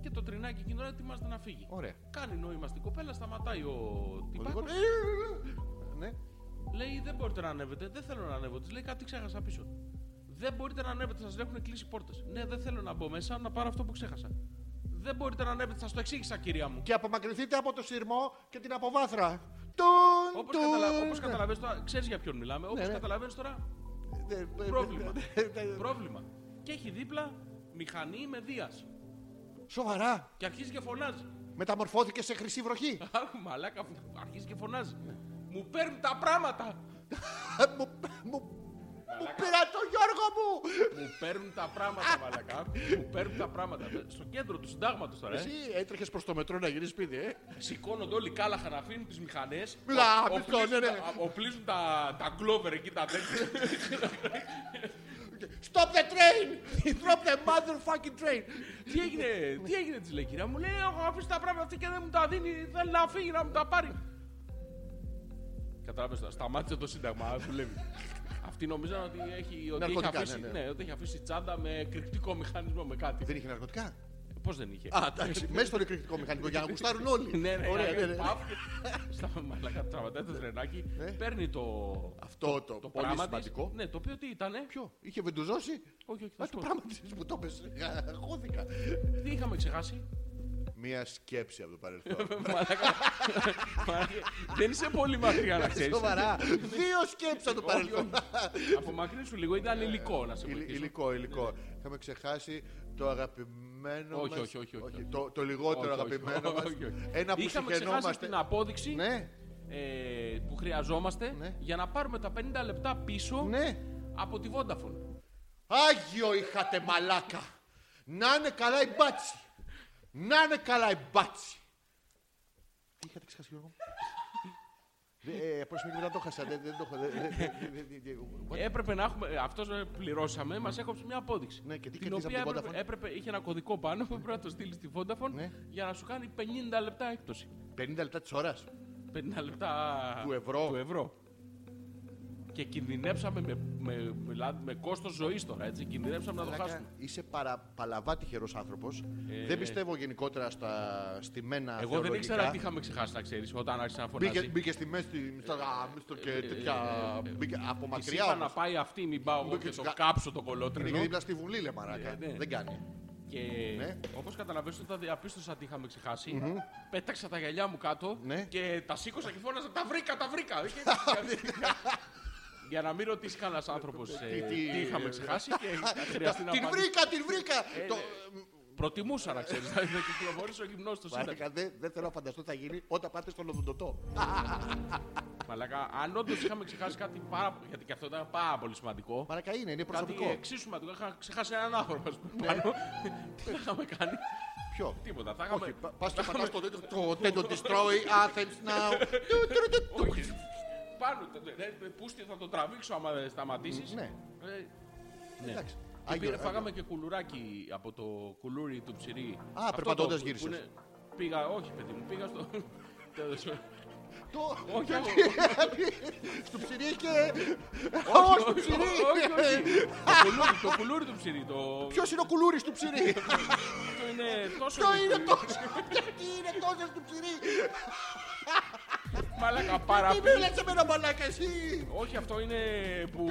C: Και το τρενάκι εκείνη την ώρα ετοιμάζεται να φύγει.
A: Ωραία. Ε,
C: Κάνει νόημα στην κοπέλα, σταματάει ο τυπάκος.
A: Οδηγός- Ναι.
C: Λέει δεν μπορείτε να ανέβετε, δεν θέλω να ανέβω. Της λέει κάτι ξέχασα πίσω. Δεν μπορείτε να ανέβετε, σας έχουν κλείσει πόρτες. Ναι, δεν θέλω να μπω μέσα να πάρω αυτό που ξέχασα. Δεν μπορείτε να ανέβετε, σας το εξήγησα κυρία μου.
A: Και απομακρυνθείτε από το σειρμό και την αποβάθρα. Τουν,
C: Όπως
A: τουν.
C: καταλα... όπως καταλαβαίνεις τώρα, ξέρεις για ποιον μιλάμε. Όπως
A: ναι.
C: καταλαβαίνεις τώρα,
A: Ναι, ναι,
C: πρόβλημα.
A: ναι, ναι, ναι.
C: πρόβλημα. Και έχει δίπλα μηχανή με δίας.
A: Σοβαρά.
C: Και αρχίζει και φωνάζει.
A: Μεταμορφώθηκε σε χρυσή βροχή.
C: Άκου μαλάκα, αρχίζει και φωνάζει.
A: Ναι.
C: Μου παίρνουν τα πράγματα.
A: Ε, μου, μου, μου πήρα το Γιώργο μου.
C: Μου παίρνουν τα πράγματα, μαλακά. Μου παίρνουν τα πράγματα. Στο κέντρο του συντάγματος τώρα. ε.
A: Εσύ έτρεχες προς το μετρό να γυρίσεις σπίτι, ε.
C: Σηκώνονται όλοι κάλαχα να αφήνουν τις μηχανές.
A: Μιλά, πιστό, ναι, ναι.
C: Οπλίζουν τα, τα γκλόβερ εκεί τα τέτοια.
A: Stop the train! Drop the motherfucking train!
C: τι έγινε, τι έγινε της λέει κυρία μου. Λέει, έχω αφήσει τα πράγματα αυτή και δεν μου τα δίνει. Θέλει να φύγει να μου τα πάρει. Κατάλαβες τώρα, σταμάτησε το Σύνταγμα. δουλεύει. Αυτή νομίζαν ότι έχει, ότι έχει,
A: Ναρκωτικά,
C: αφήσει,
A: ναι,
C: ναι,
A: ναι.
C: ότι έχει αφήσει τσάντα με κρυκτικό μηχανισμό, με κάτι.
A: Δεν είχε ναρκωτικά.
C: Πώς δεν είχε.
A: Α, εντάξει, μέσα στον εκρηκτικό μηχανικό για να γουστάρουν όλοι.
C: ναι, ναι,
A: Ωραία, ναι, ναι.
C: παφ, Στα μαλακά τραβατάει το τρενάκι, παίρνει το,
A: Αυτό το,
C: το
A: πολύ
C: πράγμα της.
A: σημαντικό.
C: Ναι, το οποίο τι ήταν.
A: Ποιο, είχε βεντουζώσει.
C: Όχι, όχι, θα
A: Α,
C: σου
A: το
C: πω.
A: πράγμα της που το πες. ε, Χώθηκα.
C: Τι είχαμε ξεχάσει.
A: Μία σκέψη από το παρελθόν.
C: Μαλάκα. Μαλάκα. Δεν είσαι πολύ μακριά να ξέρεις.
A: Σοβαρά. Δύο σκέψεις από το παρελθόν.
C: Απομακρύνσου λίγο, ήταν υλικό να σε
A: Ε, Υλ-
C: βοηθήσει.
A: Υλικό, υλικό. Είχαμε ξεχάσει το αγαπημένο
C: Όχι,
A: μας-
C: όχι, όχι, όχι, όχι.
A: Το, το λιγότερο αγαπημένο μας. Ένα που
C: Είχαμε ξεχάσει την
A: συχαινόμαστε.
C: απόδειξη
A: Ναι,
C: ε, που χρειαζόμαστε
A: Ναι.
C: για να πάρουμε τα 50 λεπτά πίσω
A: ναι.
C: από τη Vodafone.
A: Άγιο είχατε μαλάκα. Να είναι καλά η μπάτση. Να είναι καλά η μπάτση. Τι είχατε ξεχάσει Γιώργο. Ε, πρόσεχε μετά το χάσα. Δεν δεν το έχω. δεν- δεν- δεν- δεν- δεν- what?
C: Έπρεπε να έχουμε. Αυτός πληρώσαμε, μας έκοψε μια απόδειξη.
A: Ναι, και τι
C: την
A: κερδίζαμε
C: οποία
A: από την
C: έπρεπε,
A: Vodafone?
C: έπρεπε- είχε ένα κωδικό πάνω που πρέπει να το στείλεις στη Vodafone
A: Ναι.
C: για να σου κάνει 50 λεπτά έκπτωση.
A: 50 λεπτά της ώρας.
C: 50 λεπτά
A: Του ευρώ.
C: του ευρώ. Και κινδυνεύσαμε με, με, με, λα- με κόστος ζωής τώρα, έτσι. Κινδυνεύσαμε να το χάσουμε.
A: Είσαι παρα, παλαβά τυχερός άνθρωπος. Δεν πιστεύω γενικότερα στα στημένα.
C: Εγώ δεν
A: θεολογικά.
C: ήξερα τι είχαμε ξεχάσει, να ξέρεις, όταν άρχισε να φωνάζει.
A: Μπήκε, μπήκε στη μέση στη- στα γάμιστο και τέτοια. μπήκε από
C: Της
A: μακριά.
C: είπα
A: όμως.
C: να πάει αυτή, μην πάω εγώ
A: Μπήκε
C: και το
A: κα-
C: κάψω το
A: Είναι και
C: κολότρινο.
A: δίπλα στη βουλή, λέ μαράκα.
C: Ναι, ναι.
A: Δεν κάνει.
C: Και
A: Ναι.
C: όπως καταλαβαίνεις, όταν διαπίστωσα τι είχαμε ξεχάσει, πέταξα τα γυαλιά μου κάτω
A: Ναι.
C: και τα σήκωσα και φώναζα «Τα βρήκα, τα βρήκα!» Και- Για να μην ρωτήσει κανένας άνθρωπος
A: Τι- τι-
C: τι είχαμε ξεχάσει και χρειαστεί να
A: Την
C: απαντήσει.
A: βρήκα, την βρήκα! Το-
C: Προτιμούσα να ξέρεις. Θα κυκλοφορήσω γυμνό στο
A: Μαράκα,
C: σύνταγμα.
A: δεν δεν θέλω να φανταστώ τι θα γίνει όταν πάτε στον Οδοντοτό.
C: Μαλάκα, αν όντως είχαμε ξεχάσει κάτι πάρα Γιατί και αυτό ήταν πάρα πολύ σημαντικό.
A: Μαλακά είναι,
C: Κάτι
A: είναι προσωπικό. Ναι.
C: εξίσου σημαντικό. Είχα ξεχάσει έναν άνθρωπο ας πούμε, πάνω. Τι θα είχαμε κάνει.
A: Ποιο.
C: Τίποτα. Θα
A: Όχι,
C: είχαμε.
A: πα- πας και πατάς το δέντρο. Το δέντρο destroy Athens now. Του, του, του, του.
C: Όχι. Πάνω. τε- τε- τε- Πούστη θα τον τραβήξω άμα δεν σταματήσεις.
A: Ναι. Εντάξει. Άγιο-
C: Πήρε,
A: άγιο.
C: φάγαμε και κουλουράκι από το κουλούρι του ψυρί.
A: Α,
C: Αυτό
A: περπατώντας
C: το- που-
A: γύρισες.
C: που είναι- Πήγα, όχι παιδί μου, πήγα στο. τέλος.
A: Το-
C: όχι, εγώ-
A: Στου ψηρί και.
C: όχι,
A: στο
C: όχι,
A: ψυρί.
C: όχι, όχι. Το κουλούρι- Το κουλούρι του ψυρί. Το
A: Ποιος είναι ο κουλούρις του ψηρί.
C: το είναι τόσο.
A: Ποιο είναι
C: μικρό.
A: το. Γιατί είναι τόσο του ψηρί.
C: Μαλάκα
A: Μην
C: παραπή.
A: με λε εμένα μαλάκα εσύ.
C: Όχι, αυτό είναι που.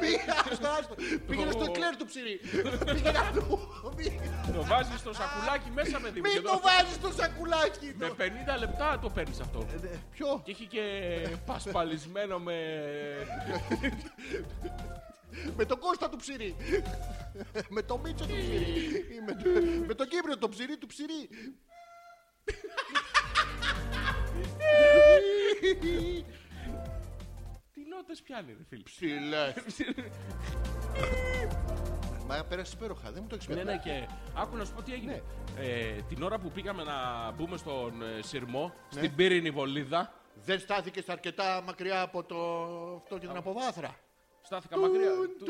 A: Πήγα, άστο, άστο. Πήγαινε στο εκλέρ του ψηρί. Πήγαινε αυτού.
C: Το βάζεις στο σακουλάκι μέσα, παιδί μου. και
A: Μην
C: το-
A: το βάζεις στο σακουλάκι.
C: Με 50 λεπτά το παίρνεις αυτό.
A: Ποιο.
C: Και έχει και πασπαλισμένο με.
A: Με τον Κώστα του ψηρί. με τον Μίτσο του ψηρί. Ή με, το, με τον Κύπριο το ψηρί του ψηρί.
C: Τι νότε πιάνει, ρε φίλε.
A: Ψηλά. Μα πέρασε υπέροχα, δεν μου το έχεις
C: Ναι, ναι,
A: πει.
C: και άκου να σου πω τι έγινε. Ε, την ώρα που πήγαμε να μπούμε στον ε, σειρμό, στην πύρινη βολίδα,
A: Δεν στάθηκες αρκετά μακριά από το αυτό και την αποβάθρα.
C: στάθηκα μακριά.
A: Τουν,
C: Του-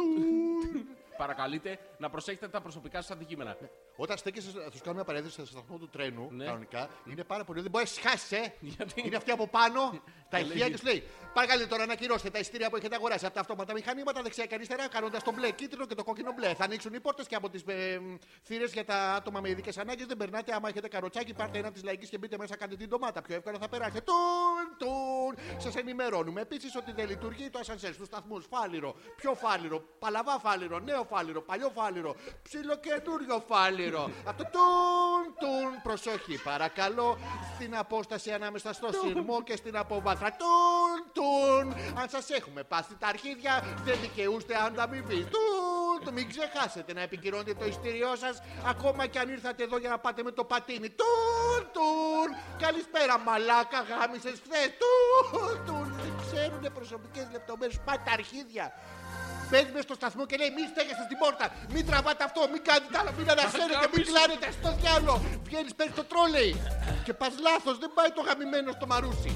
A: τουν.
C: Παρακαλείτε να προσέχετε τα προσωπικά σας αντικείμενα.
A: Όταν στέκεσαι, θα του κάνω μια παρένθεση στο σταθμό του τρένου,
C: Ναι.
A: κανονικά, είναι πάρα πολύ. Δεν μπορείς να σχάσει, ε.
C: Γιατί?
A: Είναι αυτή από πάνω, τα
C: Και
A: ηχεία
C: λέει-
A: και σου λέει: Παρακαλείτε τώρα να ακυρώστε τα εισιτήρια που έχετε αγοράσει από τα αυτόματα μηχανήματα δεξιά και αριστερά, κάνοντας το μπλε κίτρινο και το κόκκινο μπλε. Θα ανοίξουν οι πόρτες και από τις ε, θύρες για τα άτομα με ειδικές ανάγκες δεν περνάτε. Άμα έχετε καροτσάκι, πάρτε ένα της λαϊκής και μπείτε μέσα, κάντε την ντομάτα. Πιο εύκολα θα περάσετε. Τουν, τουν. Σας ενημερώνουμε επίσης ότι δεν λειτουργεί το ασανσέρ στους σταθμούς. Φάληρο, πιο φάληρο, παλαβά φάληρο, νέο φάληρο, παλιό φάληρο, ψιλοκαινούριο φάληρο. Αυτό τουν, τουν. Προσοχή, παρακαλώ, στην απόσταση ανάμεσα στο σειρμό και στην αποβάθρα. Τουν, τουν. Αν σας έχουμε πάθει τα αρχίδια, δεν δικαιούστε ανταμοιβή. Τουν, τουν. Μην ξεχάσετε να επικυρώνετε το ειστήριό σας, ακόμα και αν ήρθατε εδώ για να πάτε με το πατίνι. Τουν, τουν. Καλησπέρα, μαλάκα, γάμισες χθες. Τουν, τουν. Δεν ξέρουν προσωπικές λεπτομέρειες. Πάτε τα αρχίδια. Μπαίνει μες στο σταθμό και λέει: Μην στέκεστε στην πόρτα, μην τραβάτε αυτό, μην κάνετε άλλο, μην ανασέρετε, μην κλάνετε. Στο διάλο, βγαίνεις, παίρνει το τρόλεϊ. Και πας λάθος, δεν πάει το γαμημένο στο μαρούσι.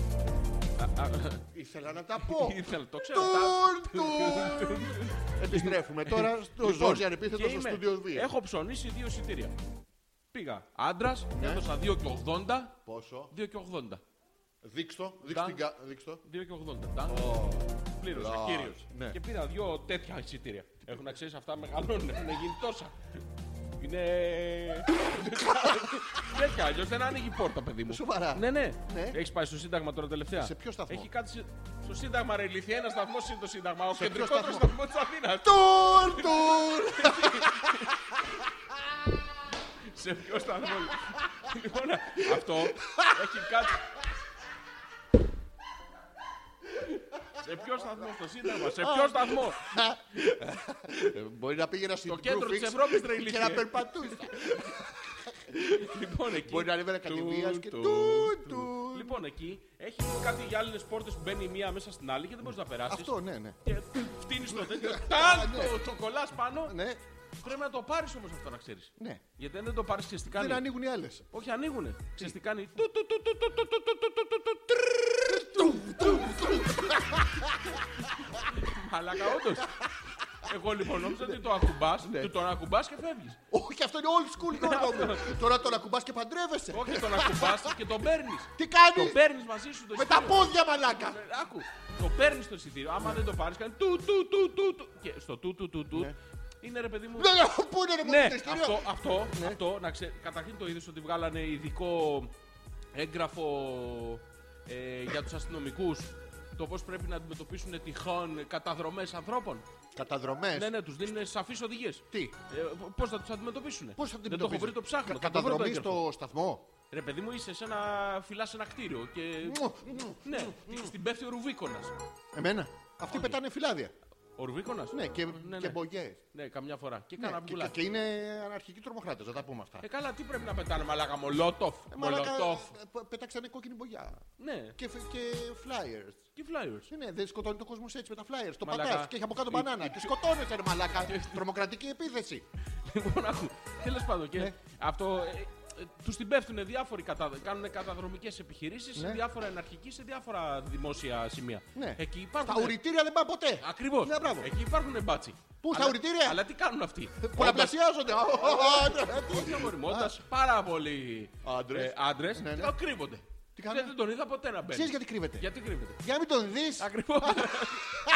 A: Ήθελα να τα πω.
C: Ήθελα, το ξέρω. τα- Λοιπόν,
A: Τουρν, τουρν. Επιστρέφουμε τώρα στο Ζόρζι
C: και
A: ανεπίθετο στο
C: είμαι-
A: στούντιο 2.
C: Έχω ψωνίσει δύο εισιτήρια. Πήγα άντρας, έδωσα 2,80.
A: Πόσο,
C: 2,80.
A: δείξτο,
C: Νταν.
A: δείξτο.
C: 2,80. Τα. Πλήρωσα,
A: Λα,
C: κύριο.
A: ναι.
C: Και πήρα δύο τέτοια εισιτήρια. Έχουν να ξέρεις αυτά μεγαλώνουν, έχουν γίνει τόσα. Είναι. τέτοια, αλλιώς δεν άνοιγε η πόρτα, παιδί μου.
A: Σοβαρά.
C: Ναι, ναι.
A: Ναι.
C: Έχεις πάει στο Σύνταγμα τώρα τελευταία.
A: Σε ποιο σταθμό?
C: Έχει κάτσει. Στο Σύνταγμα, ρε ηλικία, ένα σταθμό είναι το Σύνταγμα. Ο
A: Σε ποιο
C: κεντρικότερο
A: σταθμό?
C: σταθμό της Αθήνας.
A: Τουρν, τουρν.
C: Σε ποιο σταθμό. λοιπόν, αυτό έχει κάτι. Σε ποιο σταθμό, στο Σύνταγμα, σε ποιο σταθμό.
A: Ε, Μπορεί να πήγαινα στην
C: Το κέντρο
A: Blue
C: της
A: Fix
C: Ευρώπης, ρε,
A: Και
C: ηλίθιε.
A: να περπατούσα.
C: Λοιπόν, εκεί.
A: Μπορεί να ανέβαινα κατηδίας και
C: Του,
A: του,
C: του.
A: του.
C: Λοιπόν, εκεί έχει κάτι γυάλινε πόρτες που μπαίνει η μία μέσα στην άλλη και δεν μπορείς να περάσεις.
A: Αυτό, ναι, ναι.
C: Και φτύνεις το τέτοιο. Ταν! το- Το κολλάς πάνω.
A: Ναι,
C: Πρέπει να το πάρεις όμως αυτό να ξέρεις.
A: ναι.
C: Γιατί αν δεν το πάρεις, ξέρεις τι
A: Δεν
C: κάνει.
A: ανοίγουν οι άλλες.
C: Όχι, ανοίγουνε. Ξέρεις τι κάνει. Του, του, του, του, του, του, του, του, του, του, του, του, τρρρρ. Μαλάκα, όντως. Εγώ λοιπόν νόμιζα ότι το ακουμπάς,
A: Ναι.
C: του τον ακουμπάς και φεύγεις.
A: Όχι, αυτό είναι old school Γιώργο μου. Τώρα τον ακουμπάς και παντρεύεσαι.
C: Ναι, Όχι, τον ακουμπάς και τον παίρνεις.
A: Τι
C: Το
A: κάνεις.
C: παίρνεις μαζί σου το
A: Με τα
C: εισιτήριο.
A: πόδια μαλάκα.
C: Ε, Άκου, το παίρνει στο εισιτήριο. Άμα δεν το πάρεις, κάνει του του του του του. Και στο του του του του είναι ρε παιδί μου.
A: Ναι, ναι, Πού είναι ρε
C: Ναι,
A: πολιτιστήριο.
C: αυτό, αυτό,
A: Ναι.
C: αυτό, να ξέρει. Καταρχήν το είδες ότι βγάλανε ειδικό έγγραφο ε, για τους αστυνομικούς. Το πώς πρέπει να αντιμετωπίσουν τυχόν καταδρομές ανθρώπων. Ναι,
A: Καταδρομές.
C: ναι, τους δίνουν σαφείς οδηγίες.
A: Τι.
C: πώς θα τους αντιμετωπίσουν.
A: Πώς θα την
C: Δεν το έχω βρει το ψάχνω. θα το βρω το
A: Καταδρομή
C: έγγραφο.
A: στο σταθμό.
C: Ρε παιδί μου, είσαι σε ένα. φυλά ένα κτίριο και.
A: Μου, μου.
C: ναι, στην πέφτει ο Ρουβίκονας.
A: Εμένα. Αυτοί πετάνε φυλάδια.
C: Ο Ρουβίκονας.
A: Ναι, και,
C: Ε, ναι,
A: και
C: ναι.
A: μπογιές.
C: Ναι, καμιά φορά. Και
A: Ναι,
C: κάνα
A: και,
C: μπουλά.
A: και είναι αναρχικοί τρομοχράτες, να τα πούμε αυτά.
C: Ε, καλά, τι πρέπει να πετάνε, μαλάκα, μολότοφ.
A: Ε, μαλάκα,
C: μολότοφ.
A: ε, πε- Πετάξανε κόκκινη μπογιά.
C: Ναι,
A: Και, φε- και flyers.
C: και flyers.
A: Ε, Ναι, δεν σκοτώνει το κόσμος έτσι με τα flyers. Το
C: Μαλάκα.
A: πατάς και έχει από κάτω μπανάνα. Και σκοτώνεσαι, ρε μαλάκα. Τρομοκρατική επίθεση.
C: Λοιπόν, άκου. Τέλος πάντων, και
A: Ναι.
C: αυτό. Τους την πέφτουν διάφοροι κατα... κάνουν καταδρομικές επιχειρήσεις σε
A: Ναι.
C: διάφορα εναρχική, σε διάφορα δημόσια σημεία.
A: Ναι.
C: Εκεί
A: Στα
C: υπάρχουν.
A: ουρητήρια δεν πάνε ποτέ.
C: Ακριβώς.
A: Ναι, μπράβο. Ναι.
C: Εκεί υπάρχουν μπάτσι.
A: Πού, στα
C: Αλλά-
A: ουρητήρια?
C: Αλλά τι κάνουν αυτοί.
A: Πολλαπλασιάζονται. Α, α, α, τι-
C: Όχι αγοριμώντα πάρα πολλοί
A: Άντρες.
C: ε, άντρες,
A: Ναι, ναι.
C: το κρύβονται.
A: Τι κάνουν?
C: Δεν, δεν τον είδα ποτέ να μπαίνει.
A: Ξέρεις γιατί κρύβεται.
C: Γιατί κρύβεται.
A: Για να μην τον δεις.
C: Ακριβώς.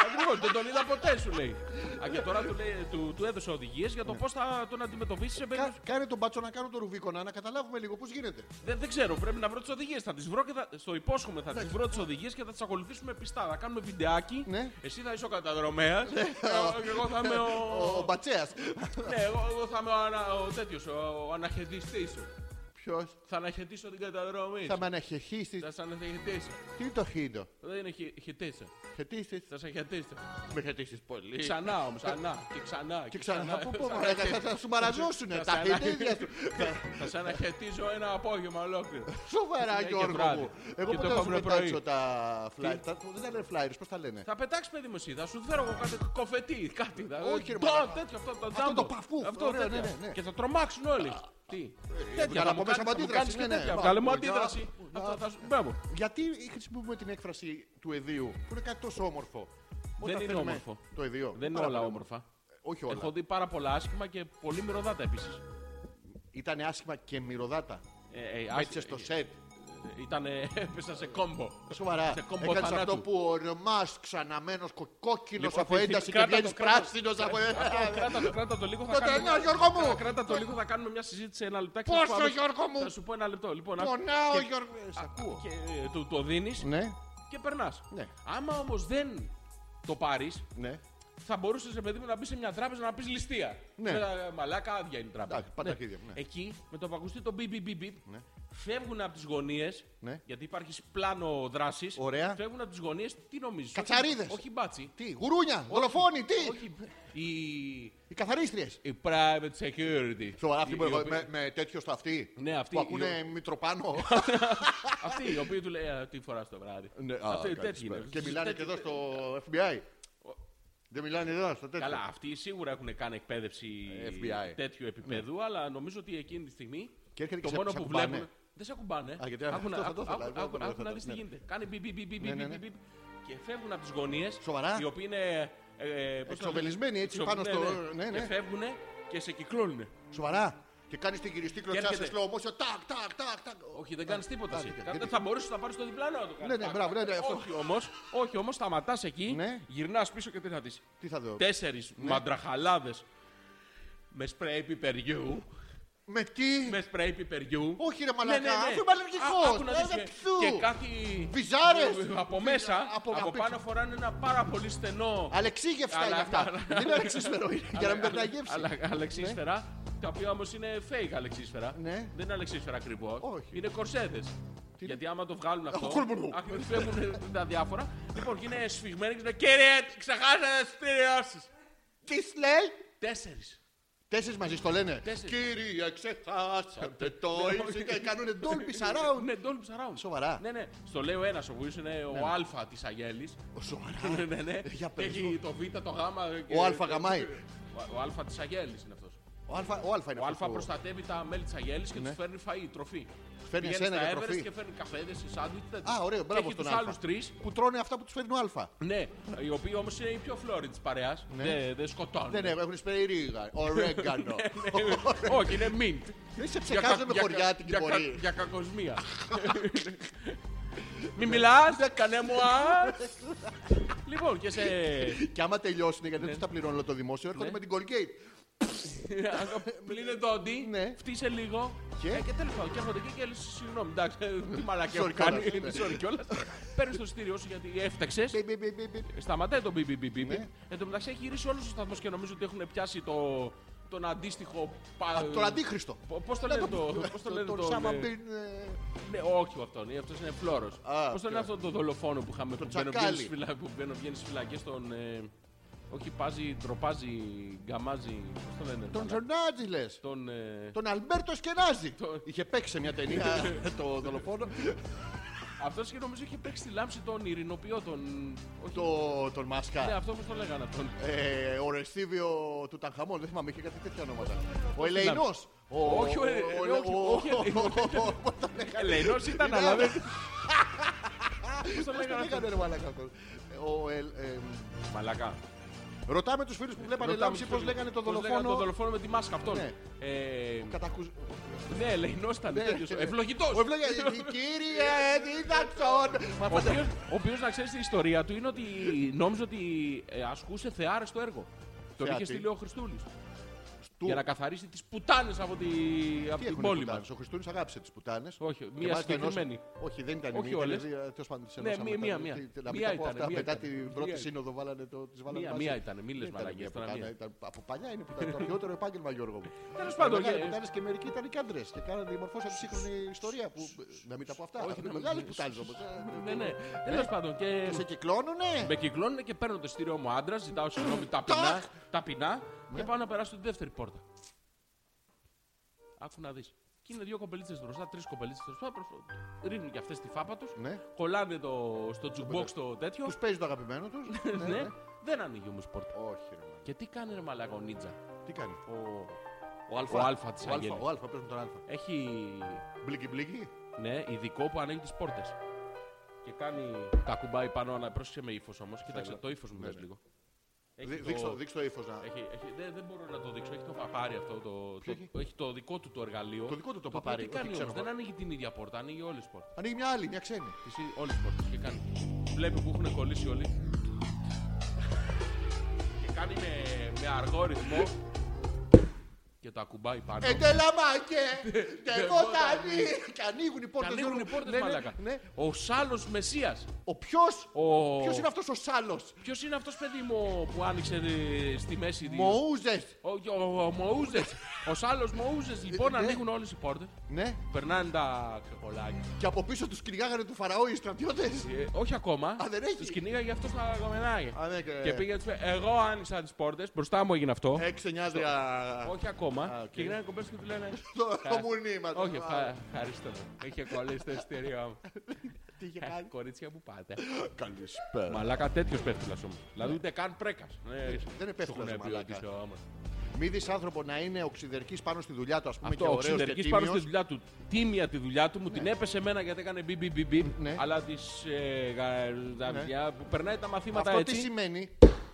C: Ακριβώ. Δεν τον είδα ποτέ, σου λέει. Α, και τώρα του, λέει, του, του έδωσε οδηγίες για
A: Ναι.
C: το πώς θα τον αντιμετωπίσει σε περίπτωση.
A: Κα- Κάνε τον μπάτσο να κάνω τον Ρουβίκονα να καταλάβουμε λίγο πώς γίνεται.
C: Δεν, δεν ξέρω, πρέπει να βρω τις οδηγίες. Θα τις βρω και θα. Στο υπόσχομαι θα τις βρω τις οδηγίες και θα τις ακολουθήσουμε πιστά. Θα κάνουμε βιντεάκι.
A: Ναι.
C: Εσύ θα είσαι ο καταδρομέας. και εγώ θα είμαι
A: Ο
C: ο.
A: Μπατσέας.
C: ναι, εγώ, εγώ θα είμαι ο, ανα... ο τέτοιος, ο, ο αναχαιτιστής σου.
A: Ποιος
C: Θα αναχαιτήσω την καταδρομή.
A: θα
C: σου.
A: με αναχαιτήσεις.
C: Θα σε αναχαιτήσω.
A: Τι είναι το χίντο.
C: Δεν είναι χε- χαιτήσω.
A: Χαιτήσεις.
C: Θα σε χαιτήσω.
A: Με χαιτήσεις πολύ.
C: Ξανά όμως, ξανά και ξανά.
A: Και ξανά από πού μαλάκα, θα- θα σου
C: Θα
A: μαραζώσουνε
C: σε
A: τα
C: ανα-
A: χιτίδια σου.
C: Θα σε αναχαιτήσω ένα απόγευμα ολόκληρο.
A: Σοβαρά
C: Ναι, και
A: Γιώργο
C: βράδυ.
A: μου.
C: Και
A: Εγώ
C: το
A: ποτέ δεν θα σου
C: επόμενο
A: πετάξω
C: πρωί.
A: τα flyers. Τα- Δεν τα λένε flyers, πώς τα λένε.
C: Θα πετάξεις παιδί μου εσύ, θα σου φέρω εγώ κάτι κοφετή, κάτι. θα- Ε,
A: Όχι, ρε
C: το,
A: μαλάκα.
C: τέτοιο, αυτό το
A: Αυτό
C: τζάμπο.
A: το παφού,
C: Αυτό
A: ωραίο,
C: τέτοια.
A: ναι, ναι, ναι.
C: Και θα τρομάξουν όλοι. Τι. Τέτοια.
A: βγάλω
C: θα
A: από
C: μου κάνεις-
A: μέσα μου
C: θα μου
A: αντίδραση,
C: κάνεις και
A: ναι, ναι.
C: τέτοια.
A: Μα,
C: Βγάλε μου
A: μωριά,
C: αντίδραση.
A: μα.
C: Αυτό θα σου- Μπράβο.
A: Γιατί χρησιμοποιούμε την έκφραση του εδίου που είναι κάτι τόσο όμορφο. Όταν
C: είναι
A: θέλουμε
C: όμορφο.
A: Το εδίο.
C: Δεν είναι
A: Πάρα
C: όλα
A: πολύ
C: όμορφα.
A: Όχι όλα.
C: Έχω δει πάρα πολλά άσχημα και πολύ μυρωδάτα επίσης.
A: Ήταν άσχημα και μυρωδάτα.
C: Ε,
A: Έτσι στο σετ.
C: Ήταν. ε, Έπεσα σε κόμπο.
A: Σοβαρά.
C: Σε κόμπο
A: Έκανες
C: θανάτου.
A: αυτό που ο Ρεμά ξαναμένο κόκκινος
C: Λοιπόν,
A: από
C: θυ- θυ-
A: ένταση και
C: κράτα το,
A: βγαίνει
C: κράτα.
A: πράσινος από.
C: Αυτό, Κράτα το, κράτα το λίγο. θα
A: Το
C: κάνουμε-
A: τελειώ, ε, ναι, Γιώργο μου.
C: Κρα- Κράτα το λίγο, θα κάνουμε μια συζήτηση ένα λεπτάκι.
A: Πόσο,
C: Θα σου πω αμέσως-
A: Γιώργο μου?
C: Θα σου πω ένα λεπτό. Λοιπόν, άκου.
A: Πονάω,
C: Και-
A: Γιώργο. Ε, Σ' ακούω.
C: και ε, του το δίνεις
A: Ναι,
C: και περνάς.
A: Ναι.
C: Άμα όμως δεν το πάρεις,
A: ναι.
C: θα μπορούσες ρε παιδί μου να μπεις σε μια τράπεζα να πεις ληστεία.
A: Ναι.
C: Και, ε, μαλάκα, άδεια είναι η τράπεζα.
A: Εντάξει, πάντα αρχίδια, ναι.
C: Εκεί με το που ακουστεί το μπιπ μπιπ μπιπ,
A: Ναι.
C: φεύγουν από τις γωνίες.
A: Ναι.
C: Γιατί υπάρχει πλάνο δράσης.
A: Ωραία.
C: Φεύγουν από τις γωνίες, τι νομίζεις.
A: Κατσαρίδες.
C: Όχι μπάτσι.
A: Τι, γουρούνια, δολοφόνοι, τι.
C: Όχι. Η,
A: Οι καθαρίστριες.
C: η private security.
A: Σοβαρά αυτοί
C: Η-
A: που
C: η
A: εγώ-
C: οποία-
A: με, με τέτοιο στο αυτί.
C: Ναι, αυτοί
A: Που
C: οι
A: ακούνε μητροπάνω.
C: Αυτοί οι οποίοι του λέει «Α, τι φοράς το βράδυ.
A: Ναι, α,
C: Αυτοί οι
A: καλησπέρα.
C: τέτοιοι είναι.
A: Και μιλάνε και
C: Τέτοιοι-
A: εδώ στο FBI. Δεν μιλάνε εδώ στο τέτοιο.
C: Καλά, αυτοί σίγουρα έχουν κάνει εκπαίδευση
A: FBI.
C: τέτοιου επίπεδου, αλλά νομίζω ότι εκείνη τη στιγμή
A: Ναι. Και έρχεται
C: το
A: και σε-
C: μόνο
A: σε
C: που
A: ακουμπάνε.
C: βλέπουν. Δεν σε ακουμπάνε.
A: Α, γιατί
C: Άκου να-
A: αυτό θα το
C: άκου-
A: ήθελα,
C: άκου-
A: εγώ
C: άκου-
A: δεν
C: άκου
A: θα
C: να
A: το-
C: δεις τι
A: ναι.
C: γίνεται. Κάνει μπιπ, μπιπ, μπιπ,
A: Ναι,
C: μπιπ,
A: ναι,
C: μπιπ,
A: ναι.
C: μπιπ. Και φεύγουν από τις γωνίες.
A: Σοβαρά?
C: Οι οποίοι είναι. ε, ε, πώς το-
A: Εξοβελισμένοι έτσι
C: εξοβε-
A: πάνω στο- ναι,
C: Και
A: ναι.
C: φεύγουν και σε κυκλώνουν.
A: Σοβαρά. Και κάνεις την γυριστή κλωτσιά
C: έρχεται.
A: σε slow motion. Τάκ, τάκ, τάκ, τάκ.
C: Όχι, δεν κάνεις τίποτα. εσύ.
A: γιατί-
C: Κα-
A: γιατί-
C: Θα μπορούσες να πάρεις το διπλανό να το κάνεις.
A: Ναι, ναι, μπράβο, ναι, ναι, αυτό.
C: Όχι όμως, όχι όμως, σταματάς εκεί,
A: Ναι.
C: γυρνάς πίσω και τι θα δεις.
A: Τι θα δω.
C: Τέσσερις
A: Ναι.
C: μαντραχαλάδες με σπρέι πιπεριού.
A: Με τι.
C: με σπρέι πιπεριού.
A: Όχι, ρε μαλακά, αφού είμαι αλλεργικός.
C: Ναι, Α, άκου να
A: Ε,
C: δεις,
A: δεν
C: και-
A: πιθού.
C: Και κάτι.
A: Βυζάρες.
C: Από μέσα,
A: Από-
C: από,
A: απ' έξω.
C: πάνω φοράνε ένα πάρα πολύ στενό.
A: Αλεξίγευστα είναι
C: Αλλά-
A: αυτά.
C: αλλά-
A: Δεν είναι αλεξίσφαιρο. είναι, Για να μην περνάει
C: Αλλά,
A: γεύση.
C: αλεξίσφαιρα, τα οποία όμως είναι fake αλεξίσφαιρα.
A: Ναι.
C: Δεν είναι αλεξίσφαιρα ακριβώς.
A: Όχι.
C: Είναι κορσέδες. Γιατί άμα το βγάλουν αυτό.
A: κόλμουλου.
C: αχ, δεν φεύγουν τα διάφορα. λοιπόν, και είναι σφιγμένοι και λένε Κύριε, ξεχάσατε τις τηλεοράσεις.
A: Τις λέει.
C: Τέσσερις.
A: Τέσσερις μαζί το λένε.
C: Τέσσερις. Ναι,
A: Κύριε, ξεχάσατε το
C: όχι.
A: ήλιο. Και κάνουν Dolby surround.
C: Ναι, Dolby Surround.
A: Σοβαρά. Ναι,
C: Ναι, ναι. Στο λέει ο ένας, ο οποίο είναι ο Α της Αγέλης.
A: Σοβαρά.
C: ναι, ναι, ναι.
A: ε, Για
C: Και
A: πες
C: έχει
A: μου.
C: το Β, το Γ. και-
A: Ο Αλφα γαμάει.
C: Ο- Ο Α της Αγέλης είναι αυτό.
A: Ο Αλφα ο Αλφα είναι
C: Ο
A: αυτός
C: Α
A: που-
C: προστατεύει τα μέλη της Αγέλης και
A: Ναι.
C: του φέρνει φαΐ, τροφή.
A: φέρνει
C: Πηγαίνει
A: εσένα
C: στα
A: για
C: Everest
A: τροφή.
C: και φέρνει καφέδες, σάντουιτ.
A: Α, ωραίο,
C: Και
A: μπράβο
C: έχει
A: στον
C: τους
A: Α.
C: άλλους τρεις.
A: Που τρώνε αυτά που τους φέρνει ο Αλφα.
C: Ναι, οι οποίοι όμως είναι οι πιο φλόροι της παρέας. Ναι, Δεν δεν σκοτώνουν.
A: Ναι. Δεν έχουν, έχουν σπέρι ρίγα. Ωραίγκανο.
C: Όχι, είναι mint.
A: Δεν σε
C: Για
A: ψεκάζω
C: κα-
A: με
C: για κα-
A: χωριά την
C: για κα-
A: πορεία.
C: Για κακοσμία. Μη μιλάς, κανέ μου α. Λοιπόν, και σε.
A: Και άμα τελειώσουν, γιατί δεν του τα πληρώνω το δημόσιο, έρχονται
C: Ναι.
A: με την Colgate.
C: Πλύνε το όντι,
A: Ναι.
C: φτύσε λίγο.
A: Και?
C: ε, και τέλος πάντων, και έρχονται εκεί και λες, Συγγνώμη, εντάξει, ε, τι μαλακή έχω
A: Sorry κιόλας,
C: κάνει.
A: ναι.
C: Sorry κιόλας. Παίρνεις το εισιτήριό σου γιατί έφταξες.
A: Μπι, μπι, μπι, μπι, μπι.
C: Σταματάει το BBBB.
A: Ναι.
C: Εν τω μεταξύ έχει γυρίσει όλο ο σταθμό και νομίζω ότι έχουν πιάσει το, τον αντίστοιχο.
A: Α, Τον αντίχριστο.
C: Πώς το λένε το. Πώς το λένε
A: Τον
C: το.
A: Σάμα
C: ναι.
A: Μπιν. ε,
C: Ναι, όχι αυτόν, αυτός είναι φλόρος.
A: Α,
C: Πώς τον
A: ποιο.
C: αυτό το δολοφόνο που είχαμε
A: Τον
C: που μπαίνω-
A: τσακάλι.
C: βγαίνεις στις φυλα- που βγαίνει στι φυλακέ των. ε, Όχι, πάζει, τροπάζει, γκαμάζει. Πώς το λένε,
A: Τον
C: μαλάκα.
A: Τζορνάτζι λες.
C: Τον. ε,
A: Τον Αλμπέρτο Σκεράζη.
C: Το-
A: Είχε παίξει σε μια ταινία το δολοφόνο.
C: Αυτό και νομίζω είχε παίξει τη λάμψη τον ειρηνοποιό. Τον. Όχι,
A: το, τον
C: Ναι,
A: Μάσκα.
C: αυτό πώ το λέγανε αυτόν.
A: Ε, ο Ρεστίβιο του Ταγχαμών. Δεν θυμάμαι, είχε κάτι τέτοια ονόματα. Ο Ελεηνό.
C: Όχι, ο Ε- όχι, όχι, Ελεηνό Ε, ήταν, αλλά δεν. Πώς το λέγανε αυτό.
A: Ο Ελ- ε,
C: Μαλακά.
A: Ρωτάμε τους φίλους που βλέπανε
C: Ρωτάμε
A: λάμψη
C: τους
A: πώς
C: φίλους.
A: λέγανε το
C: Πώς λέγανε τον
A: δολοφόνο.
C: δολοφόνο με τη μάσκα αυτόν.
A: Ναι.
C: Ε,
A: Κατακουζ-
C: Ναι, ελεηνό ήταν.
A: Ναι.
C: τέτοιος. Ευλογητός.
A: Ο Ευλογία- Κύριε δίδαξον. Μα
C: Ο
A: πάντα-
C: οποίος- Ο οποίος, να ξέρεις, η ιστορία του είναι ότι νόμιζε ότι ε, ασκούσε θεάρε στο έργο. Τον
A: Θεά
C: είχε
A: τι?
C: στείλει ο Χριστούλης.
A: Του-
C: Για να καθαρίσει τις πουτάνες από, τη, από
A: Τι
C: την
A: έχουνε οι
C: πόλη
A: πουτάνες,
C: μας.
A: Ο Χριστούνης αγάπησε τις πουτάνες.
C: Όχι,
A: Και
C: μία
A: μάλιστα ενός-
C: συγκεκριμένη.
A: Όχι, δεν ήταν η
C: Όχι
A: μία.
C: όλες.
A: δηλαδή, τέλος πάντων, τις
C: Ναι,
A: ενώσαμε
C: μία,
A: τα-
C: μία,
A: τι-
C: μία.
A: τι- Να μην
C: Μία
A: τα πω
C: ήταν,
A: αυτά.
C: μία
A: Μετά
C: ήταν.
A: την πρώτη
C: Μία
A: σύνοδο βάλανε το. τις βάλανε
C: Μία-
A: μαζί.
C: μία ήτανε, μη
A: Δεν
C: λες
A: ήτανε
C: μαλακίες,
A: μία
C: τώρα
A: πουτάνα,
C: μία.
A: ήταν Από παλιά είναι πουτάνα. Το αρχαιότερο επάγγελμα, Γιώργο μου.
C: Τέλος πάντων,
A: Μεγάλες
C: ε,
A: πουτάνες και μερικοί ήταν και άντρες και κάνανε διαμορφώσαν τη σύγχρονη ιστορία. Που, να μην τα πω αυτά.
C: Όχι,
A: είναι
C: ναι,
A: μεγάλες
C: ναι.
A: πουτάνες όμως. ε,
C: Ναι, ναι. Τέλος πάντων. Και
A: Σε κυκλώνουνε.
C: με κυκλώνουν και παίρνω το στήριό μου άντρα, ζητάω συγγνώμη ταπεινά,
A: Ταχ!
C: ταπεινά και
A: Ναι.
C: πάω να περάσω την δεύτερη πόρτα. Άκου να δεις. Και είναι δύο κομπελίτσες μπροστά, τρεις κομπελίτσες μπροστά. προσ- Ρίχνουν και αυτές τη φάπα τους.
A: Ναι.
C: Κολλάνε το, στο τζουμπόξ το τέτοιο.
A: Τους παίζει το αγαπημένο τους. Ναι,
C: ναι,
A: ναι.
C: δεν ανοίγει όμως πόρτα.
A: Όχι, ρε, μάνα.
C: Και τι κάνει ρε μαλάκα ο Νίτζα.
A: Τι κάνει.
C: Ο,
A: Ο
C: ο Αλφα της
A: Ο Αλφα,
C: Αγγέλης.
A: ο Αλφα, πες μου τον Αλφα.
C: Έχει
A: Μπλίκι, μπλίκι.
C: ναι, ειδικό που ανοίγει τις πόρτες. Και κάνει. Τα κουμπάει πάνω, να πρόσεξε με ύφος όμως. Κοίταξε το ύφος μου,
A: Ναι,
C: πες
A: ναι.
C: λίγο.
A: Δεί- δείξ' το- Δείξ' το ύφος να...
C: Έχει, έχει, δεν, δεν μπορώ να το δείξω. Έχει το παπάρι αυτό. Το, το,
A: Ποιο έχει?
C: έχει το δικό του το εργαλείο.
A: Το δικό του το
C: οποίο
A: παπάρι,
C: Τι
A: όχι,
C: κάνει
A: ξέρω
C: όμως.
A: εγώ.
C: Δεν ανοίγει την ίδια πόρτα, ανοίγει όλες τις πόρτες.
A: Ανοίγει μια άλλη, μια ξένη.
C: Τις ί- όλες τις πόρτες και κάνει. Βλέπει που έχουν κολλήσει όλοι. και κάνει με, με αργό ρυθμό. και τα ακουμπάει πάνω.
A: Ε, τελαμάκε!
C: Τεγότανη!
A: Τεγότανη! Και ανοίγουν οι
C: και
A: πόρτες.
C: ανοίγουν οι
A: Γιώργο.
C: πόρτες,
A: Ναι, ναι,
C: μαλάκα.
A: ναι.
C: Ο Σάλος Μεσσίας.
A: Ο ποιος,
C: Ο...
A: ποιος είναι αυτός ο Σάλος.
C: Ποιος είναι αυτός, παιδί μου, που άνοιξε ε, στη μέση της-
A: Μοούζες.
C: Ο, ο, ο Μοούζες. ο Σάλος Μοούζες. Λοιπόν,
A: ναι.
C: ανοίγουν όλες οι πόρτες.
A: Ναι.
C: Περνάνε τα ξεκολάκια.
A: Και από πίσω τους κυνηγάγανε του φαραώ οι στρατιώτες.
C: Ε, όχι ακόμα.
A: Α, δεν έχει.
C: Τους κυνήγαγε αυτός τα κομμενάγια.
A: Α, ναι, και-
C: Και πήγε να τους πει, εγώ άνοιξα τις πόρτες, μπροστά μου έγινε αυτό.
A: Έξι νιάδρια.
C: Όχι ακόμα.
A: Α, οκ.
C: Και γυρνάνε οι κομπές και του λένε.
A: Το
C: «Χα-
A: το μουνί μας.
C: Όχι, ε.
A: Α,
C: ευχα- ευχαριστώ. Είχε κολλήσει το εισιτήριό μου.
A: Τι είχε
C: Ε,
A: κάνει.
C: Κορίτσια που πάτε.
A: Καλησπέρα.
C: Μαλάκα ε. τέτοιος πέφτυλας όμως.
A: Ναι.
C: Δηλαδή ούτε καν πρέκας.
A: δεν είναι πέφτυλας, μαλάκα.
C: όμως.
A: Μη δεις άνθρωπο να είναι οξυδερκής πάνω στη δουλειά του, ας πούμε, και
C: Αυτό ο
A: ωραίος και
C: ξεντερική πάνω στη
A: τίμιος.
C: δουλειά του. Τίμια τη δουλειά του, μου την έπεσε εμένα γιατί έκανε μπι μπι μπι μπι.
A: Ναι.
C: Αλλά της γαρδαβιά που περνάει τα μαθήματα
A: Αυτό τι
C: έτσι.
A: σημαίνει.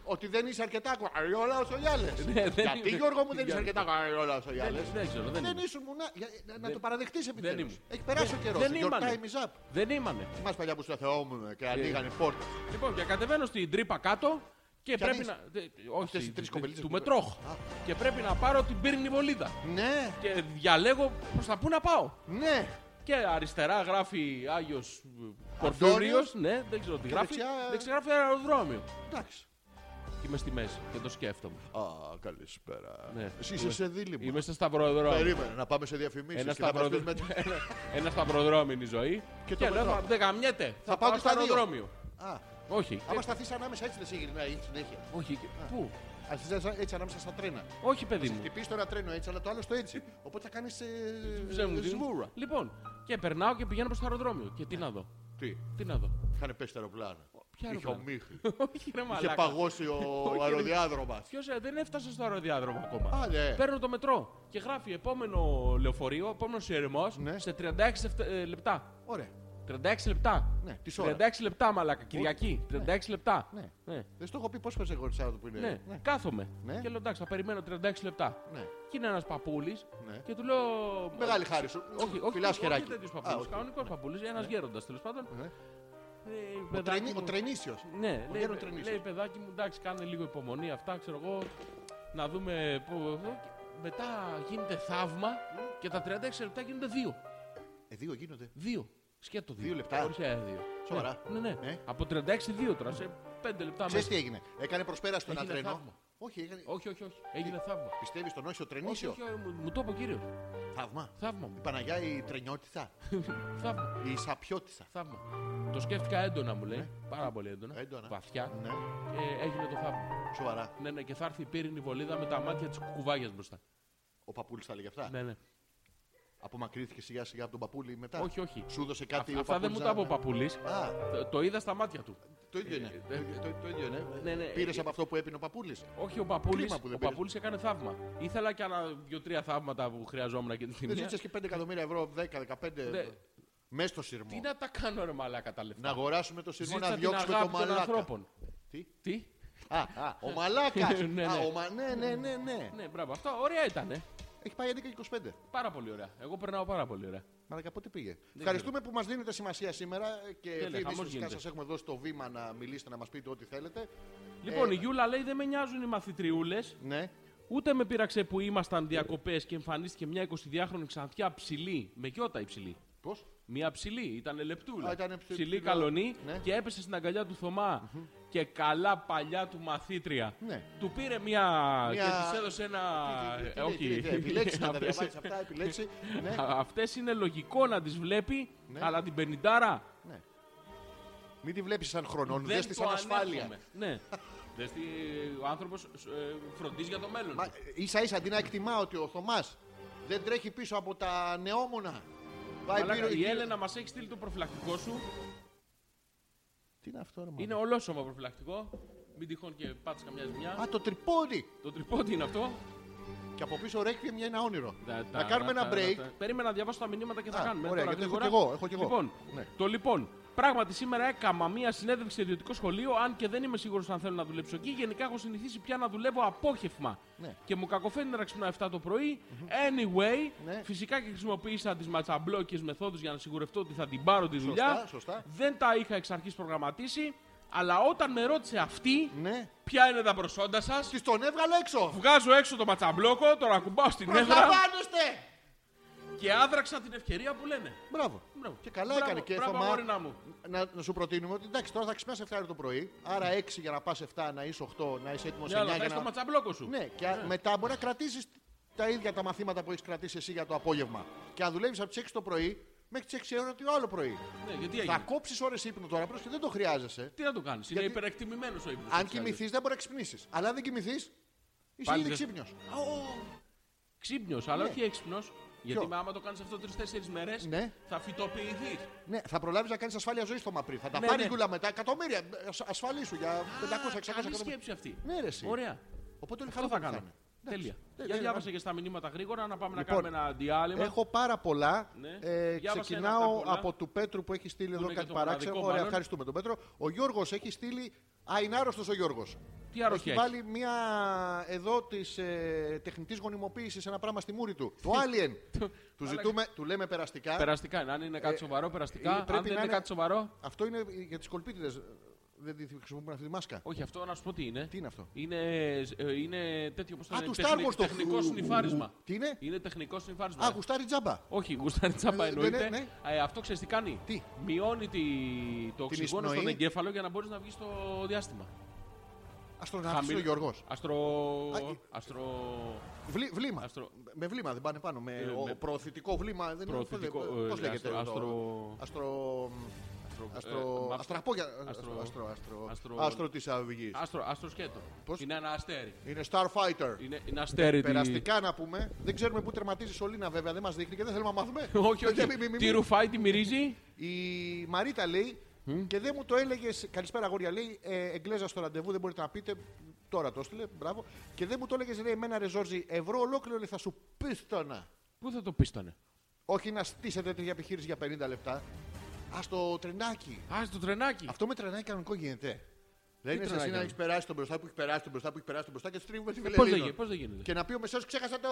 A: Ότι δεν είσαι αρκετά κουαριόλα όσο οι άλλες.
C: Ναι, δεν
A: Γιατί
C: είμαι.
A: Γιώργο μου δεν είσαι
C: Γιατί-
A: αρκετά κουαριόλα όσο οι
C: Δεν-
A: άλλες.
C: Δεν ξέρω, δεν
A: Δεν
C: είμαι.
A: ήσουν μουνά. για- να- Να το παραδεχτείς επιτέλους.
C: ήμουν.
A: Έχει περάσει ο
C: Δεν-
A: καιρός.
C: δεν
A: Your
C: ήμανε.
A: time is up.
C: Δεν ήμανε.
A: Θυμάσαι παλιά που στο θεόμουν και ανοίγανε πόρτες.
C: Λοιπόν, και κατεβαίνω στην τρύπα κάτω και
A: Κι
C: πρέπει
A: ανείς.
C: να. δε- Όχι,
A: Αυτές οι
C: τη-
A: τρεις
C: τη-
A: κοπελίτσες
C: του
A: που-
C: μετρόχ.
A: Α.
C: Και πρέπει να πάρω την πύρνη βολίδα.
A: Ναι,
C: Και διαλέγω προς τα πού να πάω.
A: ναι.
C: Και αριστερά γράφει Άγιος Πορφύριο.
A: Αντώνιος.
C: Ναι, δεν ξέρω τι γράφει.
A: δεξιά, ε,
C: Δεξιά γράφει αεροδρόμιο.
A: Εντάξει.
C: Και είμαι στη μέση και το σκέφτομαι.
A: Α, καλησπέρα.
C: Ναι.
A: Εσύ είσαι σε δίλημα.
C: Είμαι στο σταυροδρόμι.
A: Περίμενε να πάμε σε διαφημίσεις.
C: Ένα
A: και θα μας πεις
C: σταυροδρόμι.
A: μετά.
C: Ένα σταυροδρόμι είναι η ζωή.
A: Και
C: Και,
A: το
C: λέω,
A: μετρό.
C: δεν γαμιέται. Θα,
A: πάω
C: πάω
A: και
C: στο
A: στα δύο.
C: αεροδρόμιο.
A: Α,
C: Όχι.
A: Άμα
C: Ε,
A: σταθείς ανάμεσα έτσι δεν σε γυρνάει συνέχεια.
C: Όχι. Πού.
A: Αρχίζει έτσι ανάμεσα στα τρένα.
C: Όχι, παιδί
A: Σε
C: μου.
A: χτυπήσει το ένα τρένο έτσι, αλλά το άλλο στο έτσι. Οπότε θα κάνεις.
C: Ψέμα.
A: Ε, Σβούρα.
C: Λοιπόν, και περνάω και πηγαίνω προς το αεροδρόμιο. Και τι να δω.
A: Τι,
C: Τι να δω.
A: είχαν πέσει τα αεροπλάνα.
C: Ποια
A: Είχε ο
C: αεροπλάνα?
A: Μίχη.
C: Όχι, ρε
A: Είχε
C: μαλάκα.
A: παγώσει ο
C: ρε.
A: αεροδιάδρομο.
C: Ποιος, ε, δεν έφτασα στο αεροδιάδρομο ακόμα.
A: Α, ναι.
C: Παίρνω το μετρό και γράφει επόμενο λεωφορείο, επόμενος σειρμό
A: Ναι.
C: σε 36 εφτα- ε, λεπτά.
A: Ωραία.
C: 36 λεπτά.
A: Ναι, της ώρας.
C: 36 λεπτά, μαλάκα. Κυριακή. 36 λεπτά.
A: Ναι.
C: Ναι.
A: Δεν στο έχω πει πώ παίζει εγώ Σάββατο που είναι.
C: Ναι. Κάθομαι.
A: Ναι.
C: Και λέω εντάξει, θα περιμένω 36 λεπτά.
A: Ναι.
C: Και είναι ένας παππούλης
A: Ναι.
C: και του λέω.
A: Μεγάλη χάρη σου.
C: Όχι, όχι,
A: Φιλάς
C: όχι,
A: χεράκι.
C: όχι τέτοιος
A: Α,
C: παππούλης.
A: όχι.
C: Κανονικός παππούλης, ένας γέροντας τέλος πάντων.
A: Ναι.
C: Ε,
A: Ο,
C: παιδάκι
A: τρενί, ο
C: μου-
A: τρενήσιος.
C: ναι, λέει,
A: Γέρο Τρενήσιος.
C: λέει, παιδάκι μου, εντάξει, κάνε λίγο υπομονή αυτά, ξέρω εγώ, να δούμε πού... εδώ». Και Μετά γίνεται θαύμα και τα 36 λεπτά γίνονται δύο.
A: Ε, δύο γίνονται.
C: Δύο. Σκέτο δύο.
A: Δύο λεπτά.
C: Όχι, ε, δύο.
A: Σοβαρά.
C: Ναι, ναι. ναι.
A: Ναι.
C: Από 36 δύο τώρα, σε 5 λεπτά
A: Ξέρεις
C: μέσα.
A: τι έγινε. Έκανε προσπέρα στο ένα
C: Έγινε
A: τρένο.
C: θαύμα.
A: Όχι, έγινε.
C: Όχι, όχι, όχι. Έγινε θαύμα.
A: Πιστεύεις τον όχι ο
C: Όχι,
A: τρενίσιο.
C: όχι, όχι, μου, μου το είπε ο κύριος.
A: Θαύμα.
C: Θαύμα μου.
A: Η Παναγιά
C: Ναι.
A: η τρενιότητα.
C: θαύμα.
A: Η σαπιότητα.
C: θαύμα. Το σκέφτηκα έντονα, μου λέει. Πάρα πολύ έντονα.
A: Ναι. Έντονα.
C: Βαθιά.
A: Ναι,
C: Ε, έγινε το θαύμα.
A: σοβαρά.
C: Ναι, ναι, και θα έρθει η πύρινη βολίδα με τα μάτια της κουκουβάγια μπροστά.
A: Ο παππούλη τα λέγε αυτά.
C: Ναι, ναι.
A: Απομακρύνθηκε σιγά σιγά από τον παππούλη μετά.
C: Όχι, όχι.
A: Σου έδωσε κάτι.
C: Αυτά-
A: ο
C: Αυτά δεν μου
A: παππούλης
C: τα είπε ο
A: να-
C: παππούλη.
A: Α,
C: Το είδα στα μάτια του.
A: το ίδιο είναι.
C: Ε,
A: Το- το- Το ίδιο είναι.
C: Ναι, ναι.
A: Πήρες από αυτό που έπινε ο παππούλη.
C: Όχι, ο παππούλη
A: ε, Κρίμα που δεν
C: ο
A: πήρες.
C: παππούλης έκανε θαύμα. Ήθελα και άλλα δύο-τρία θαύματα που χρειαζόμουν και τη
A: Δεν
C: θυμία.
A: ζήτησες και 5 εκατομμύρια ευρώ, 10-15.
C: Ναι.
A: Μέσα στο σειρμό.
C: Τι να τα κάνω, ρε Μαλάκα τα λεφτά.
A: Να αγοράσουμε το σειρμό, να
C: Ζήτησα την
A: διώξουμε το
C: αγάπη των
A: μαλάκα.
C: ανθρώπων.
A: Τι?
C: Τι?
A: Α, α, ο μαλάκα.
C: Ναι, ναι.
A: ναι, ναι, ναι, ναι.
C: Ναι, μπράβο. Αυτά ωραία ήταν.
A: Έχει πάει 11-25.
C: Πάρα πολύ ωραία. Εγώ περνάω πάρα πολύ ωραία.
A: Μαλάκα, πότε πήγε. Ευχαριστούμε που μας δίνετε σημασία σήμερα και
C: Τέλεια,
A: ευθύντες,
C: χαμός
A: φυσικά
C: γίνεται.
A: σας έχουμε δώσει το βήμα να μιλήσετε, να μας πείτε ό,τι θέλετε.
C: Λοιπόν,
A: Ε,
C: η Γιούλα λέει δεν με νοιάζουν οι μαθητριούλες.
A: Ναι.
C: Ούτε με πείραξε που ήμασταν διακοπές και εμφανίστηκε μια 22χρονη ξανθιά ψηλή. Με γιώτα η ψηλή.
A: Πώς.
C: Μια ψηλή, ήταν λεπτούλα.
A: Α, ήτανε ψη-
C: ψηλή
A: ψηλό.
C: καλονή
A: Ναι.
C: και έπεσε στην αγκαλιά του θωμα Και καλά παλιά του μαθήτρια.
A: Ναι.
C: Του πήρε μια.
A: Μια-
C: και της έδωσε ένα. Ε, όχι.
A: Επιλέξεις να τα διαβάσεις αυτά, επιλέξεις. Ναι,
C: Αυτές είναι λογικό να τις βλέπει,
A: Ναι.
C: αλλά την πενιντάρα
A: ναι. Μην τη βλέπεις σαν χρονών,
C: δεν
A: δες τη
C: το
A: ανασφάλεια.
C: ανέχομαι. Ναι. Δες τι ο άνθρωπος φροντίζει για το μέλλον.
A: Μα ίσα ίσα αντί να εκτιμά ότι ο Θωμάς δεν τρέχει πίσω από τα νεόμονα. Πάει
C: Μαλάκα,
A: πύρο-
C: η Έλενα μας έχει στείλει το προφυλακτικό σου.
A: Τι είναι αυτό, ρε, μάνα?
C: Είναι ολόσωμα προφυλακτικό. Μην τυχόν και πάτσε καμιά ζημιά.
A: Α, το τρυπόδι!
C: Το τριπότι είναι αυτό.
A: Και από πίσω ρέκβιεμ για ένα όνειρο.
C: Τα- τα-
A: να κάνουμε
C: τα-
A: ένα
C: τα-
A: break.
C: τα- Περίμενα να διαβάσω τα μηνύματα και θα
A: Α,
C: κάνουμε.
A: ωραία,
C: τώρα
A: γιατί έχω
C: γρήγορα.
A: κι εγώ, έχω κι εγώ.
C: Λοιπόν,
A: Ναι.
C: το λοιπόν. Πράγματι, σήμερα έκανα μία συνέντευξη σε ιδιωτικό σχολείο, αν και δεν είμαι σίγουρος αν θέλω να δουλέψω εκεί. Γενικά, έχω συνηθίσει πια να δουλεύω απόγευμα.
A: Ναι.
C: Και μου κακοφαίνει να ξυπνάω 7 το πρωι Anyway,
A: Ναι.
C: φυσικά και χρησιμοποίησα τις ματσαμπλόκε μεθόδους για να σιγουρευτώ ότι θα την πάρω τη δουλειά.
A: σωστά.
C: Δεν τα είχα εξ αρχής προγραμματίσει. Αλλά όταν με ρώτησε αυτή,
A: Ναι.
C: ποια είναι τα προσόντα σας,
A: Της τον έβγαλε έξω.
C: βγάζω έξω το ματσαμπλόκο, τον ακουμπάω στην έδρα.
A: Προσλαμβάνεστε!
C: Και άδραξα την ευκαιρία που λένε.
A: Μπράβο.
C: Μπράβο.
A: Και καλά
C: Μπράβο,
A: έκανε και
C: μπράβο,
A: Θωμά,
C: αγόρινά μου.
A: Να, να σου προτείνουμε ότι εντάξει, τώρα θα ξυπνάς 7 το πρωί, άρα 6 για να πας 7, να είσαι 8, να είσαι έτοιμος 9
C: Ναι, αλλά
A: για
C: θα είσαι το
A: να.
C: ματσαμπλόκο σου.
A: Ναι, και μετά μπορεί να κρατήσεις τα ίδια τα μαθήματα που έχεις κρατήσει εσύ για το απόγευμα. Και να δουλεύεις από τις 6 το πρωί μέχρι τις 6 ώρα το άλλο πρωί.
C: Ναι, γιατί
A: Θα
C: έγινε.
A: κόψεις ώρες ύπνου τώρα, πρόσεχε, δεν το χρειάζεσαι.
C: Τι να το κάνεις, είναι
A: Γιατί-
C: υπερεκτιμημένος ο ύπνος.
A: Αν κοιμηθεί, δεν μπορεί να ξυπνήσεις. Αλλά αν δεν κοιμηθείς, είσαι
C: Πάλι
A: ήδη
C: δεν-
A: ξύπνιος.
C: Ξύπνιος, αλλά
A: Ναι.
C: όχι έξυπνος. Γιατί με άμα το κάνεις αυτό τρει-τέσσερι μέρες,
A: Ναι.
C: θα φυτοποιηθεί.
A: Ναι, θα προλάβεις να κάνεις ασφάλεια ζωής στο μαπρί. Θα τα
C: Ναι,
A: πάρεις
C: ναι.
A: δούλα μετά εκατομμύρια. ε, ασ- Ασφαλή σου για 500-600
C: Καλή
A: εκατομμύρια.
C: σκέψη αυτή.
A: Ναι, ρε, εσύ.
C: Ωραία.
A: Οπότε είναι
C: Αυτό
A: καλό
C: θα
A: που θα
C: κάνω.
A: είναι.
C: Τέλεια.
A: Τέλεια,
C: Για διάβασα
A: ναι.
C: και στα μηνύματα γρήγορα να πάμε να
A: Λοιπόν,
C: κάνουμε ένα διάλειμμα.
A: Έχω πάρα πολλά.
C: Ναι.
A: Ε,
C: Διάβασε ένα από τα
A: ξεκινάω
C: πολλά.
A: από του Πέτρου που έχει στείλει εδώ
C: είναι και
A: κάτι
C: το μοναδικό,
A: παράξενο. Ωραία,
C: μάλλον.
A: ευχαριστούμε τον Πέτρο. Ο Γιώργος έχει στείλει. Α, είναι άρρωστο ο Γιώργος.
C: Τι αρρωστή
A: Έχει
C: έχεις.
A: βάλει μια εδώ της ε, τεχνητής γονιμοποίησης ένα πράγμα στη μούρη του. Το Alien. του, ζητούμε, του λέμε περαστικά.
C: Περαστικά είναι. Αν είναι κάτι σοβαρό, περαστικά.
A: ε,
C: Αν
A: πρέπει
C: δεν
A: να
C: είναι
A: είναι-
C: κάτι σοβαρό.
A: Αυτό είναι για τις κολπίτιδες. Δεν τη χρησιμοποιούν αυτή τη μάσκα.
C: Όχι, αυτό να σου πω τι είναι.
A: Τι είναι αυτό.
C: Είναι, ε, είναι τέτοιο πώ το
A: Α,
C: λένε,
A: του Star
C: τεχνη-
A: Wars το
C: Τεχνικό
A: φου-
C: συνυφάρισμα.
A: Τι είναι?
C: Είναι τεχνικό συνυφάρισμα.
A: Α, γουστάρι τζάμπα.
C: Όχι, γουστάρι τσάμπα
A: Ε, δεν είναι,
C: εννοείται.
A: ναι.
C: Ε, αυτό ξέρεις τι κάνει.
A: Τι?
C: Μειώνει τη, το οξυγόνο
A: εισπνοή.
C: στον εγκέφαλο για να μπορείς να βγεις στο διάστημα.
A: Αστροναύτη ο Γιώργος.
C: Αστρο.
A: Α, ε.
C: Αστρο.
A: βλήμα.
C: Αστρο-
A: Με βλήμα δεν πάνε πάνω. Με,
C: Ε,
A: ο,
C: με-
A: προωθητικό βλήμα. Δεν
C: Προωθητικό, ε,
A: Πώ
C: ναι,
A: λέγεται.
C: αστρο-
A: το-
C: αστρο-
A: Αστρο.
C: ε,
A: Αστρο.
C: μα-
A: Αστραπόγια.
C: αστρο-
A: Αστρο. Αστρο.
C: αστρο-
A: Άστρο της Αυγή.
C: Άστρο, άστρο σκέτο.
A: Πώς?
C: Είναι ένα αστέρι.
A: Είναι Starfighter.
C: Είναι, είναι αστέρι. τη-
A: Περαστικά να πούμε. Δεν ξέρουμε πού τερματίζει η Σολίνα βέβαια. Δεν μας δείχνει και δεν θέλουμε να μάθουμε. Ε,
C: όχι, όχι.
A: Μη- μη- μη- μη-
C: Τι ρουφάει, τι μυρίζει.
A: Η Μαρίτα λέει και δεν μου το έλεγες. Καλησπέρα, αγόρια λέει. Ε, Εγγλέζα στο ραντεβού, δεν μπορείτε να πείτε. Τώρα το έστειλε, μπράβο. Και δεν μου το έλεγες, λέει, εμένα ρε Ζόρζι, ευρώ ολόκληρο λέει, θα σου πίστονα.
C: Πού θα το πίστανε.
A: Όχι να στήσετε τέτοια επιχείρηση για 50 λεπτά. Ας το τρενάκι.
C: Ας, στο τρενάκι.
A: Αυτό με τρενάκι κανονικό γίνεται. Δεν είναι
C: τρενάκι
A: εσύ να
C: είναι?
A: έχεις περάσει τον μπροστά που έχεις περάσει τον μπροστά που έχεις περάσει τον μπροστά και στρίβουμε τη
C: Πώ δεν,
A: βελελίδα.
C: γι- πώς δεν γίνεται.
A: Και να πει ο μεσαίο ξέχασα το.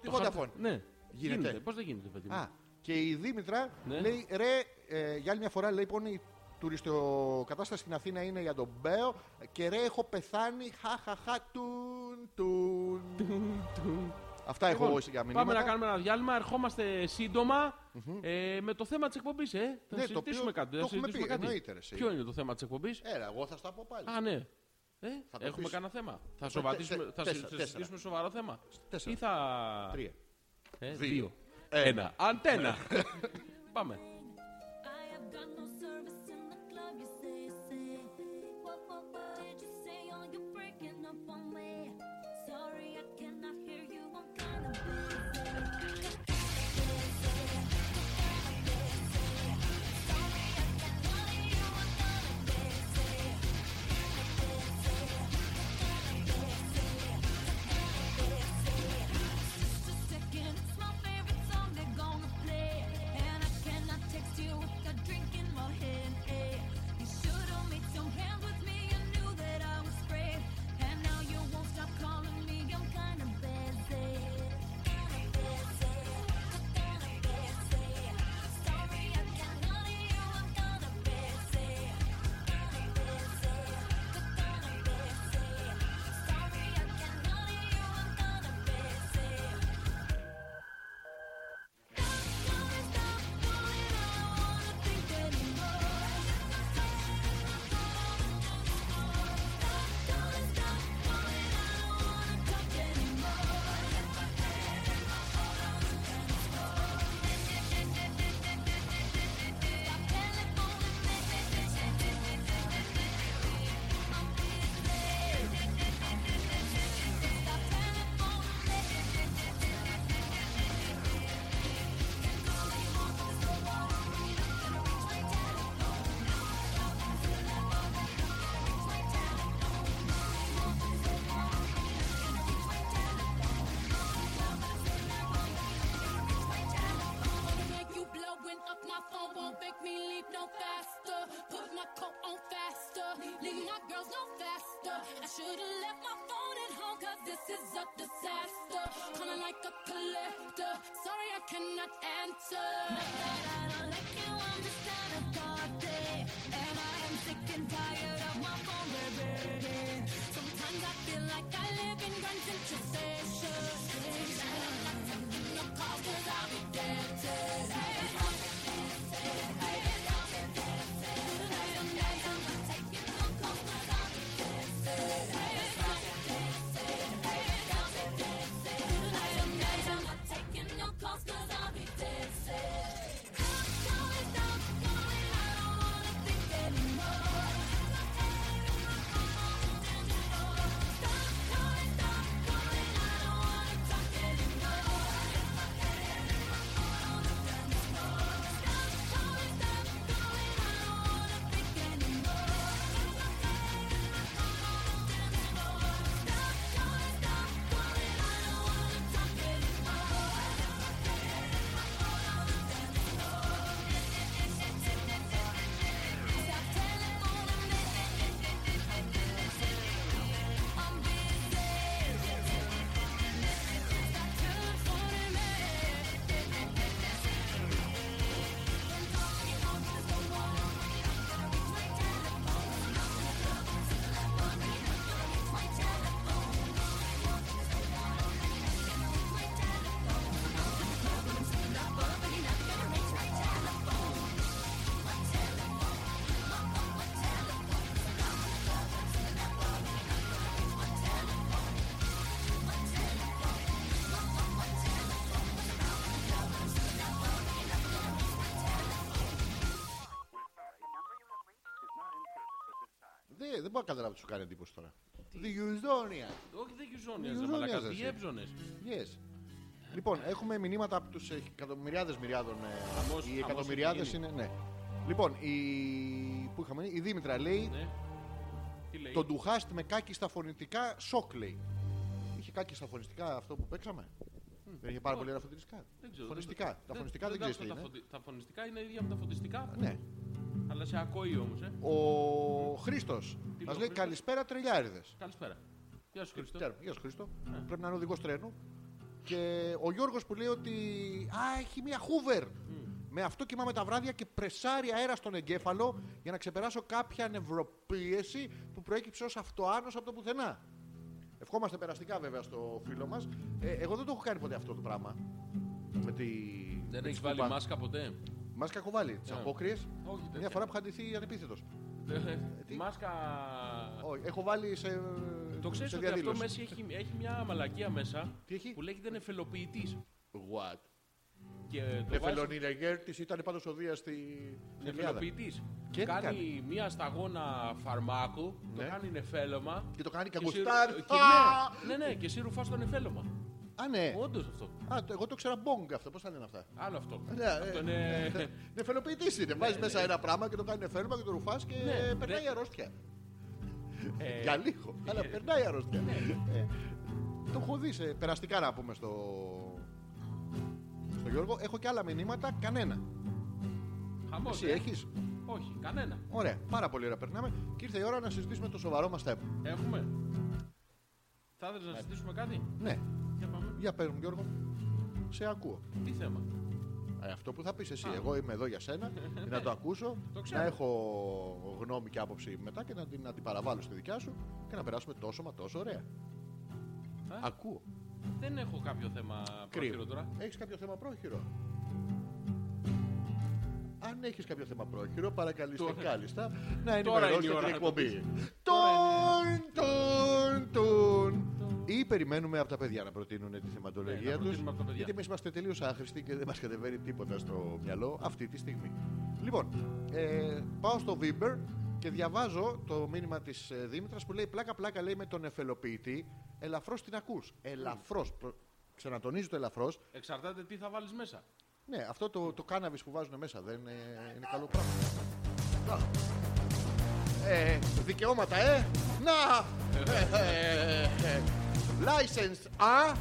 A: τη
C: Το χαρτί-
A: Vodafone.
C: Ναι.
A: Γίνεται.
C: Γίνεται. Πώς δεν γίνεται, παιδί μου.
A: Α, και η Δήμητρα
C: Ναι.
A: λέει ρε, ε, για άλλη μια φορά λέει λοιπόν η τουριστοκατάσταση στην Αθήνα είναι για τον Μπέο και ρε έχω πεθάνει χαχαχα τουν τουν. Αυτά έχω
C: Λοιπόν,
A: εγώ για μηνύματα.
C: Πάμε να κάνουμε ένα διάλειμμα. Ερχόμαστε σύντομα, ε, με το θέμα της εκπομπής. Ε. Θα
A: Ναι, το
C: συζητήσουμε
A: οποίο
C: κάτι.
A: το
C: θα
A: έχουμε
C: συζητήσουμε
A: πει,
C: κάτι.
A: εννοείται, ρε, εσύ.
C: Ποιο είναι το θέμα της εκπομπής.
A: Έλα, εγώ θα στα πω πάλι.
C: Α, ναι. Ε,
A: Ε, Θα το
C: έχουμε
A: πεις.
C: κανένα θέμα. Θα,
A: Τε-
C: σοβατίσουμε,
A: τε-
C: θα συ-
A: τέσσερα,
C: θα
A: τέσσερα.
C: συζητήσουμε σοβαρό θέμα.
A: Τέσσερα.
C: Ή θα.
A: Τρία.
C: Ε,
A: δύο,
C: δύο.
A: ένα. Ναι.
C: Ένα. Αντένα. Πάμε.
F: I have done no service in the club, you say, say. What, what, what did you say? Oh, you're breaking up on me. Sorry, I cannot hear you. I'm kinda busy. second. It's my favorite song they're gonna play. And I cannot text you with a drink in my hand. eh. You should have made some hands with me. You knew that I was brave. And now you won't stop calling me. I'm kinda busy. Kinda busy. Kinda busy. Sorry, I can't lie to you. I'm kinda busy. Kinda busy. Kinda busy. Sorry, I can't lie to you. I'm kinda busy.
G: make you blowing up my phone won't make me leave no faster. Put my coat on faster, leave my girls no faster. I should've left my phone at home, cause this is a disaster. Coming like a collector, sorry I cannot answer. Sometimes I feel like I live in Grand Central Station. No call cause I'll be dancing.
A: Δεν δεν μπορώ να καταλάβω τι σου κάνει εντύπωση τώρα. Διουζόνια.
C: Όχι, δεν γιουζόνιε,
A: Γιουζόνιες,
C: μαλακά.
A: ρε, εσύ.
C: Διέψονε.
A: Yes. Λοιπόν, έχουμε μηνύματα από τους εκατομμυριάδε μοιριάδων. ε,
C: Χαμός-
A: οι
C: χαμός
A: εκατομμυριάδες
C: έχει
A: είναι. Ναι. Λοιπόν, η. Πού είχαμε, μείνει? η Δήμητρα λέει
C: Ναι. Τι λέει.
A: Το ντουχάστ με κάκι στα φωνητικά σοκ λέει. Είχε κάκι στα φωνητικά αυτό που παίξαμε. Δεν είχε πάρα πολύ ωραία φωνητικά.
C: Δεν ξέρω,
A: φωνητικά.
C: δεν-
A: τα
C: δεν-
A: φωνητικά δεν,
C: τα
A: ξέρει τι
C: άκουσα τα
A: είναι.
C: φωντι- Τα φωνιστικά είναι ίδια με τα φωτιστικά.
A: Ναι.
C: Αλλά σε ακοή όμως, ε.
A: Ο Χρήστος
C: λέει ο
A: μα λέει
C: Χρήστος?
A: καλησπέρα τρελιάριδες.
C: Καλησπέρα. Γεια σου, Χριστό. Ναι.
A: Γεια σου Χρήστο. Πρέπει να είναι οδηγός τρένου. Και ο Γιώργος που λέει ότι. Α, έχει μία χούβερ. Με αυτό κοιμάμαι τα βράδια και πρεσάρει αέρα στον εγκέφαλο για να ξεπεράσω κάποια νευροπίεση που προέκυψε ως αυτοάνωση από το πουθενά. Ευχόμαστε περαστικά βέβαια στο φίλο μας. Ε, εγώ δεν το έχω κάνει ποτέ αυτό το πράγμα. Με τη. με
C: Δεν
A: τη
C: έχεις βάλει
A: σκούπα.
C: μάσκα ποτέ.
A: Μάσκα έχω βάλει. Τις
C: Ναι.
A: απόκριες.
C: τέτοια.
A: Μια φορά που είχα ντυθεί ανεπίθετος.
C: Τη Ε, μάσκα.
A: Όχι, έχω βάλει σε.
C: Το ξέρεις
A: σε
C: ότι αυτό
A: διαδήλωση.
C: μέσα έχει, έχει μια μαλακία μέσα
A: Τι έχει?
C: που λέγεται νεφελοποιητή.
A: What.
C: Και το βάζεις.
A: Νεφελονινεγέρ τη Ε, ήταν πάντως ο Δίας στη. στην Ιλιάδα.
C: Νεφελοποιητής.
A: Και τι
C: Κάνει,
A: κάνει?
C: μια σταγόνα φαρμάκου,
A: Ναι.
C: το κάνει νεφέλωμα.
A: Και το κάνει
C: και εσύ-
A: καγκουστάρ.
C: και ναι, ναι, ναι, και εσύ ρουφά το νεφέλωμα.
A: Α, ναι.
C: Όντως αυτό.
A: Α, το- εγώ το ξέρα μπόγκ αυτό. Πώς θα λένε αυτά.
C: Άλλο αυτό.
A: Ναι,
C: Αυτό
A: ε,
C: είναι.
A: Νεφελοποιητής είναι. Βάζει μέσα ένα πράγμα και το κάνει νεφέλμα και το ρουφάς και
C: Ναι,
A: περνάει
C: ναι.
A: αρρώστια.
C: ε, Ναι.
A: Για λίγο. Αλλά περνάει αρρώστια. Ε, Το έχω δει σε περαστικά να πούμε στο. Στο Γιώργο, έχω και άλλα μηνύματα. Κανένα.
C: χαμός,
A: Εσύ
C: ε.
A: έχεις.
C: Όχι, κανένα.
A: Ωραία, πάρα πολύ ωραία περνάμε. Και ήρθε η ώρα να συζητήσουμε το σοβαρό μας θέμα.
C: Έχουμε. Θα ήθελε να συζητήσουμε κάτι.
A: Ναι,
C: Για πάμε.
A: για πες μου Γιώργο, σε ακούω.
C: Τι θέμα.
A: Ε, αυτό που θα πεις εσύ, εγώ είμαι εδώ για σένα, να το ακούσω,
C: Το ξέρω.
A: να έχω γνώμη και άποψη μετά και να την, να την παραβάλω στη δικιά σου και να περάσουμε τόσο μα τόσο ωραία.
C: Α.
A: Ακούω.
C: Δεν έχω κάποιο θέμα πρόχειρο τώρα.
A: Έχεις κάποιο θέμα πρόχειρο. Αν έχεις κάποιο θέμα πρόχειρο, παρακαλείστε
C: Τώρα-
A: κάλλιστα να
C: Τώρα
A: ενημερώσετε
C: είναι η ώρα
A: την
C: να το
A: εκπομπή.
C: πεις.
A: Τουν, τουν, τουν. Ή περιμένουμε από τα παιδιά να προτείνουν τη
C: Ναι, να
A: θεματολογία τους,
C: προτείνουμε από τα παιδιά.
A: Γιατί εμείς είμαστε τελείως άχρηστοι και δεν μας κατεβαίνει τίποτα στο μυαλό αυτή τη στιγμή. Λοιπόν, ε, πάω στο Viber και διαβάζω το μήνυμα της ε, Δήμητρας που λέει πλάκα-πλάκα λέει με τον εφελοποιητή. Ελαφρώς την ακούς. Ελαφρώς. Προ- Ξανατονίζω το ελαφρώς.
C: Εξαρτάται τι θα βάλεις μέσα.
A: Ναι, αυτό το, το κάναβις που βάζουν μέσα δεν ε, είναι καλό πράγμα. Μπράβο. Ε, δικαιώματα, ε! Να! Ε, ε, ε. License, α!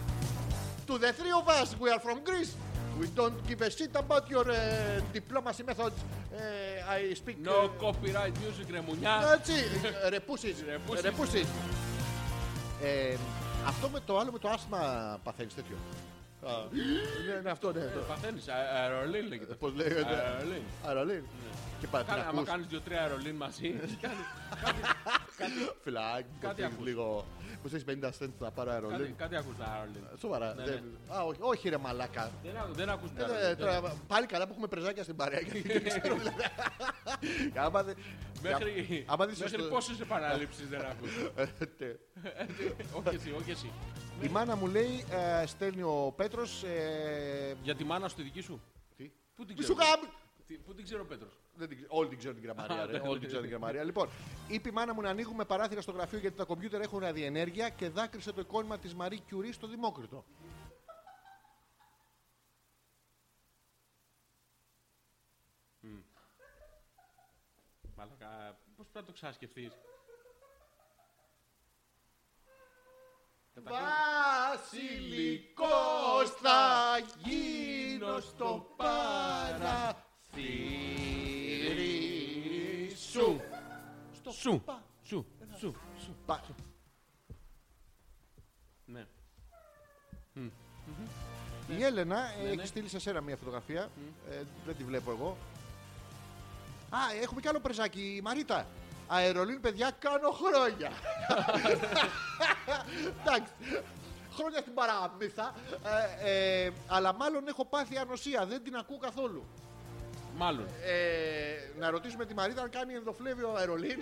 A: To the three of us, we are from Greece. We don't give a shit about your uh, diplomacy methods. Uh, I speak...
C: No
A: uh,
C: copyright music, ρε
A: ναι,
C: μουνιά.
A: Έτσι, ρε πούσις,
C: Ρε πούσις.
A: ρε πούσις. Ε, Αυτό με το άλλο με το άσμα παθαίνεις τέτοιο. Α, ναι, ναι, αυτό, ναι. αυτό.
C: Παθαίνεις. Ε, Αερολίν λέγεται.
A: Πώς λέγεται.
C: Αερολίν.
A: Αερολίν. Και πάτε
C: Κάνε-
A: Ε, ναι.
C: Ναι.
A: να
C: Άμα
A: ακούς. Ε,
C: κάνεις δύο-τρία αερολίν μαζί. κάνεις-
A: Φλάγκ,
C: Κάτι
A: κάτι
C: ακούς.
A: λίγο. Μου έχεις 50 cents να πάρω
C: κάτι-
A: αερολίν.
C: Κάτι ακούς τα αερολίν.
A: Σοβαρά.
C: Ναι,
A: δεν- Α, όχι, όχι ρε μαλάκα.
C: Δεν άκου- Δεν ακούς τα
A: Ε,
C: αερολίν.
A: τώρα, Πάλι καλά που έχουμε πρεζάκια στην παρέα. γιατί δεν
C: Ναι.
A: ξέρω, δηλαδή. Άμα δεν-
C: Μέχρι,
A: άμα δεν
C: μέχρι
A: σωστό-
C: πόσες επαναλήψεις δεν ακούς.
A: Ε, τε.
C: όχι εσύ, όχι εσύ.
A: Η μάνα μου λέει, ε, στέλνει ο Πέτρος... ε,
C: Για τη μάνα σου τη δική σου.
A: τι?
C: Πού την
A: Μη σου
C: ξέρω.
A: γάμ-
C: Τι- Πού την ξέρω, Πέτρος.
A: Δεν την ξε- Όλοι την ξέρουν την γραμμαρία.
C: Α,
A: ρε.
C: ναι,
A: Όλοι
C: ναι.
A: την ξέρουν την γραμμαρία. Λοιπόν, είπε η μάνα μου να ανοίγουμε παράθυρα στο γραφείο γιατί τα κομπιούτερ έχουν ραδιενέργεια και δάκρυσε το εικόνημα της Μαρή Κιουρί στο Δημόκριτο.
C: Μαλακά, πώς πρέπει να το ξασκεφτεί.
A: Βασιλικός θα γίνω στο παραθύρι σου. Στο
C: Σου,
A: πα-
C: σου, σου, σου.
A: πα-
C: Ναι.
A: Η Έλενα ε,
C: Ναι, ναι.
A: έχει στείλει σε σένα μια φωτογραφία. Ε, δεν τη βλέπω εγώ. Α, έχουμε κι άλλο πρεζάκι, η Μαρίτα. Αερολίν, παιδιά, κάνω χρόνια. Εντάξει. Χρόνια στην παραμύθα. Ε, ε, αλλά μάλλον έχω πάθει ανοσία. Δεν την ακούω καθόλου.
C: Μάλλον.
A: Ε, να ρωτήσουμε τη Μαρίτα αν κάνει ενδοφλέβιο αερολίν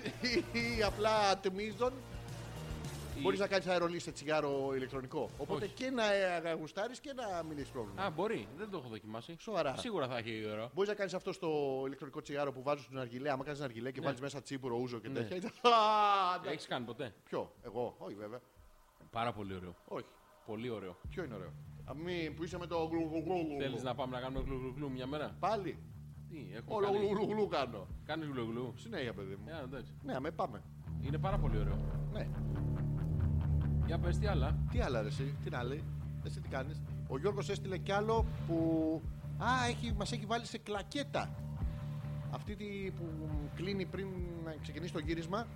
A: ή απλά ατμίζων.
C: Η-
A: Μπορείς να κάνεις αερολίν σε τσιγάρο ηλεκτρονικό. Οπότε
C: Όχι.
A: και να γουστάρεις και να μην έχεις πρόβλημα.
C: Α, μπορεί. Δεν το έχω δοκιμάσει.
A: Σοβαρά.
C: Σίγουρα θα έχει ωραίο.
A: Μπορείς να κάνεις αυτό στο ηλεκτρονικό τσιγάρο που βάζεις στην αργιλέ. Άμα κάνεις αργιλέ
C: Ναι.
A: και βάλεις μέσα τσίπουρο, ούζο και τέτοια. είναι- Α, εντάξει.
C: Έχεις κάνει ποτέ.
A: Ποιο, εγώ, όχι βέβαια.
C: Πάρα πολύ ωραίο.
A: Όχι.
C: Πολύ ωραίο.
A: Ποιο είναι ωραίο. Α, μη που είσαι με το γλου γλου γλου γλου.
C: Θέλεις να πάμε να κάνουμε γλου γλου γλου μια μέρα.
A: Πάλι.
C: Τι, έχουμε
A: Όλο γλου
C: κάνει.
A: γλου γλου κάνω.
C: Κάνεις γλου γλου.
A: Συνέχεια, παιδί μου.
C: Ε, εντάξει.
A: Ναι, αμέ πάμε.
C: Είναι πάρα πολύ ωραίο.
A: Ναι.
C: Για πες τι άλλα.
A: Τι άλλα ρε, εσύ, τι να λέει, εσύ τι κάνεις. Ο Γιώργος έστειλε κι άλλο που α, έχει, μας έχει βάλει σε κλακέτα. Αυτή τη που κλείνει πριν να ξεκινήσει το γύρισμα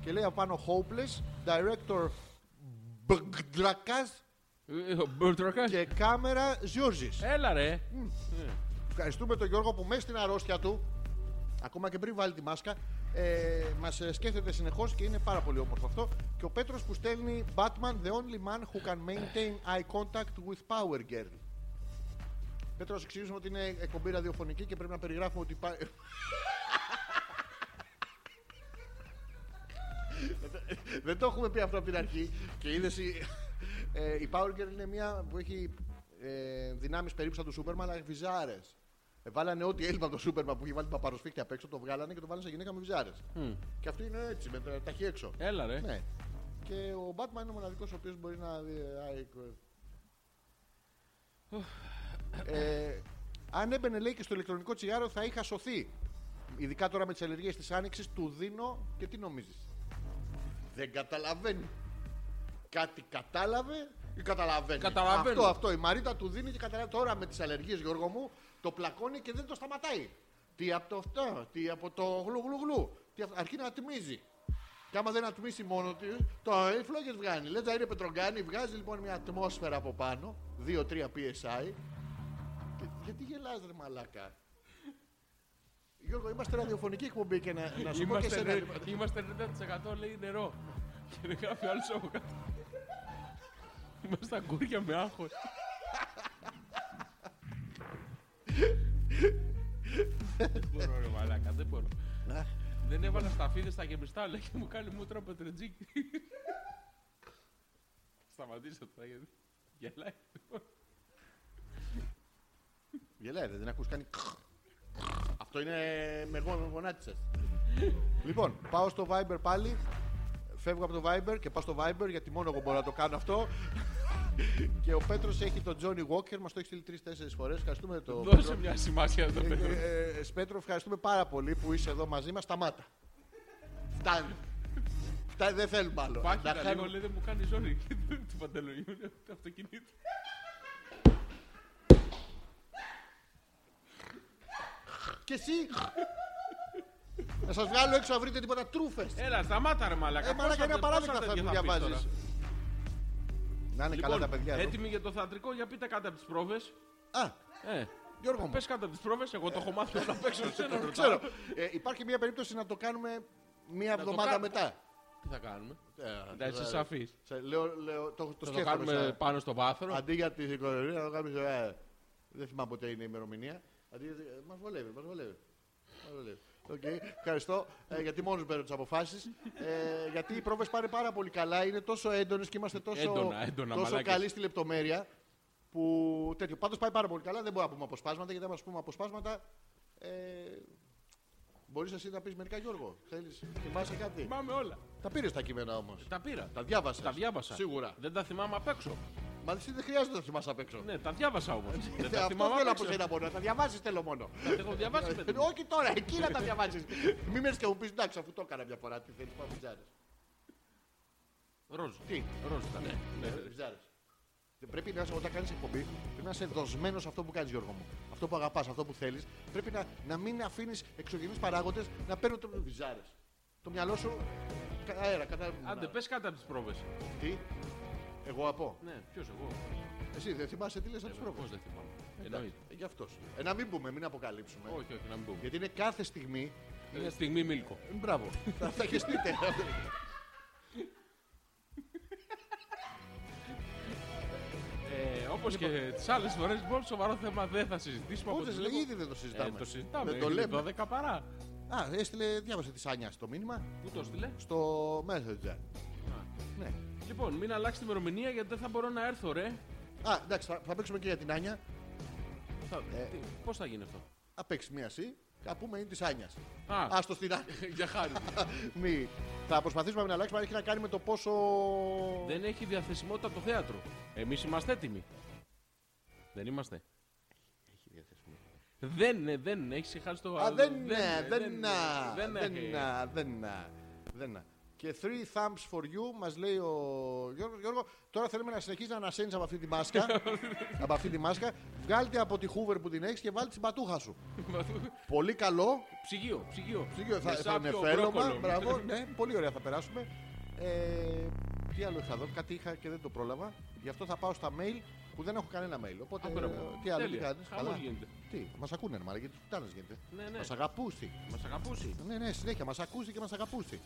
A: και λέει απάνω Hopeless, Director Μπγκδρακάς
C: Ε, ε, ο Μπουρτρακάς.
A: και κάμερα Ζιώζης.
C: Έλα ρε.
A: Ευχαριστούμε τον Γιώργο που μέσα στην αρρώστια του, ακόμα και πριν βάλει τη μάσκα, ε, μας ε, σκέφτεται συνεχώς και είναι πάρα πολύ όμορφο αυτό. Και ο Πέτρος που στέλνει Batman, the only man who can maintain eye contact with power girl. Πέτρος, εξηγήσουμε ότι ε, είναι εκπομπή ραδιοφωνική και πρέπει να περιγράφουμε ότι... υπά- Δεν το έχουμε πει αυτό από την αρχή. Και είδες. Ε, η Power Girl είναι μια που έχει ε, δυνάμεις περίπου σαν το Σούπερμαν, αλλά βυζάρες. Ε, βάλανε ό,τι έλειπε από το Σούπερμαν που είχε βάλει την παπαροσφίχτη απ' έξω, το βγάλανε και το βάλανε σε γυναίκα με βυζάρες. Και αυτή είναι έτσι, με τα- τα χέρια έξω.
C: Έλα ρε.
A: Ναι. Και ο Batman είναι ο μοναδικός ο οποίος μπορεί να. δει- Ε, αν έμπαινε λέει και στο ηλεκτρονικό τσιγάρο θα είχα σωθεί. Ειδικά τώρα με τις αλλεργίες της Άνοιξης, του δίνω και τι νομίζεις. Δεν καταλαβαίνει. Κάτι κατάλαβε ή καταλαβαίνει.
C: Καταλαβαίνω.
A: Αυτό, αυτό. Η Μαρίτα του δίνει και καταλαβαίνει. Τώρα με τις αλλεργίες, Γιώργο μου, το πλακώνει και δεν το σταματάει. Τι από το αυτό, τι από το γλου γλου γλου. Τι αυ- Αρκεί να τιμίζει. Και άμα δεν ατμίσει μόνο τη, το φλόγε βγάνει. Λες είναι πετρογκάνη, βγάζει λοιπόν μια ατμόσφαιρα από πάνω, 2-3 PSI. Και- γιατί γελάς ρε μαλάκα. Γιώργο, είμαστε ραδιοφωνική εκπομπή και να, να σου πω και
C: Είμαστε,
A: εσένα.
C: ρε,
A: λοιπόν.
C: είμαστε 90% λέει νερό. Και δεν γράφει άλλος από κάτω. Είμαστε αγκούρια με άγχος. δεν μπορώ ρε μαλάκα, δεν μπορώ. δεν έβαλα σταφίδες στα γεμιστά, λέει και μου κάνει μούτρα πετρετζίκι. Σταματήστε τώρα γιατί γελάει.
A: Γελάει, ρε, δεν ακούς κάνει. Αυτό είναι με γο- με γονάτισες. λοιπόν, πάω στο Viber πάλι. Φεύγω από το Viber και πάω στο Viber γιατί μόνο εγώ μπορώ να το κάνω αυτό. και ο Πέτρος έχει τον Johnny Walker, μας το έχει στείλει τρει-τέσσερι φορές. Ευχαριστούμε τον
C: Δώσε μια σημασία στον
A: Ε,
C: Πέτρο.
A: ε, ε, Σπέτρο, ευχαριστούμε πάρα πολύ που είσαι εδώ μαζί μας. Σταμάτα. Φτάνει. Φτάνει, δεν θέλουμε άλλο.
C: Πάχει
A: Να
C: τα λίγο,
A: χάνουμε-
C: λέει δεν μου κάνει ζώνη και του παντελονιού του αυτοκινήτου.
A: Και εσύ. Να σας βγάλω έξω να βρείτε τίποτα τρούφες.
C: Έλα, σταμάτα ρε μαλάκα.
A: Ε, μαλάκα,
C: Πόσα-
A: είναι παράδειγμα
C: πόσα
A: αυτά που
C: τέτοια θα πεις τώρα. Λοιπόν,
A: διαβάζει. Να είναι καλά τα παιδιά. εδώ.
C: έτοιμοι για το θεατρικό, για πείτε κάτι από τις πρόβες.
A: Α,
C: Ε,
A: Γιώργο μου.
C: πες κάτι από τις πρόβες, εγώ το έχω μάθει όλα απ' έξω. σε ένα
A: Ξέρω.
C: ρωτάω.
A: Ε, υπάρχει μια περίπτωση να το κάνουμε μία
C: το
A: εβδομάδα
C: κάνουμε.
A: μετά.
C: Τι θα κάνουμε,
A: Ε,
C: να είσαι
A: ε,
C: σαφής.
A: σε- Λέω, λέω, το, το
C: Θα το
A: σκέφτομαι.
C: κάνουμε
A: σαν-
C: πάνω στο βάθρο.
A: Αντί για τη δικολογία, να το κάνεις, ε, Δεν θυμάμαι ποτέ είναι η ημερομηνία. Αντί, για τη- ε, μας βολεύει, μας βολεύει. Μας βολεύει. Οκ, ευχαριστώ ε, γιατί μόνος παίρνω τις αποφάσεις. Ε, γιατί οι πρόβες πάνε πάρα πολύ καλά, είναι τόσο έντονες και είμαστε τόσο,
C: Έντονα, έντονα,
A: τόσο
C: μαλάκες.
A: καλοί στη λεπτομέρεια. Που τέτοιο. Πάντως πάει πάρα πολύ καλά, δεν μπορούμε να πούμε αποσπάσματα γιατί αν μας πούμε αποσπάσματα... Ε, Μπορείς εσύ να πεις μερικά Γιώργο. Θέλεις, θυμάσαι κάτι.
C: Θυμάμαι όλα.
A: Τα πήρες τα κείμενα όμως.
C: Τα πήρα.
A: Τα διάβασα.
C: Τα διάβασα.
A: Σίγουρα.
C: Δεν τα θυμάμαι απ' έξω.
A: Μα εσύ δεν χρειάζεται να θυμάσαι απ' έξω.
C: Ναι, τα διάβασα όμως. Δεν
A: Ε,
C: τα
A: Αυτό
C: θυμάμαι απ'
A: θέλω από
C: έξω.
A: σένα μόνο. Θα διαβάσεις θέλω μόνο. Ε,
C: Τα έχω διαβάσει παιδί μου.
A: Όχι τώρα, εκεί να τα διαβάσεις. Μην με και μου πεις εντάξει, αφού το έκανα μια φορά, τι θέλεις, πάω βυζάρε.
C: Ροζ.
A: Τι,
C: Ροζ ήταν. Ναι.
A: βυζάρε. Πρέπει να είσαι- όταν κάνεις εκπομπή, πρέπει να είσαι δοσμένος σε αυτό που κάνεις, Γιώργο μου. Αυτό που αγαπάς, αυτό που θέλεις. Πρέπει να, να μην αφήνεις εξωγενείς παράγοντες να παίρνουν το βυζάρε. Το μυαλό σου. κα- Αέρα, κατάλαβε.
C: Άντε, πες κάτι από τις πρόβες.
A: Τι. Εγώ απώ.
C: Ναι, ποιος εγώ.
A: Εσύ δεν θυμάσαι τι λες από τι
C: Εγώ, Πώς
A: πρόβε.
C: δεν θυμάμαι. Ναι. Ε, Εννοείται.
A: Γι' αυτός. σου. Ε, να μην πούμε, μην αποκαλύψουμε.
C: Όχι, όχι, να μην πούμε.
A: Γιατί είναι κάθε στιγμή.
C: Ε, Στιγμή Μίλκο.
A: Μπράβο. Θα θα χεστείτε.
C: Ε, Όπως και τις άλλες φορές, λοιπόν, σοβαρό θέμα δεν θα συζητήσουμε. από
A: Ούτε
C: ό,τι
A: λέει,
C: βλέπω.
A: ήδη δεν το
C: Ε,
A: συζητάμε.
C: το συζητάμε.
A: Δεν το
C: Είναι
A: λέμε.
C: 12 παρά.
A: Α, έστειλε, διάβασε τη Σάνια το μήνυμα
C: Πού το στείλε.
A: στο Messenger. Ναι.
C: Λοιπόν, μην αλλάξει την ημερομηνία γιατί δεν θα μπορώ να έρθω, ρε.
A: Α, εντάξει, θα, θα παίξουμε και για την Άνια.
C: Θα...
A: Ε.
C: Πώς θα γίνει αυτό.
A: Θα παίξει μία εσύ. Θα πούμε είναι της Άνιας.
C: Α,
A: Α το στην Άνια.
C: για χάρη.
A: Μη. Θα προσπαθήσουμε να μην αλλάξουμε, αλλά έχει να κάνει με το πόσο.
C: δεν έχει διαθεσιμότητα το θέατρο. Εμείς είμαστε έτοιμοι. Δεν είμαστε. Δεν, ε, δεν έχεις ξεχάσει το.
A: Α,
C: άλλο.
A: δεν να,
C: ε,
A: δεν να.
C: δεν
A: Δεν
C: έχει.
A: να, δεν να. Δεν να. Και three thumbs for you, μας λέει ο Γιώργος. Γιώργο, τώρα θέλουμε να συνεχίσει να ανασένεις από αυτή τη μάσκα. από αυτή τη μάσκα. Βγάλτε από τη χούβερ που την έχεις και βάλτε την πατούχα σου. Πολύ καλό.
C: Ψυγείο, ψυγείο.
A: Ψυγείο θα,
C: Με
A: θα είναι
C: σάπιο,
A: φέλωμα.
C: μπρόκολο.
A: Μπράβο, ναι, πολύ ωραία θα περάσουμε. Ε, τι άλλο είχα εδώ, κάτι είχα και δεν το πρόλαβα. Γι' αυτό θα πάω στα mail που δεν έχω κανένα mail. Οπότε,
C: Α, μπράβο.
A: τι άλλο, τι
C: Τέλεια.
A: κάνεις,
C: Χαμός
A: καλά.
C: γίνεται.
A: Τι, μας ακούνε, ρε, γιατί τους κοιτάνε γίνεται.
C: Ναι, ναι.
A: Μας αγαπούστη.
C: Μας αγαπούσει.
A: Ναι, ναι, συνέχεια. Μας ακούσει και μας αγαπούσε.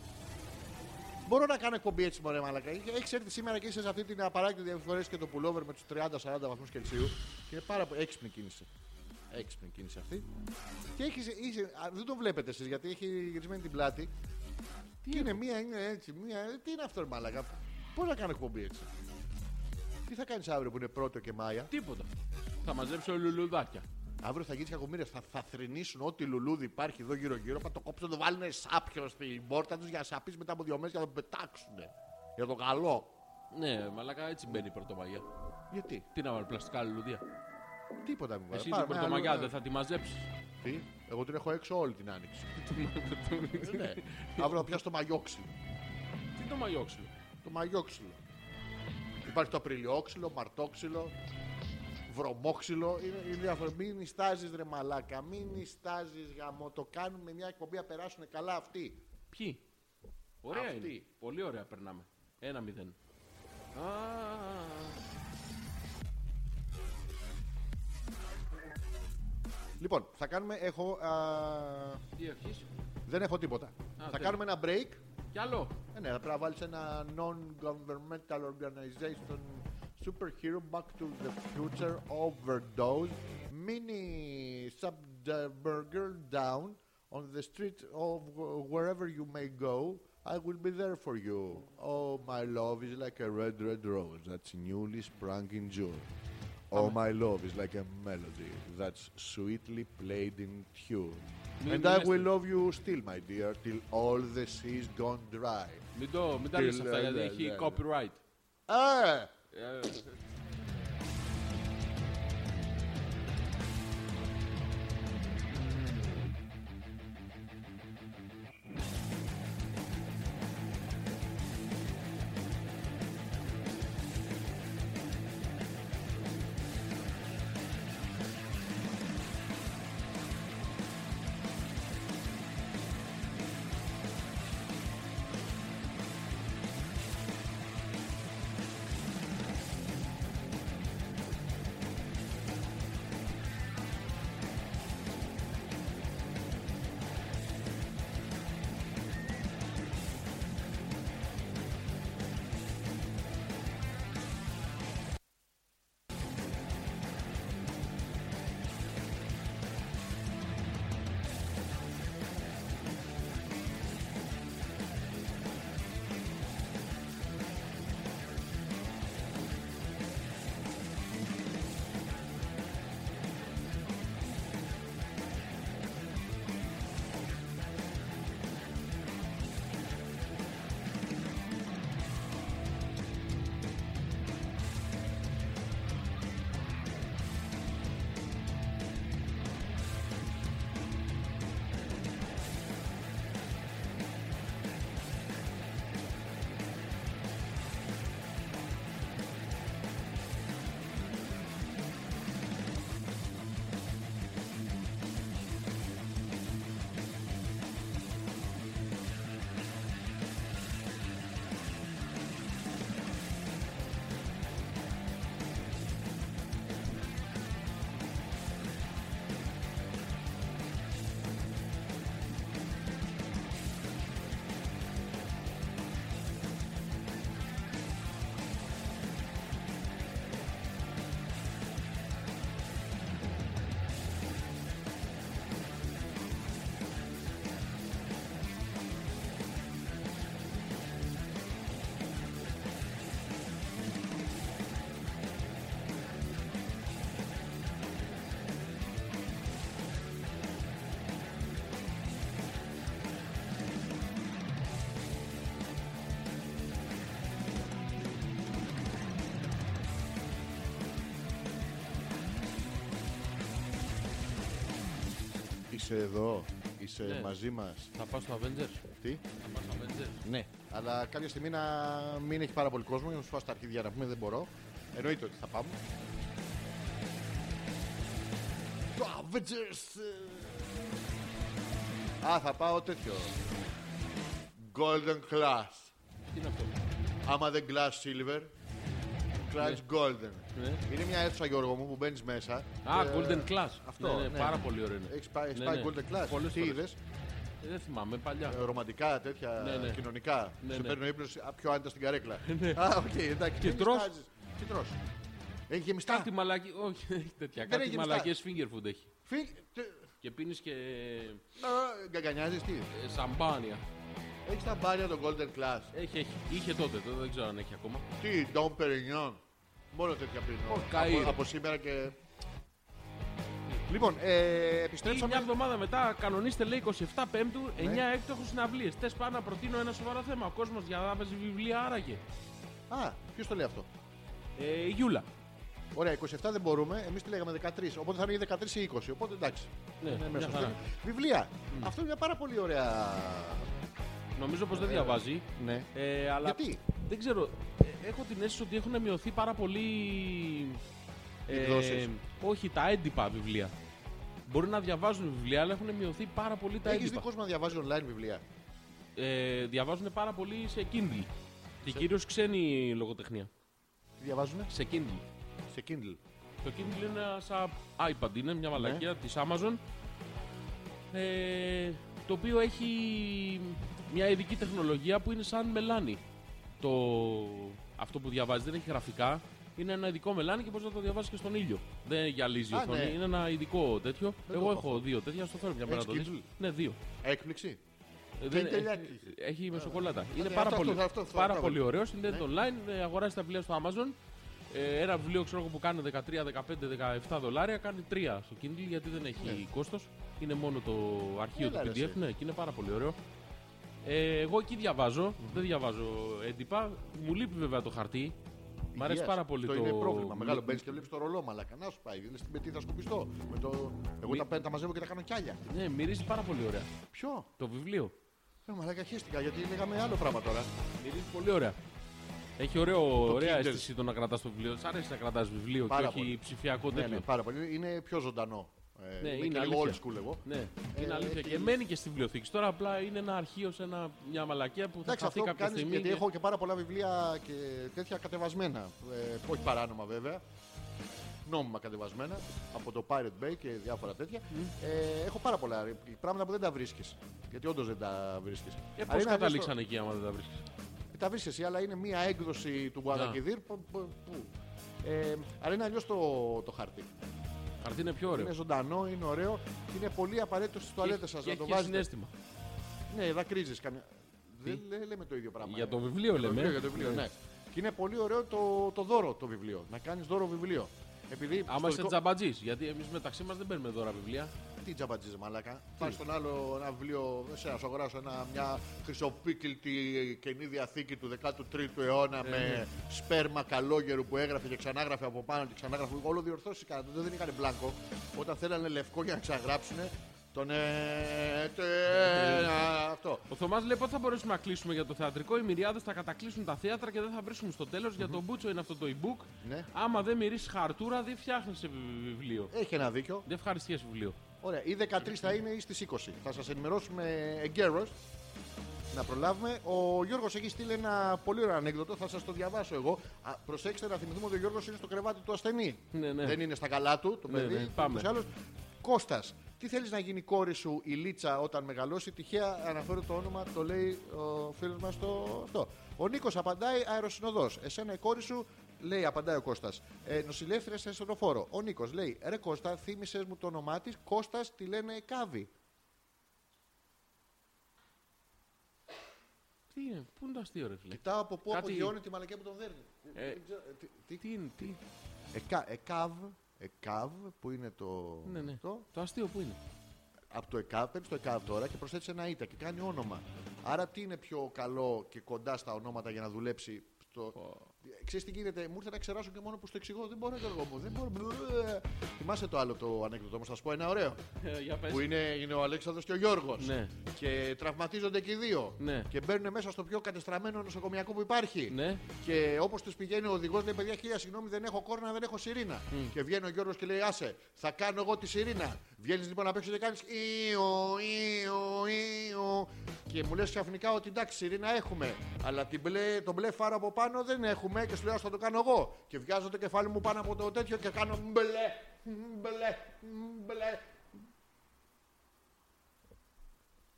A: Μπορώ να κάνω εκπομπή έτσι, μωρέ Μαλακά. Έχεις έρθει σήμερα και είσαι σε αυτή την απαράκτη διαφορές και το πουλόβερ με τους 30-40 βαθμούς Κελσίου. Και είναι πάρα πολύ έξυπνη κίνηση. Έξυπνη κίνηση αυτή. Και έχεις, είσαι, α, δεν το βλέπετε εσείς γιατί έχει γυρισμένη την πλάτη. Τι είναι, μία είναι έτσι, μία. Τι είναι αυτό, ρε μαλάκα. Πώς να κάνω εκπομπή έτσι. Τι θα κάνεις αύριο που είναι πρώτο και Μάια.
C: Τίποτα. Θα μαζέψω λουλουδάκια.
A: Αύριο θα γίνεις κακομοίρε. Θα, θα θρυνήσουν ό,τι λουλούδι υπάρχει εδώ γύρω-γύρω. Θα το κόψουν, θα το βάλουν σάπιο στην πόρτα τους για να σαπίσει μετά από δύο μέρες και θα το πετάξουν. Για το καλό.
C: Ναι, μαλάκα έτσι μπαίνει η πρωτομαγιά.
A: Γιατί,
C: Τι να βάλει πλαστικά λουλουδία.
A: τίποτα μην
C: Εσύ την
A: ναι,
C: πρωτομαγιά δεν θα τη μαζέψεις.
A: Τι, εγώ την έχω έξω όλη την άνοιξη. ναι. Αύριο θα πιάσω το μαγιόξυλο.
C: Τι το μαγιόξυλο.
A: Το μαγιόξυλο. Υπάρχει το απριλιόξυλο, μαρτόξυλο, βρωμόξυλο. Είναι, είναι διάφορα. Μην νιστάζεις ρε μαλάκα, μην νιστάζεις γαμό. Το κάνουμε μια εκπομπή να περάσουν καλά αυτοί.
C: Ποιοι. Ωραία
A: Αυτή.
C: είναι. Πολύ ωραία περνάμε. Ένα μηδέν. Α,
A: Λοιπόν, θα κάνουμε. Έχω, α,
C: Τι έχεις.
A: δεν έχω τίποτα. θα
C: τέλεια.
A: κάνουμε ένα break.
C: Κι άλλο.
A: Ε, ναι, θα πρέπει να βάλεις ένα non-governmental organization superhero back to the future overdose mini subburger down on the street of wherever you may go. I will be there for you. Oh, my love is like a red, red rose that's newly sprung in June. Oh, my love is like a melody that's sweetly played in tune.
C: Μην
A: And
C: το
A: I
C: λες
A: will love you still, my dear, till all the seas gone dry.
C: Μην, το, μην τα
A: Τι
C: λες αυτά
A: λέει,
C: γιατί
A: ναι,
C: έχει
A: ναι, ναι.
C: copyright.
A: Ε!
C: Ε,
A: Είσαι εδώ, είσαι
C: Ναι.
A: μαζί μας.
C: θα πάω στο Avengers.
A: Τι,
C: Θα πάω στο Avengers.
A: ναι. Αλλά κάποια στιγμή να μην έχει πάρα πολύ κόσμο για να σου φάω τα αρχίδια να πούμε δεν μπορώ. Εννοείται ότι θα πάμε. Το Avengers! ε. Α, θα πάω τέτοιο. Golden Class.
C: Τι είναι αυτό.
A: Άμα δεν Glass Silver, Class Golden.
C: Ναι.
A: Είναι μια αίθουσα, Γιώργο μου, που μπαίνεις μέσα.
C: Α,
A: και-
C: Golden Class.
A: Ε, Αυτό,
C: Ναι, ναι,
A: ναι.
C: πάρα πολύ ωραίο είναι.
A: Έχεις πάει, έχεις
C: Ναι,
A: πάει
C: ναι.
A: Golden Class.
C: Πολλές
A: Τι
C: φορές.
A: είδες?
C: Ε, Δεν θυμάμαι, παλιά.
A: Ε, ρομαντικά, τέτοια
C: Ναι, ναι.
A: κοινωνικά.
C: Ναι,
A: σε
C: ναι.
A: παίρνει ο ύπνος πιο άνετα στην καρέκλα. Α, οκ, εντάξει.
C: Και
A: μην
C: τρως.
A: διστάζεις. Τι τρως. Έχει γεμιστά.
C: Κάτι μαλακί. Όχι, έχει τέτοια.
A: Δεν
C: Κάτι
A: έχει λεφτά.
C: μαλακές finger food έχει.
A: Φύγει.
C: Και πίνεις και
A: Γκαγκανιάζεις τι.
C: ε, σαμπάνια.
A: Έχεις τα μπάρια των Golden Class.
C: Έχει, έχει. Είχε τότε, τώρα δεν ξέρω αν έχει ακόμα.
A: Τι, Dom Perignon. Μόνο τέτοια πίνω.
C: Ο Καΐρ.
A: από, από σήμερα και. Λοιπόν, ε,
C: Τρέψα
A: επιστρέψαμε.
C: μια εβδομάδα μετά, κανονίστε λέει 27
A: Ναι.
C: Πέμπτου, 9 έκτοχου συναυλίε. Τε πάω να προτείνω ένα σοβαρό θέμα. Ο κόσμος διαβάζει βιβλία άραγε.
A: Α, ποιος το λέει αυτό.
C: Ε, η Γιούλα.
A: Ωραία, 27 δεν μπορούμε. Εμείς τη λέγαμε 13. Οπότε θα είναι 13 ή 20. Οπότε εντάξει.
C: Ναι,
A: είναι
C: μια
A: μέσα.
C: χαρά.
A: Βιβλία. Αυτό είναι μια πάρα πολύ ωραία.
C: Νομίζω πως δεν διαβάζει.
A: Ναι.
C: Ε, αλλά
A: Γιατί?
C: Δεν ξέρω. Ε, έχω την αίσθηση ότι έχουν μειωθεί πάρα πολύ. ε,
A: Εκδόσεις.
C: όχι, τα έντυπα βιβλία. Μπορεί να διαβάζουν βιβλία, αλλά έχουν μειωθεί πάρα πολύ τα
A: Έχεις δει
C: έντυπα.
A: κόσμο να διαβάζει online βιβλία.
C: Ε, διαβάζουν πάρα πολύ σε Kindle. Και κυρίως ξένη λογοτεχνία.
A: Τι διαβάζουν
C: Σε Kindle.
A: σε Kindle.
C: Το Kindle είναι ένα σαν iPad, είναι μια
A: Ναι.
C: μαλακία της Amazon. Ε, το οποίο έχει μια ειδική τεχνολογία που είναι σαν μελάνι. Το, αυτό που διαβάζει δεν έχει γραφικά. Είναι ένα ειδικό μελάνι και μπορείς να το διαβάσεις και στον ήλιο. Δεν γυαλίζει η
A: Α,
C: οθόνη.
A: ναι.
C: Είναι ένα ειδικό τέτοιο.
A: Δεν το
C: Εγώ
A: έχω
C: έχω δύο τέτοια στο φέρω μια μέρα
A: Έχεις
C: να το δεις.
A: Kindle?
C: Ναι, δύο.
A: Έκπληξη.
C: Ε, δεν-
A: τελιάκι.
C: έχει- Έχει με σοκολάτα. Είναι
A: Ε,
C: πάρα
A: αυτό,
C: πολύ,
A: αυτό, αυτό, αυτό,
C: πάρα
A: αυτό. Ναι.
C: πολύ ωραίο. Συνδέεται online, ε, αγοράζει τα βιβλία στο Amazon. Ε, ένα βιβλίο ξέρω εγώ που κάνει 13, 15, 17 δολάρια κάνει 3 στο Kindle γιατί δεν έχει
A: Ναι.
C: κόστος. Είναι μόνο το αρχείο
A: Έλα,
C: του
A: ρε,
C: PDF,
A: εσύ.
C: ναι, και είναι πάρα πολύ ωραίο. Ε, εγώ εκεί διαβάζω, δεν διαβάζω έντυπα. Μου λείπει βέβαια το χαρτί. Μ' αρέσει
A: Υγείας.
C: πάρα πολύ το.
A: είναι πρόβλημα.
C: μου
A: Μεγάλο
C: λείπει-
A: μπαίνει και βλέπεις το ρολό, μαλακά. Να σου πάει. Λες, με τι θα σκουπιστώ. Με το... Εγώ
C: Μη-
A: τα παίρνω, τα μαζεύω και τα κάνω κιάλια.
C: Ναι, μυρίζει πάρα πολύ ωραία.
A: Ποιο?
C: Το βιβλίο.
A: Ε, μαλακά, χαίστηκα γιατί λέγαμε άλλο πράγμα τώρα.
C: Μυρίζει πολύ ωραία. Έχει ωραίο, ωραία
A: Kindle.
C: αίσθηση το να κρατάς το βιβλίο. Σ' αρέσει να κρατάς βιβλίο
A: Πάρα
C: και όχι
A: πολύ.
C: ψηφιακό
A: Ναι,
C: τέτοιο.
A: ναι, πάρα πολύ. Είναι πιο ζωντανό. Ε,
C: Ναι,
A: και
C: είναι
A: λίγο old
C: αλήθεια.
A: school εγώ.
C: Ναι, είναι
A: Ε,
C: αλήθεια.
A: έχει-
C: Και μένει και στη βιβλιοθήκη. Τώρα απλά είναι ένα αρχείο σε ένα, μια μαλακία που θα
A: Εντάξει,
C: χαθεί
A: αυτό που
C: κάποια
A: κάνεις,
C: στιγμή.
A: γιατί
C: και-
A: έχω και πάρα πολλά βιβλία και τέτοια κατεβασμένα. Ε, όχι παράνομα βέβαια. Νόμιμα κατεβασμένα από το Pirate Bay και διάφορα τέτοια.
C: Mm.
A: Ε, έχω πάρα πολλά ρε, πράγματα που δεν τα βρίσκεις. Γιατί όντως δεν τα βρίσκεις.
C: Ε, Πώ καταλήξαν εκεί άμα δεν τα βρίσκεις.
A: Ε, Τα βρίσκεις εσύ, αλλά είναι μία έκδοση
C: Ναι.
A: του Γουαδακιδίρ. που- που- που- Ε, αλλά είναι αλλιώς το, το χαρτί.
C: Χαρτί είναι πιο ωραίο.
A: Είναι ζωντανό, είναι ωραίο. Είναι πολύ απαραίτητο στις τουαλέτες σας
C: και
A: να
C: έχει
A: το
C: και
A: βάζετε.
C: συνέστημα.
A: Ναι, δακρύζεις καμιά. Δεν λέ- λέμε το ίδιο πράγμα.
C: Για
A: ε.
C: το βιβλίο
A: Για το
C: λέμε,
A: βιβλίο,
C: ε.
A: για το βιβλίο,
C: Ναι.
A: ναι. Και είναι πολύ ωραίο το, το δώρο το βιβλίο. Να κάνεις δώρο βιβλίο. Επειδή. στο
C: Άμα είσαι
A: δικό-
C: τζαμπατζής, γιατί εμείς μεταξύ μας δεν παίρνουμε δώρα βιβλία.
A: Τι τζαμπατζίζει, μαλάκα. Πα στον άλλο ένα βιβλίο, σε να σου αγοράσω ένα, μια χρυσοπίκλητη καινή διαθήκη του 13ου αιώνα με σπέρμα καλόγερου που έγραφε και ξανάγραφε από πάνω και ξανάγραφε. Όλο διορθώσει κατά τότε δεν είχαν μπλάνκο. Όταν θέλανε λευκό για να ξαναγράψουν, τον. ε, τε- αυτό.
C: Ο Θωμάς λέει πότε θα μπορέσουμε να κλείσουμε για το θεατρικό. Οι μυριάδες θα κατακλείσουν τα θέατρα και δεν θα βρίσκουν στο τέλος. Για τον Μπούτσο είναι αυτό το e-book.
A: Ναι.
C: Άμα δεν μυρίσεις χαρτούρα, δεν φτιάχνει βιβλίο.
A: Έχει ένα δίκιο.
C: Δεν ευχαριστιέσαι βιβλίο.
A: Ωραία, ή 13 θα είναι ή στις 20. Θα σας ενημερώσουμε εγκαίρως να προλάβουμε. Ο Γιώργος έχει στείλει ένα πολύ ωραίο ανέκδοτο, θα σας το διαβάσω εγώ. Α, προσέξτε να θυμηθούμε ότι ο Γιώργος είναι στο κρεβάτι του ασθενή.
C: Ναι, ναι.
A: Δεν είναι στα καλά του το
C: Ναι,
A: παιδί.
C: ναι, πάμε.
A: ούτως ή άλλως. Κώστας, τι θέλεις να γίνει η κόρη σου η Λίτσα όταν μεγαλώσει. Τυχαία αναφέρω το όνομα, το λέει ο φίλος μας το αυτό. Ο Νίκος απαντάει αεροσυνοδός. Εσένα η κόρη σου λέει, απαντάει ο Κώστας. Ε, νοσηλεύτρια σε ασθενοφόρο. Ο Νίκος λέει, Ρε Κώστα, θύμισε μου το όνομά της. Κώστας τη λένε Κάβη.
C: Τι είναι, πού είναι το αστείο, ρε φίλε.
A: Κοιτάω από πού
C: Ναι. Κάτι-
A: απογειώνει τη μαλακία που τον δέρνει.
C: Ε,
A: Δεν ξέρω, τι- τι-
C: Τι είναι, τι.
A: Εκα- Εκάβ, εκάβ, που είναι το.
C: Ναι, ναι.
A: το-
C: Το αστείο που είναι.
A: από το ΕΚΑΒ, παίρνεις το ΕΚΑΒ τώρα και προσθέτεις ένα ΙΤΑ και κάνει όνομα. Άρα τι είναι πιο καλό και κοντά στα ονόματα για να δουλέψει. Στο... Ξέρεις τι γίνεται, μου ήρθε να ξεράσω και μόνο που στο εξηγώ. Δεν μπορώ, Γιώργο μου, δεν μπορώ. Μπλε. Θυμάσαι το άλλο το ανέκδοτο, όμως θα σου πω ένα ωραίο.
C: Ε, Για πες.
A: Που είναι, είναι ο Αλέξανδρος και ο Γιώργος.
C: Ναι.
A: Και τραυματίζονται και οι δύο.
C: Ναι.
A: Και μπαίνουν μέσα στο πιο κατεστραμμένο νοσοκομιακό που υπάρχει.
C: Ναι.
A: Και όπως τους πηγαίνει ο οδηγός, λέει: Παιδιά, χίλια συγγνώμη, δεν έχω κόρνα, δεν έχω σιρήνα. Και βγαίνει ο Γιώργος και λέει: Άσε, θα κάνω εγώ τη σιρήνα. Βγαίνεις λοιπόν απ' έξω και κάνεις Ιω, Ιω, Ιω. Και μου λες ξαφνικά ότι εντάξει, σιρήνα έχουμε. Αλλά την μπλε, τον μπλε φάρο από πάνω δεν έχουμε. Και σου λέω: «Ας θα το κάνω εγώ. Και βγάζω το κεφάλι μου πάνω από το τέτοιο και κάνω μπλε, μπλε, μπλε.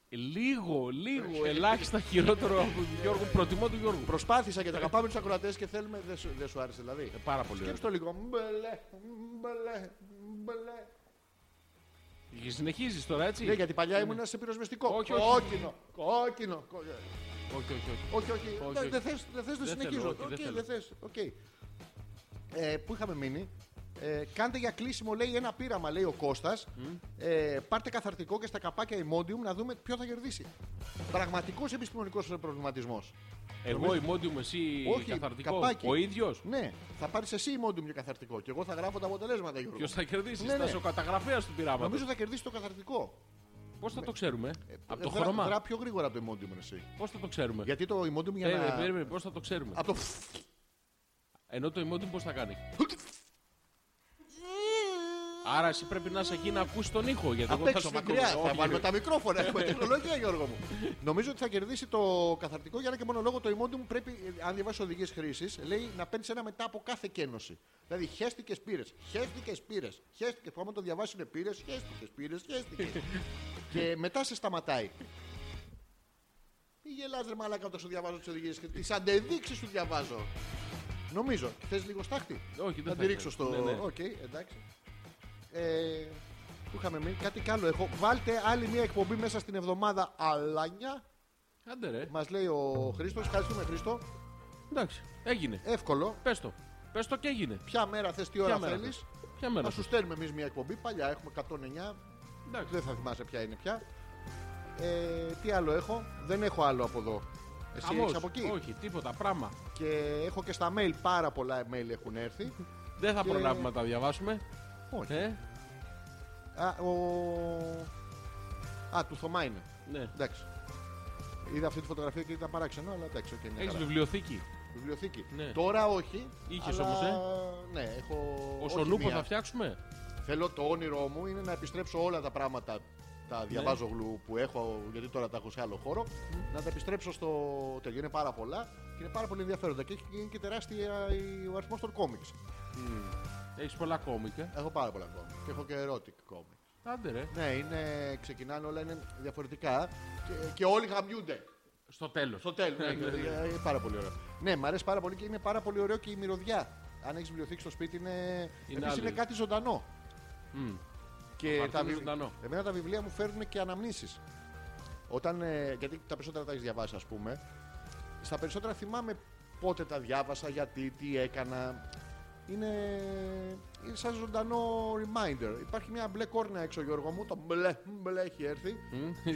C: Λίγο, λίγο, ελάχιστα χειρότερο από τον Γιώργο. Προτιμώ τον Γιώργο.
A: Προσπάθησα και τα αγαπάμε τους ακροατές και θέλουμε. Δεν σου, δεν σου άρεσε δηλαδή.
C: Ε, Πάρα πολύ
A: Σκέψτε το λίγο. Μπλε, μπλε, μπλε.
C: ωραία. όχι, συνεχίζεις τώρα έτσι.
A: Ναι, γιατί παλιά ήμουν σε πυροσβεστικό.
C: Όχι, όχι.
A: κόκκινο. Κόκκινο. κόκκινο.
C: όχι, όχι, όχι.
A: Όχι, όχι.
C: Όχι,
A: Δεν
C: όχι.
A: δεν θες, δεν θες, το
C: Δεν θέλω,
A: συνεχίζω.
C: όχι, δεν
A: Οκ,
C: θέλω.
A: δεν θες. Οκ. Ε, πού είχαμε μείνει. Ε, κάντε για κλείσιμο, λέει, ένα πείραμα, λέει ο Κώστας. Ε, πάρτε καθαρτικό και στα καπάκια ημόντιουμ να δούμε ποιο θα κερδίσει. Πραγματικός επιστημονικός προβληματισμός.
C: Εγώ η Μόντιουμ, εσύ
A: Όχι,
C: καθαρτικό.
A: καπάκι.
C: Ο ίδιος.
A: Ναι, θα πάρεις εσύ ημόντιουμ και καθαρτικό και εγώ θα γράφω τα αποτελέσματα, Γιώργο.
C: Ποιος θα κερδίσει,
A: Ναι,
C: θα
A: ναι.
C: είσαι ο καταγραφέα του πειράματος.
A: Νομίζω θα κερδίσει το καθαρτικό.
C: Πώς θα το ξέρουμε,
A: Ε,
C: από το
A: Δρά- δρά
C: χρώμα.
A: πιο γρήγορα από το ημόντιουμ εσύ.
C: Πώς θα το ξέρουμε. Ε,
A: Γιατί το ημόντιουμ για
C: Περίμενε,
A: να...
C: περίμενε, πώς θα το ξέρουμε.
A: Από το...
C: Ενώ το emoji πώς θα κάνει. Άρα εσύ πρέπει να είσαι εκεί να ακούσεις τον ήχο. Γιατί
A: Απ'
C: εγώ θα
A: έξω
C: το
A: στην
C: μακρύνω.
A: κρυά. Θα
C: Όχι,
A: βάλουμε
C: ρε.
A: τα μικρόφωνα. Έχουμε τεχνολογία, Γιώργο μου. Νομίζω ότι θα κερδίσει το καθαρτικό για ένα και μόνο λόγο το ημόντου μου πρέπει, ε, αν διαβάσεις οδηγίες χρήσης, λέει να παίρνεις ένα μετά από κάθε κένωση. Δηλαδή χέστηκες πύρε, χέστηκε πύρε, χέστηκε. Που άμα το διαβάσουν πύρε, χέστηκε πύρε, χέστηκες. και μετά σε σταματάει. Μη γελάς ρε μαλάκα όταν σου διαβάζω τις οδηγίες και τις αντεδείξεις σου διαβάζω. Νομίζω. Θες λίγο στάχτη.
C: Όχι, δεν
A: θα
C: θα
A: τη ρίξω στο...
C: ήθελα.
A: Οκ,
C: Ναι, ναι.
A: εντάξει. Ε, που είχαμε μείνει. Κάτι κι άλλο έχω. Βάλτε άλλη μια εκπομπή μέσα στην εβδομάδα Αλάνια.
C: Άντε ρε.
A: Μας λέει ο Χρήστος. Ευχαριστούμε Χρήστο.
C: Εντάξει, έγινε.
A: Εύκολο.
C: Πες το. Πες το και έγινε.
A: Ποια μέρα θες, τι
C: Ποια
A: ώρα
C: μέρα
A: θέλεις.
C: θες? Ποια
A: Θα
C: μέρα.
A: σου
C: θες?
A: στέλνουμε εμείς μια εκπομπή. Παλιά έχουμε 109.
C: Εντάξει.
A: Δεν θα θυμάσαι ποια είναι πια. Ε, τι άλλο έχω. Δεν έχω άλλο από εδώ. Εσύ
C: Χαμός.
A: έχεις από εκεί.
C: Όχι, τίποτα, πράγμα.
A: Και έχω και στα mail πάρα πολλά mail έχουν έρθει.
C: Δεν θα
A: Και-
C: προλάβουμε να τα διαβάσουμε.
A: Όχι.
C: Ε,
A: Α, ο... Α, του Θωμά είναι.
C: ναι.
A: Εντάξει. Είδα αυτή τη φωτογραφία και ήταν παράξενο, αλλά εντάξει, οκ, μια
C: Έχεις
A: χαρά.
C: βιβλιοθήκη.
A: Βιβλιοθήκη.
C: Ναι.
A: Τώρα όχι.
C: Είχες
A: αλλά...
C: όμως, ε.
A: Ναι, έχω.
C: Ο
A: όχι
C: Σονούπος
A: μία.
C: θα φτιάξουμε.
A: Θέλω το όνειρό μου είναι να επιστρέψω όλα τα πράγματα
C: Ναι.
A: τα διαβάζω γλου που έχω, γιατί τώρα τα έχω σε άλλο χώρο, να τα επιστρέψω στο τέτοιο. Είναι πάρα πολλά και είναι πάρα πολύ ενδιαφέροντα και έχει γίνει και τεράστια η- ο αριθμός των κόμιξ.
C: Έχεις πολλά κόμικ. ε.
A: Έχω πάρα πολλά κόμιξ και έχω και erotic κόμιξ.
C: Άντε ρε.
A: Ναι, είναι, ξεκινάνε όλα είναι διαφορετικά και, και όλοι γαμιούνται.
C: Στο τέλος.
A: Στο τέλος. Ναι,
C: ναι, ναι.
A: ε, πάρα πολύ ωραίο. Ναι, μου αρέσει πάρα πολύ και είναι πάρα πολύ ωραίο και η μυρωδιά. Αν έχεις βιβλιοθήκη στο σπίτι είναι,
C: Είναι
A: επίσης
C: άλλη.
A: είναι κάτι ζωντανό. Και
C: Αμαρτία
A: τα
C: είναι
A: βιβλ-
C: ζωντανό.
A: Εμένα τα βιβλία μου φέρνουν και αναμνήσεις. Όταν, ε, γιατί τα περισσότερα τα έχεις διαβάσει, ας πούμε. Στα περισσότερα θυμάμαι πότε τα διάβασα, γιατί, τι έκανα. Είναι, είναι σαν ζωντανό reminder. Υπάρχει μια μπλε κόρνα έξω, Γιώργο μου. Το μπλε, μπλε έχει έρθει.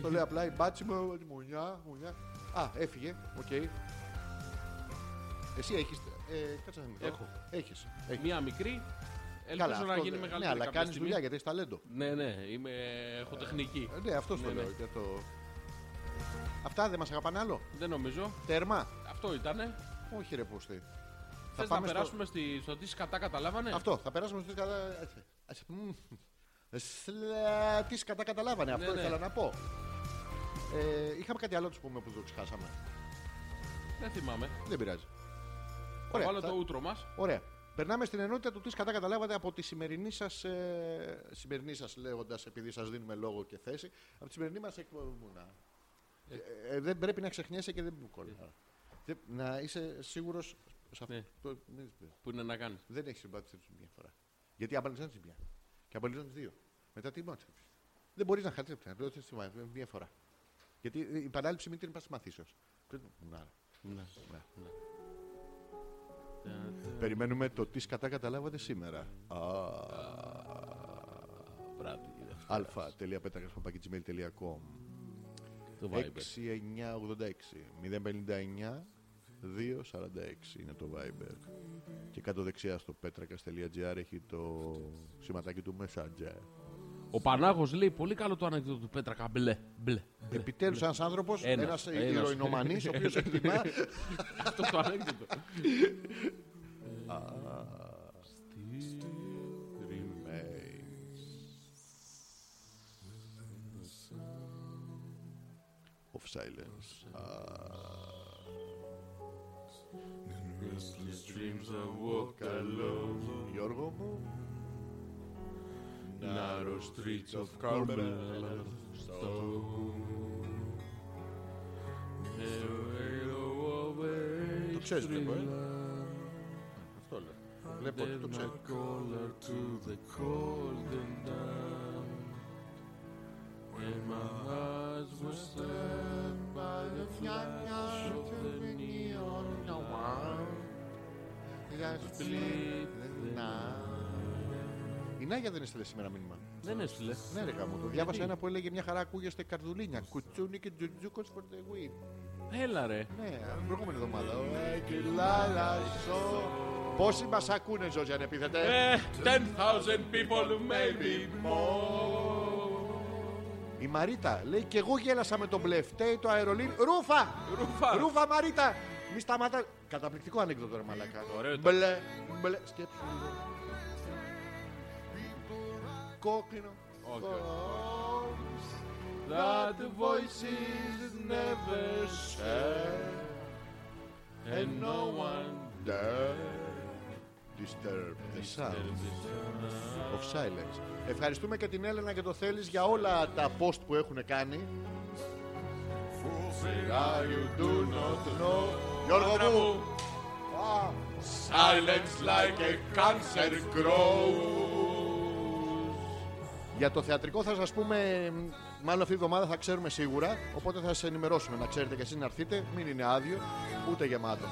A: Το λέει απλά η μπάτση μου, τη μουνιά, μουνιά. Α, έφυγε, οκ. Εσύ έχεις... Ε, κάτσε να μην
C: Έχω.
A: Έχεις.
C: Μία μικρή. Ελπίζω να
A: αυτό
C: γίνει
A: δεν-
C: μεγαλύτερη.
A: Ναι, αλλά
C: κάποια
A: κάνεις
C: στιγμή.
A: δουλειά γιατί έχεις ταλέντο.
C: Ναι, ναι, είμαι... έχω τεχνική.
A: Ε, Ναι, αυτό το
C: Ναι,
A: λέω.
C: ναι.
A: για το- Αυτά δεν μας αγαπάνε άλλο.
C: Δεν νομίζω.
A: Τέρμα.
C: Αυτό ήτανε.
A: Όχι ρε πούστη.
C: Θες να
A: πάμε στο-
C: περάσουμε ναι. στη... στο τι σκατά καταλάβανε.
A: Αυτό, θα περάσουμε στις κατά... έτσι. Ας- μμ. Σλα- Τι κατά καταλάβανε, αυτό
C: ναι.
A: ήθελα να πω. Ε, είχαμε κάτι άλλο να τους πούμε που το ξεχάσαμε.
C: Δεν θυμάμαι.
A: Δεν πειράζει.
C: Θα βάλω
A: θα-
C: το ούτρο μας.
A: Ωραία. Περνάμε στην ενότητα του τι κατά καταλάβατε από τη σημερινή σας. Ε, σημερινή σας λέγοντας, επειδή σας δίνουμε λόγο και θέση, από τη σημερινή μας εκπομπούνα. Ε, ε, δεν πρέπει να ξεχνιέσαι και δεν μου κολλά. Δεν- Να είσαι σίγουρος.
C: Ναι. Που είναι να κάνεις.
A: Δεν έχεις συμπαθήσει μια φορά. Γιατί απαλληλώνεις μια. Και απαλληλώνεις δύο. Μετά τι μάτσε. Δεν μπορείς να χατέψει. Να ρωτήσει μια φορά. Γιατί η παράληψη μην την πασμαθήσεω.
C: Ναι.
A: Περιμένουμε το τι κατά καταλάβατε σήμερα.
C: Βράδυ.
A: αλφα.πέτρακα.gmail.com
C: Το Viber.
A: 6986 059 246 είναι το Viber. Και κάτω δεξιά στο πέτρακα.gr έχει το σηματάκι του Messenger.
C: Ο Πανάγος λέει πολύ καλό το ανέκδοτο του Πέτρακα. Μπλε. Μπλε. μπλε.
A: Επιτέλους, ένας άνθρωπος, ένας
C: Ναι. Ένας, ένας.
A: ηρωινομανή, ο οποίος εκτιμά.
C: Αυτό το ανέκδοτο.
A: Of silence. Γιώργο μου. Narrow streets of Το ξέρεις βλέπω, ε. Αυτό λέω. Λοιπόν, Βλέπω ότι το ξέρεις. stand by the flash of the neon light. Just believe the night. Η Νάγια δεν έστειλε σήμερα μήνυμα.
C: Δεν έστειλε.
A: Ναι, ρε γάμο, το διάβασα ένα που έλεγε μια χαρά ακούγεστε καρδουλίνια. Κουτσούνι και τζουτζούκος for the win.
C: Έλα ρε.
A: Ναι, προηγούμενη εβδομάδα. Πόσοι μας ακούνε, Ζώζη, αν επίθετε.
C: Ε, 10,000 people maybe more.
A: Η Μαρίτα λέει και εγώ γέλασα με τον μπλεφτέι το αερολίν. Ρούφα!
C: Ρούφα.
A: Ρούφα Μαρίτα! Μη σταματά. Καταπληκτικό ανέκδοτο, ρε Μαλακά.
C: Ωραίο ήταν.
A: Μπλε, μπλε, σκέψου. λίγο. Κόκκινο.
C: Όχι, όχι.
A: Voice
C: That
A: the
C: voice
A: voices never said
C: and no one
A: dare disturb the sound of silence. Ευχαριστούμε και την Έλενα και το Θέλης για όλα τα post που έχουν κάνει. Φουφυρά, you do not know. Γιώργο μου,
C: Silence like a cancer grows.
A: Για το θεατρικό θα σας πούμε, μ, μάλλον αυτή τη βδομάδα θα ξέρουμε σίγουρα, οπότε θα σας ενημερώσουμε να ξέρετε και εσείς να έρθετε, μην είναι άδειο, ούτε γεμάτο.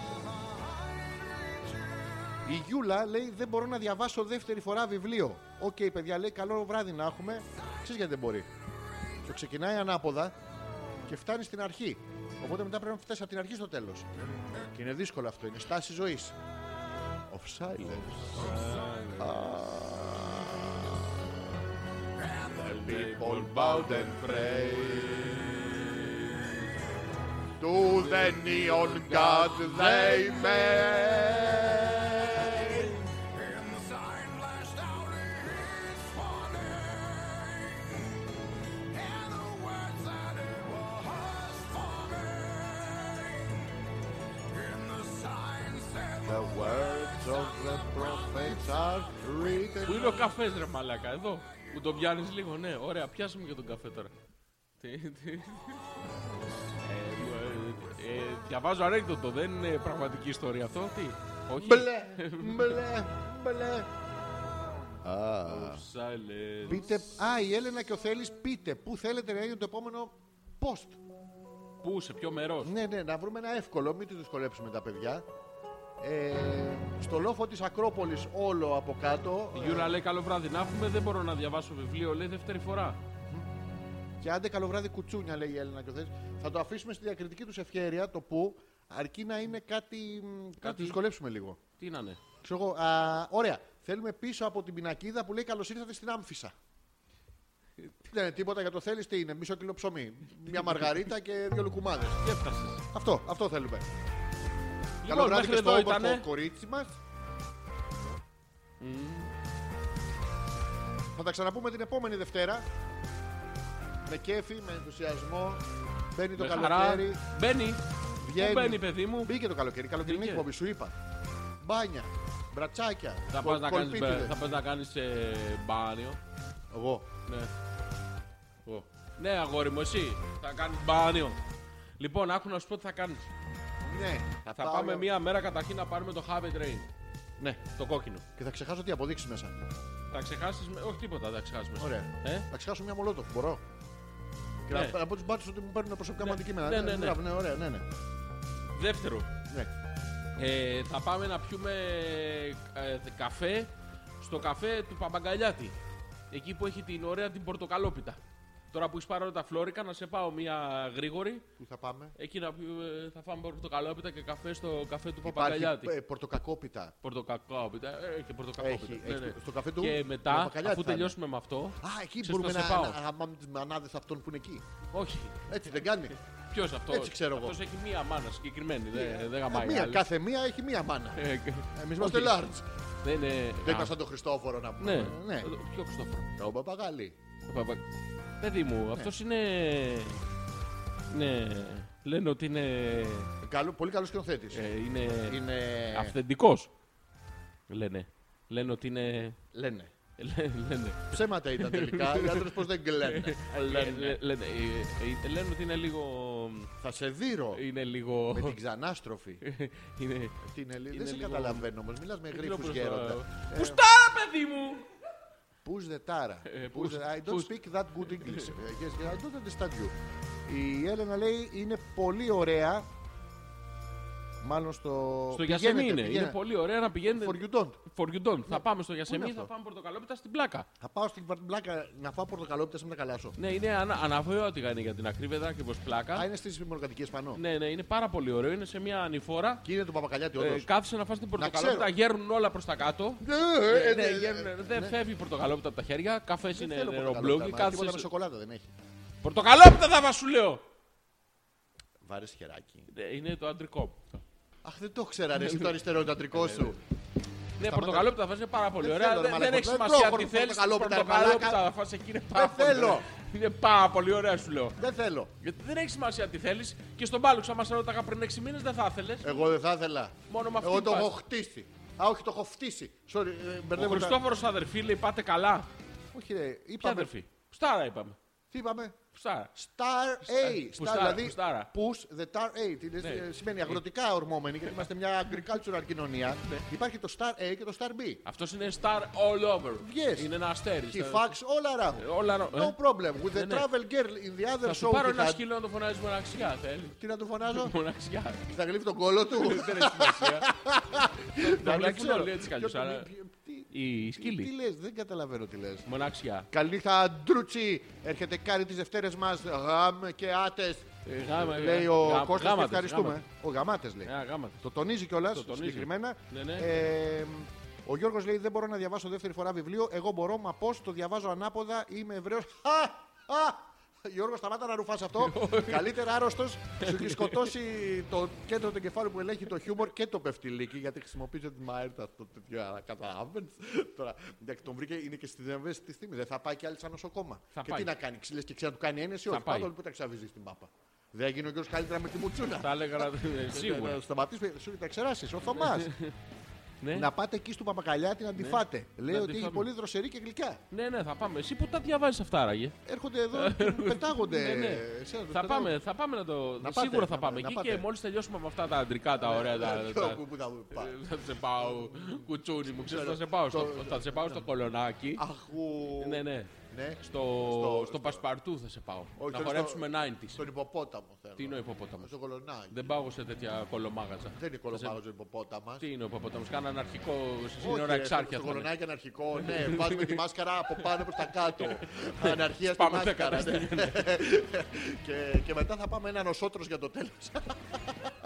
A: Η Γιούλα λέει δεν μπορώ να διαβάσω δεύτερη φορά βιβλίο. Οκ παιδιά λέει καλό βράδυ να έχουμε, ξέρεις γιατί δεν μπορεί. Το ξεκινάει ανάποδα και φτάνει στην αρχή. Οπότε μετά πρέπει να φτάσει από την αρχή στο τέλος. Και είναι δύσκολο αυτό, είναι στάση ζωής. Of silence.
C: People bowed and prayed.
A: To the neon god they made. The words of the prophets are written.
C: Πού είναι ο καφές, ρε μαλάκα, εδώ. Μου τον πιάνεις λίγο, ναι. Ωραία, πιάσε μου και τον καφέ τώρα. Τι, τι. Ε, ε, ε, Διαβάζω ανέκδοτο, δεν είναι πραγματική ιστορία αυτό. Τι, όχι.
A: Μπλε, μπλε, μπλε.
C: Silence.
A: Πείτε, α, η Έλενα και ο Θέλης πείτε πού θέλετε να είναι το επόμενο post.
C: Πού, σε ποιο μέρος.
A: Ναι, ναι, να βρούμε ένα εύκολο, μην τους δυσκολέψουμε τα παιδιά. Ε, στο λόφο της Ακρόπολης όλο από κάτω
C: Η Γιούρα λέει καλό βράδυ να έχουμε, δεν μπορώ να διαβάσω βιβλίο, λέει δεύτερη φορά.
A: και άντε καλό βράδυ κουτσούνια λέει η Έλληνα και ο Θες. Θα το αφήσουμε στη διακριτική τους ευχαίρεια το που αρκεί να είναι κάτι, μ, κάτι... να
C: Κάτι.
A: τους δυσκολέψουμε λίγο.
C: Τι να είναι.
A: Ξέρω εγώ, α, ωραία, θέλουμε πίσω από την πινακίδα που λέει καλώς ήρθατε στην Άμφισα. Δεν είναι τίποτα για το θέλεις, τι είναι, μισό κιλό ψωμί, μια μαργαρίτα και δύο λουκουμάδες.
C: Και έφτασες.
A: Αυτό, αυτό θέλουμε. Καλό
C: Λοιπόν, μέχρι
A: βράδυ και στο
C: εδώ
A: όμορφο
C: ήταν.
A: κορίτσι μας. Θα τα ξαναπούμε την επόμενη Δευτέρα. Με κέφι, με ενθουσιασμό. Μπαίνει το
C: Με χαρά.
A: καλοκαίρι.
C: Μπαίνει.
A: Βγαίνει.
C: Πού μπαίνει, παιδί μου.
A: Μπήκε το καλοκαίρι. Καλοκαιρινή
C: Μπήκε.
A: εκπομπή, σου είπα. Μπάνια, μπρατσάκια,
C: Θα
A: κολ-
C: πας να κάνεις,
A: κολπίτιδες.
C: θα πας να κάνεις ε, μπάνιο.
A: Εγώ.
C: Ναι. Ω. Ναι, αγόρι μου, εσύ θα κάνεις μπάνιο. Λοιπόν, άκου να σου πω τι θα κάνεις.
A: Ναι.
C: Θα,
A: πάω
C: πάμε
A: για-
C: μία μέρα καταρχήν να πάρουμε το Have a Train.
A: Ναι.
C: Το κόκκινο.
A: Και θα ξεχάσω τι αποδείξεις μέσα.
C: Θα ξεχάσεις... με- Όχι τίποτα, θα ξεχάσουμε.
A: Ωραία.
C: Ε?
A: Θα ξεχάσω μια μολότοφ. Μπορώ. Και
C: Ναι.
A: να, να πω του μπάτσου ότι μου παίρνουν προσωπικά
C: Ναι.
A: μου αντικείμενα.
C: Ναι, ναι, ναι.
A: μπράβο, ωραία, ναι, ναι.
C: Δεύτερο,
A: ναι.
C: ε, θα πάμε να πιούμε ε, καφέ στο καφέ του Παπαγκαλιάτη. Εκεί που έχει την ωραία την πορτοκαλόπιτα. Τώρα που έχεις πάρει όλα τα φλόρικα, να σε πάω μία γρήγορη.
A: Πού θα πάμε.
C: Εκεί να πιούμε- ε, θα φάμε πορτοκαλόπιτα και καφέ στο καφέ του Παπαγκαλιάτη.
A: Υπάρχει ε, πορτοκακόπιτα.
C: Πορτοκακόπιτα. ε, και πορτοκακόπιτα.
A: Έχει, έχει, στο καφέ του.
C: ναι. Και μετά,
A: παπακαλιάτη
C: αφού
A: θα είναι.
C: τελειώσουμε με αυτό.
A: Α, εκεί
C: ξέρεις
A: μπορούμε
C: που
A: να
C: σε πάω.
A: αγαμάμε τις μανάδες αυτών που είναι εκεί.
C: Όχι.
A: Έτσι δεν κάνει.
C: Ποιος αυτός.
A: Έτσι ξέρω εγώ.
C: Αυτός έχει μία μάνα συγκεκριμένη. Ναι, Δεν δεν γαμάει.
A: Ε, μία,
C: άλλη.
A: κάθε μία έχει μία μάνα.
C: Ε, και-
A: Εμείς είμαστε
C: όχι.
A: large.
C: Δεν είναι.
A: Δεν
C: Α,
A: είμαστε τον Χριστόφορο να πούμε.
C: Ναι, ναι. Ποιο Χριστόφορο.
A: Το παπαγάλι.
C: Ο Παπα- Παιδί μου, αυτός είναι. Ναι. Λένε ότι είναι.
A: Καλό, πολύ καλός σκηνοθέτης.
C: ε, Είναι.
A: Είναι.
C: Αυθεντικός. Λένε. Λένε ότι είναι.
A: Λένε.
C: λέ- Λένε.
A: Ψέματα ήταν τελικά. Οι άντρε πώς δεν κλαίνε.
C: Ε, λέ- λένε, ε, ε, λένε ότι είναι λίγο.
A: Θα σε δείρω.
C: Είναι λίγο.
A: Με την ξανάστροφη.
C: είναι.
A: Τι είναι, λέει,
C: Είναι
A: δεν σε
C: λίγο-
A: καταλαβαίνω όμως. Μιλάς με
C: Γρήγορα
A: γρήφου
C: προς τα-
A: γέροντα.
C: Πουστάρα, παιδί μου!
A: Push the Tara.
C: Ε,
A: Push
C: push-
A: the- I don't
C: push.
A: speak that good English. Yes, I don't understand you. Η Έλενα λέει είναι πολύ ωραία. Μάλλον στο.
C: Στο
A: Πηγαίνετε,
C: Γιασεμί είναι.
A: πηγαίνετε.
C: Είναι πολύ ωραία να πηγαίνετε.
A: For you don't.
C: For you don't. Θα πάμε στο Γιασεμί,
A: είναι
C: θα
A: αυτό?
C: πάμε πορτοκαλόπιτα στην πλάκα.
A: Θα πάω στην πλάκα να φάω πορτοκαλόπιτα σε μετά καλάσω.
C: Ναι, είναι ανα, αναβιώτικα είναι για την ακρίβεια, δεν είναι ακριβώ
A: Α,
C: πλάκα.
A: είναι στις μονοκατοικίε πανώ.
C: Ναι, ναι, είναι πάρα πολύ ωραίο. Είναι σε μια ανηφόρα.
A: Και είναι του Παπακαλιάτη,
C: Ε,
A: όντω.
C: κάθεσαι να φας την πορτοκαλόπιτα,
A: ξέρω.
C: γέρνουν όλα προς τα κάτω. Ε, ναι, γέρνουνε. δεν φεύγει η πορτοκαλόπιτα από τα χέρια. Καφές είναι νεροπλούκι.
A: Τίποτα με
C: Κάθεσαι.
A: σοκολάτα δεν έχει.
C: Πορτοκαλόπιτα θα μα σου λέω!
A: Βάρε χεράκι.
C: Ναι, Είναι το αντρικό.
A: Αχ, δεν το ξέρα, ρε, εσύ το αριστερό το αντρικό σου.
C: Ναι, πορτοκαλόπιτα θα είναι πάρα πολύ
A: Δεν
C: ωραία.
A: θέλω, ρε,
C: Δεν, δεν
A: μαλάκα.
C: έχεις
A: Δεν
C: σημασία
A: τρώω
C: τι θέλει.
A: πορτοκαλόπιτα, ρε,
C: Πορτοκαλόπιτα
A: μαλάκα.
C: θα φας εκεί. Είναι πάρα πολύ
A: θέλω.
C: ωραία. Είναι πάρα πολύ ωραία σου λέω.
A: Δεν θέλω.
C: Γιατί δεν έχεις σημασία τι θέλεις και στον πάλο ξάμα σε ρώταγα πριν 6 μήνες δεν θα ήθελες.
A: Εγώ δεν θα ήθελα.
C: Μόνο με αυτή
A: Εγώ το
C: πας.
A: έχω χτίσει. Α, όχι, το έχω φτύσει. Sorry, ε,
C: Ο
A: μπερδεύω. τα-
C: Χριστόφορος αδερφή λέει πάτε καλά.
A: Όχι, ρε,
C: Ποια
A: είπαμε.
C: αδερφή. Στάρα είπαμε.
A: Τι είπαμε.
C: Στάρα.
A: Star A.
C: Που
A: Star,
C: στάρα,
A: δηλαδή
C: που στάρα.
A: push the star A. Τι λες,
C: Ναι.
A: ε, Σημαίνει αγροτικά ορμόμενοι, γιατί είμαστε μια agricultural κοινωνία.
C: Ναι.
A: Υπάρχει το star A και το star B.
C: Αυτός είναι star all over.
A: Yes.
C: Είναι ένα αστέρι.
A: He
C: Στα-
A: fucks all around.
C: Όλα ρο-
A: No
C: Ναι. ε.
A: problem. With the
C: Ναι, ναι.
A: travel girl in the other
C: Θα σου
A: show. Ε.
C: πάρω
A: he
C: ένα
A: had.
C: σκύλο να το φωνάζεις μοναξιά. Θέλει.
A: Τι να του φωνάζω.
C: Μοναξιά.
A: Θα γλύφει τον κόλο του.
C: Δεν έχει σημασία.
A: Να
C: Το
A: μην
C: βλέπουν
A: ξέρω.
C: όλοι ναι, έτσι κι αλλιώς.
A: Ποιο- ποιο- τι-
C: Η
A: Τι
C: σκύλη.
A: λες, δεν καταλαβαίνω τι λες.
C: Μοναξιά.
A: Καληνύχτα, Αντρούτσι. Έρχεται κάρι τις Δευτέρες μας. Γαμ και άτες.
C: Ε, γάμα-
A: Λέει
C: γά-
A: ο Κώστας και
C: γάματες,
A: ευχαριστούμε.
C: γάματες.
A: Ο γαμάτες λέει.
C: Ε, γάμα.
A: Το τονίζει κιόλας
C: Το τονίζει.
A: συγκεκριμένα.
C: Ναι, ναι.
A: Ε, ο Γιώργος λέει: Δεν μπορώ να διαβάσω δεύτερη φορά βιβλίο. Εγώ μπορώ, μα πώς το διαβάζω ανάποδα. Είμαι Εβραίο. Γιώργος, σταμάτα να ρουφάς αυτό. Καλύτερα άρρωστος. Σου έχει σκοτώσει το κέντρο του κεφάλου που ελέγχει το χιούμορ και το πεφτιλίκι. Γιατί χρησιμοποιείται την μαέρτα αυτό το τέτοιο. αλλά Καταλάβαινε. Τώρα, εντάξει, τον βρήκε, είναι και στις δεμβέ τη θύμη. Δεν θα πάει κι άλλη σαν νοσοκόμα.
C: Θα
A: και
C: πάει.
A: τι να κάνει, ξύλε και ξέρει να του κάνει ένεση. Όχι,
C: πάει.
A: πάντα που τα ξαβίζει την πάπα. Δεν έγινε ο Γιώργο καλύτερα με τη μουτσούνα.
C: Θα έλεγα να-
A: Να Ε,
C: σίγουρα.
A: σταματήσει, σου τα ξεράσεις, ο Θωμάς.
C: Ναι.
A: να πάτε εκεί στον Παπακαλιάτη να τη φάτε. Λέει
C: Να
A: ότι
C: τη
A: έχει
C: φάμε.
A: πολύ δροσερή και γλυκά.
C: Ναι, ναι, θα πάμε. Εσύ που τα διαβάζεις αυτά, άραγε.
A: Έρχονται εδώ και πετάγονται.
C: Ναι, ναι.
A: ε, σε-
C: Θα
A: πετάγονται.
C: πάμε, θα πάμε να το.
A: Να πάτε,
C: σίγουρα θα
A: να-
C: πάμε
A: να
C: εκεί
A: πάτε. Ναι,
C: και μόλις τελειώσουμε με αυτά τα αντρικά τα ωραία. τα-
A: Ποιο
C: τα-
A: που- που τα- πα-
C: Ε, Θα σε πάω, κουτσούνι μου, ξέρεις, θα σε πάω στο, θα σε πάω
A: Ναι.
C: στο κολονάκι.
A: Αχού.
C: Ναι, ναι.
A: Ναι.
C: Στο, στο πασπαρτού θα σε πάω.
A: Όχι,
C: Να
A: θέλω
C: χορέψουμε
A: στο-
C: 90s.
A: Στον υποπόταμο θέλω.
C: Τι είναι ο υποπόταμος?
A: Στον κολονάκι.
C: Δεν πάω σε τέτοια κολομάγαζα.
A: Δεν είναι
C: Θα σε-
A: κολονάκι ο υποπόταμας.
C: Τι είναι ο υποπόταμος, κάναν αρχικό σε σύνορα
A: Όχι, ρε,
C: εξάρχεια.
A: Στο
C: θα είναι.
A: κολονάκι αναρχικό, ναι. Βάζουμε τη μάσκαρα από πάνω προς τα κάτω. Αναρχία στη
C: Πάμε
A: μάσκαρα.
C: δέκατα,
A: ναι. Και- Και μετά θα πάμε έναν οσότρος για το τέλος.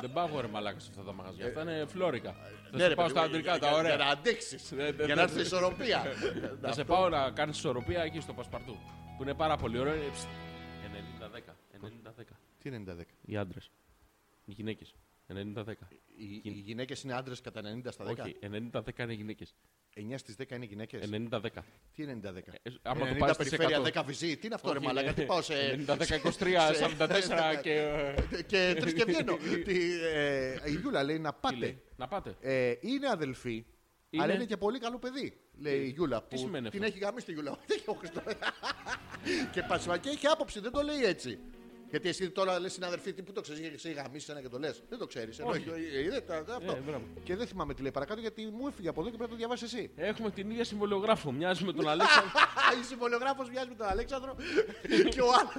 C: Δεν πάω ρε μαλάκα σε αυτά τα μαγαζιά. Αυτά είναι φλόρικα. Θα
A: Ε, Ναι,
C: σε
A: ρε,
C: πάω
A: παιδί
C: στα
A: μου,
C: αντρικά
A: για-
C: τα
A: για- Για
C: ωραία.
A: να αντέξεις.
C: Ναι, ναι,
A: Για
C: ναι.
A: να έρθει ισορροπία.
C: Θα σε
A: Αυτό.
C: πάω να κάνεις ισορροπία εκεί στο Πασπαρτού. Που είναι πάρα πολύ ωραίο. Είναι, ψ, 90-10. 90-10.
D: Τι είναι 90-10.
C: Οι άντρες. Οι γυναίκες. 90-10.
A: Οι, οι γυναίκες είναι άντρες κατά 90 στα 10.
C: Όχι, 90-10 είναι γυναίκες.
A: 9 στι 10 είναι γυναίκες.
C: 90-10.
A: Τι είναι 90-10.
C: Ε, άμα το
A: 90
C: πάρεις στις
A: Ε, περιφέρεια
C: 100.
A: 10 βυζί. Τι είναι αυτό, ρε
C: Όχι, ε,
A: Μαλάκα.
C: είναι
A: Τι πάω σε.
C: 90-10-23, 44 και. ε,
A: και τρεις και βγαίνω. Τι, ε, η Γιούλα λέει να
C: τι λέει,
A: πάτε.
C: Να πάτε.
A: Ε, είναι αδελφή,
C: Είναι.
A: αλλά είναι και πολύ καλό παιδί. Λέει η Γιούλα. Που
C: σημαίνει
A: την
C: αυτό?
A: έχει γαμίσει τη Γιούλα. Δεν έχει ο Χριστός. και πασφακή έχει άποψη, δεν το λέει έτσι. Γιατί εσύ τώρα λες συναδελφή, τι που το ξέρεις, έχει γαμίσει ένα και το λες. Δεν το ξέρεις.
C: Όχι. Ε, μπράβο.
A: και δεν θυμάμαι τι λέει παρακάτω γιατί μου έφυγε από εδώ και πρέπει να το διαβάσεις εσύ.
C: Έχουμε την ίδια συμβολιογράφο. Μοιάζει με τον Αλέξανδρο.
A: η συμβολιογράφος μοιάζει με τον Αλέξανδρο και ο άλλος.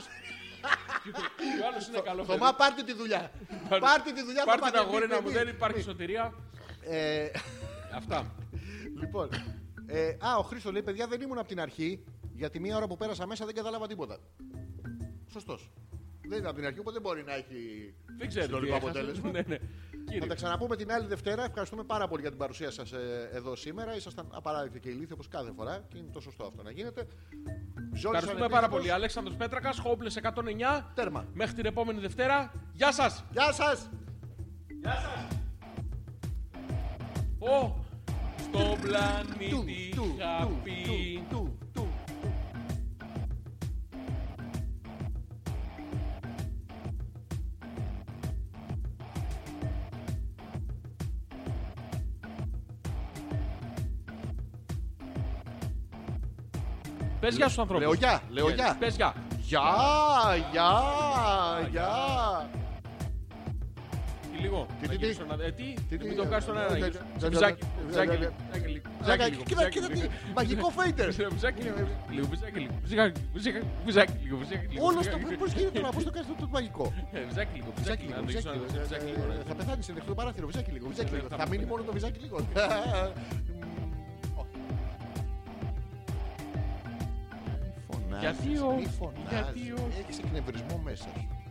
C: Ο άλλο είναι καλό. παιδί.
A: Θωμά, πάρτε τη δουλειά. πάρτε τη δουλειά,
C: Πάρτε
A: Θωμά,
C: τα
A: μη- μη-
C: γόρινα
A: μη-
C: μου,
A: μη-
C: δεν υπάρχει σωτηρία.
A: Ε,
C: Αυτά.
A: Λοιπόν. Ε, α, ο Χρήστος λέει: Παιδιά, δεν ήμουν από την αρχή. Γιατί μία ώρα που πέρασα μέσα δεν κατάλαβα τίποτα. Σωστός. Δεν ήταν από την αρχή, οπότε δεν μπορεί να έχει.
C: Δεν ξέρω. τι
A: Συνολικό
C: έχασε.
A: αποτέλεσμα.
C: Ναι, ναι. Κύριε.
A: Θα τα ξαναπούμε την άλλη Δευτέρα. Ευχαριστούμε πάρα πολύ για την παρουσία σας εδώ σήμερα. Ήσασταν απαράδεκτοι και ηλίθιοι όπως κάθε φορά. Και είναι το σωστό αυτό να γίνεται. Ζόρις
C: Ευχαριστούμε
A: Ανετήσιμος.
C: πάρα πολύ. Αλέξανδρος Πέτρακας, Χόμπλες 109.
A: Τέρμα.
C: Μέχρι την επόμενη Δευτέρα. Γεια σας.
A: Γεια σας!
C: Ω, στον πλανήτη είχα πει. Πες γεια στους ανθρώπους.
A: Λέω γεια, λέω
C: Ναι,
A: γεια.
C: Πες γεια.
A: Γεια! Γεια! Γεια!
C: Η Τζουζάκι λίγο.
A: Τι,
C: Να
A: τι, τι.
C: γυρίσω να- Ε, Τι,
A: τι,
C: μην
A: τι.
C: το κάνεις στον αέρα.
A: Ε,
C: να
A: ε,
C: γυρίσω.
A: ε, ε,
C: Τζουζάκι,
A: ε, ε,
C: τζουζάκι,
A: ε, ε,
C: τζουζάκι λίγο,
A: Ζάκα,
C: τζουζάκι λίγο,
A: κοίτα,
C: τζουζάκι
A: κοίτα
C: λίγο.
A: τι. Μαγικό φέιντερ.
C: Βουζάκι λίγο, λίγο, βουζάκι λίγο, βουζάκι, βουζάκι, βουζάκι λίγο, βουζάκι λίγο.
A: Όλο
C: βουζάκι
A: το.
C: λίγο.
A: Πώ γίνεται να πώς το κάνεις αυτό το μαγικό.
C: Ε, Βουζάκι λίγο, βουζάκι
A: Βυζάκι
C: λίγο, να
A: λίγο,
C: το γυρίσω
A: βυζάκι
C: να
A: λίγο.
C: το βουζάκι λίγο.
A: Ε,
C: ρε.
A: Θα πεθάνει στην το παράθυρο, βυζάκι λίγο. Βυζάκι
C: Ε,
A: λίγο.
C: θα
A: Θα μείνει
C: πεθάνω.
A: μόνο το βυζάκι λίγο. Μη φωνάζεις,
C: Γιατί ο-
A: μη φωνάζεις.
C: γιατί ο-
A: Έχεις εκνευρισμό μέσα σου.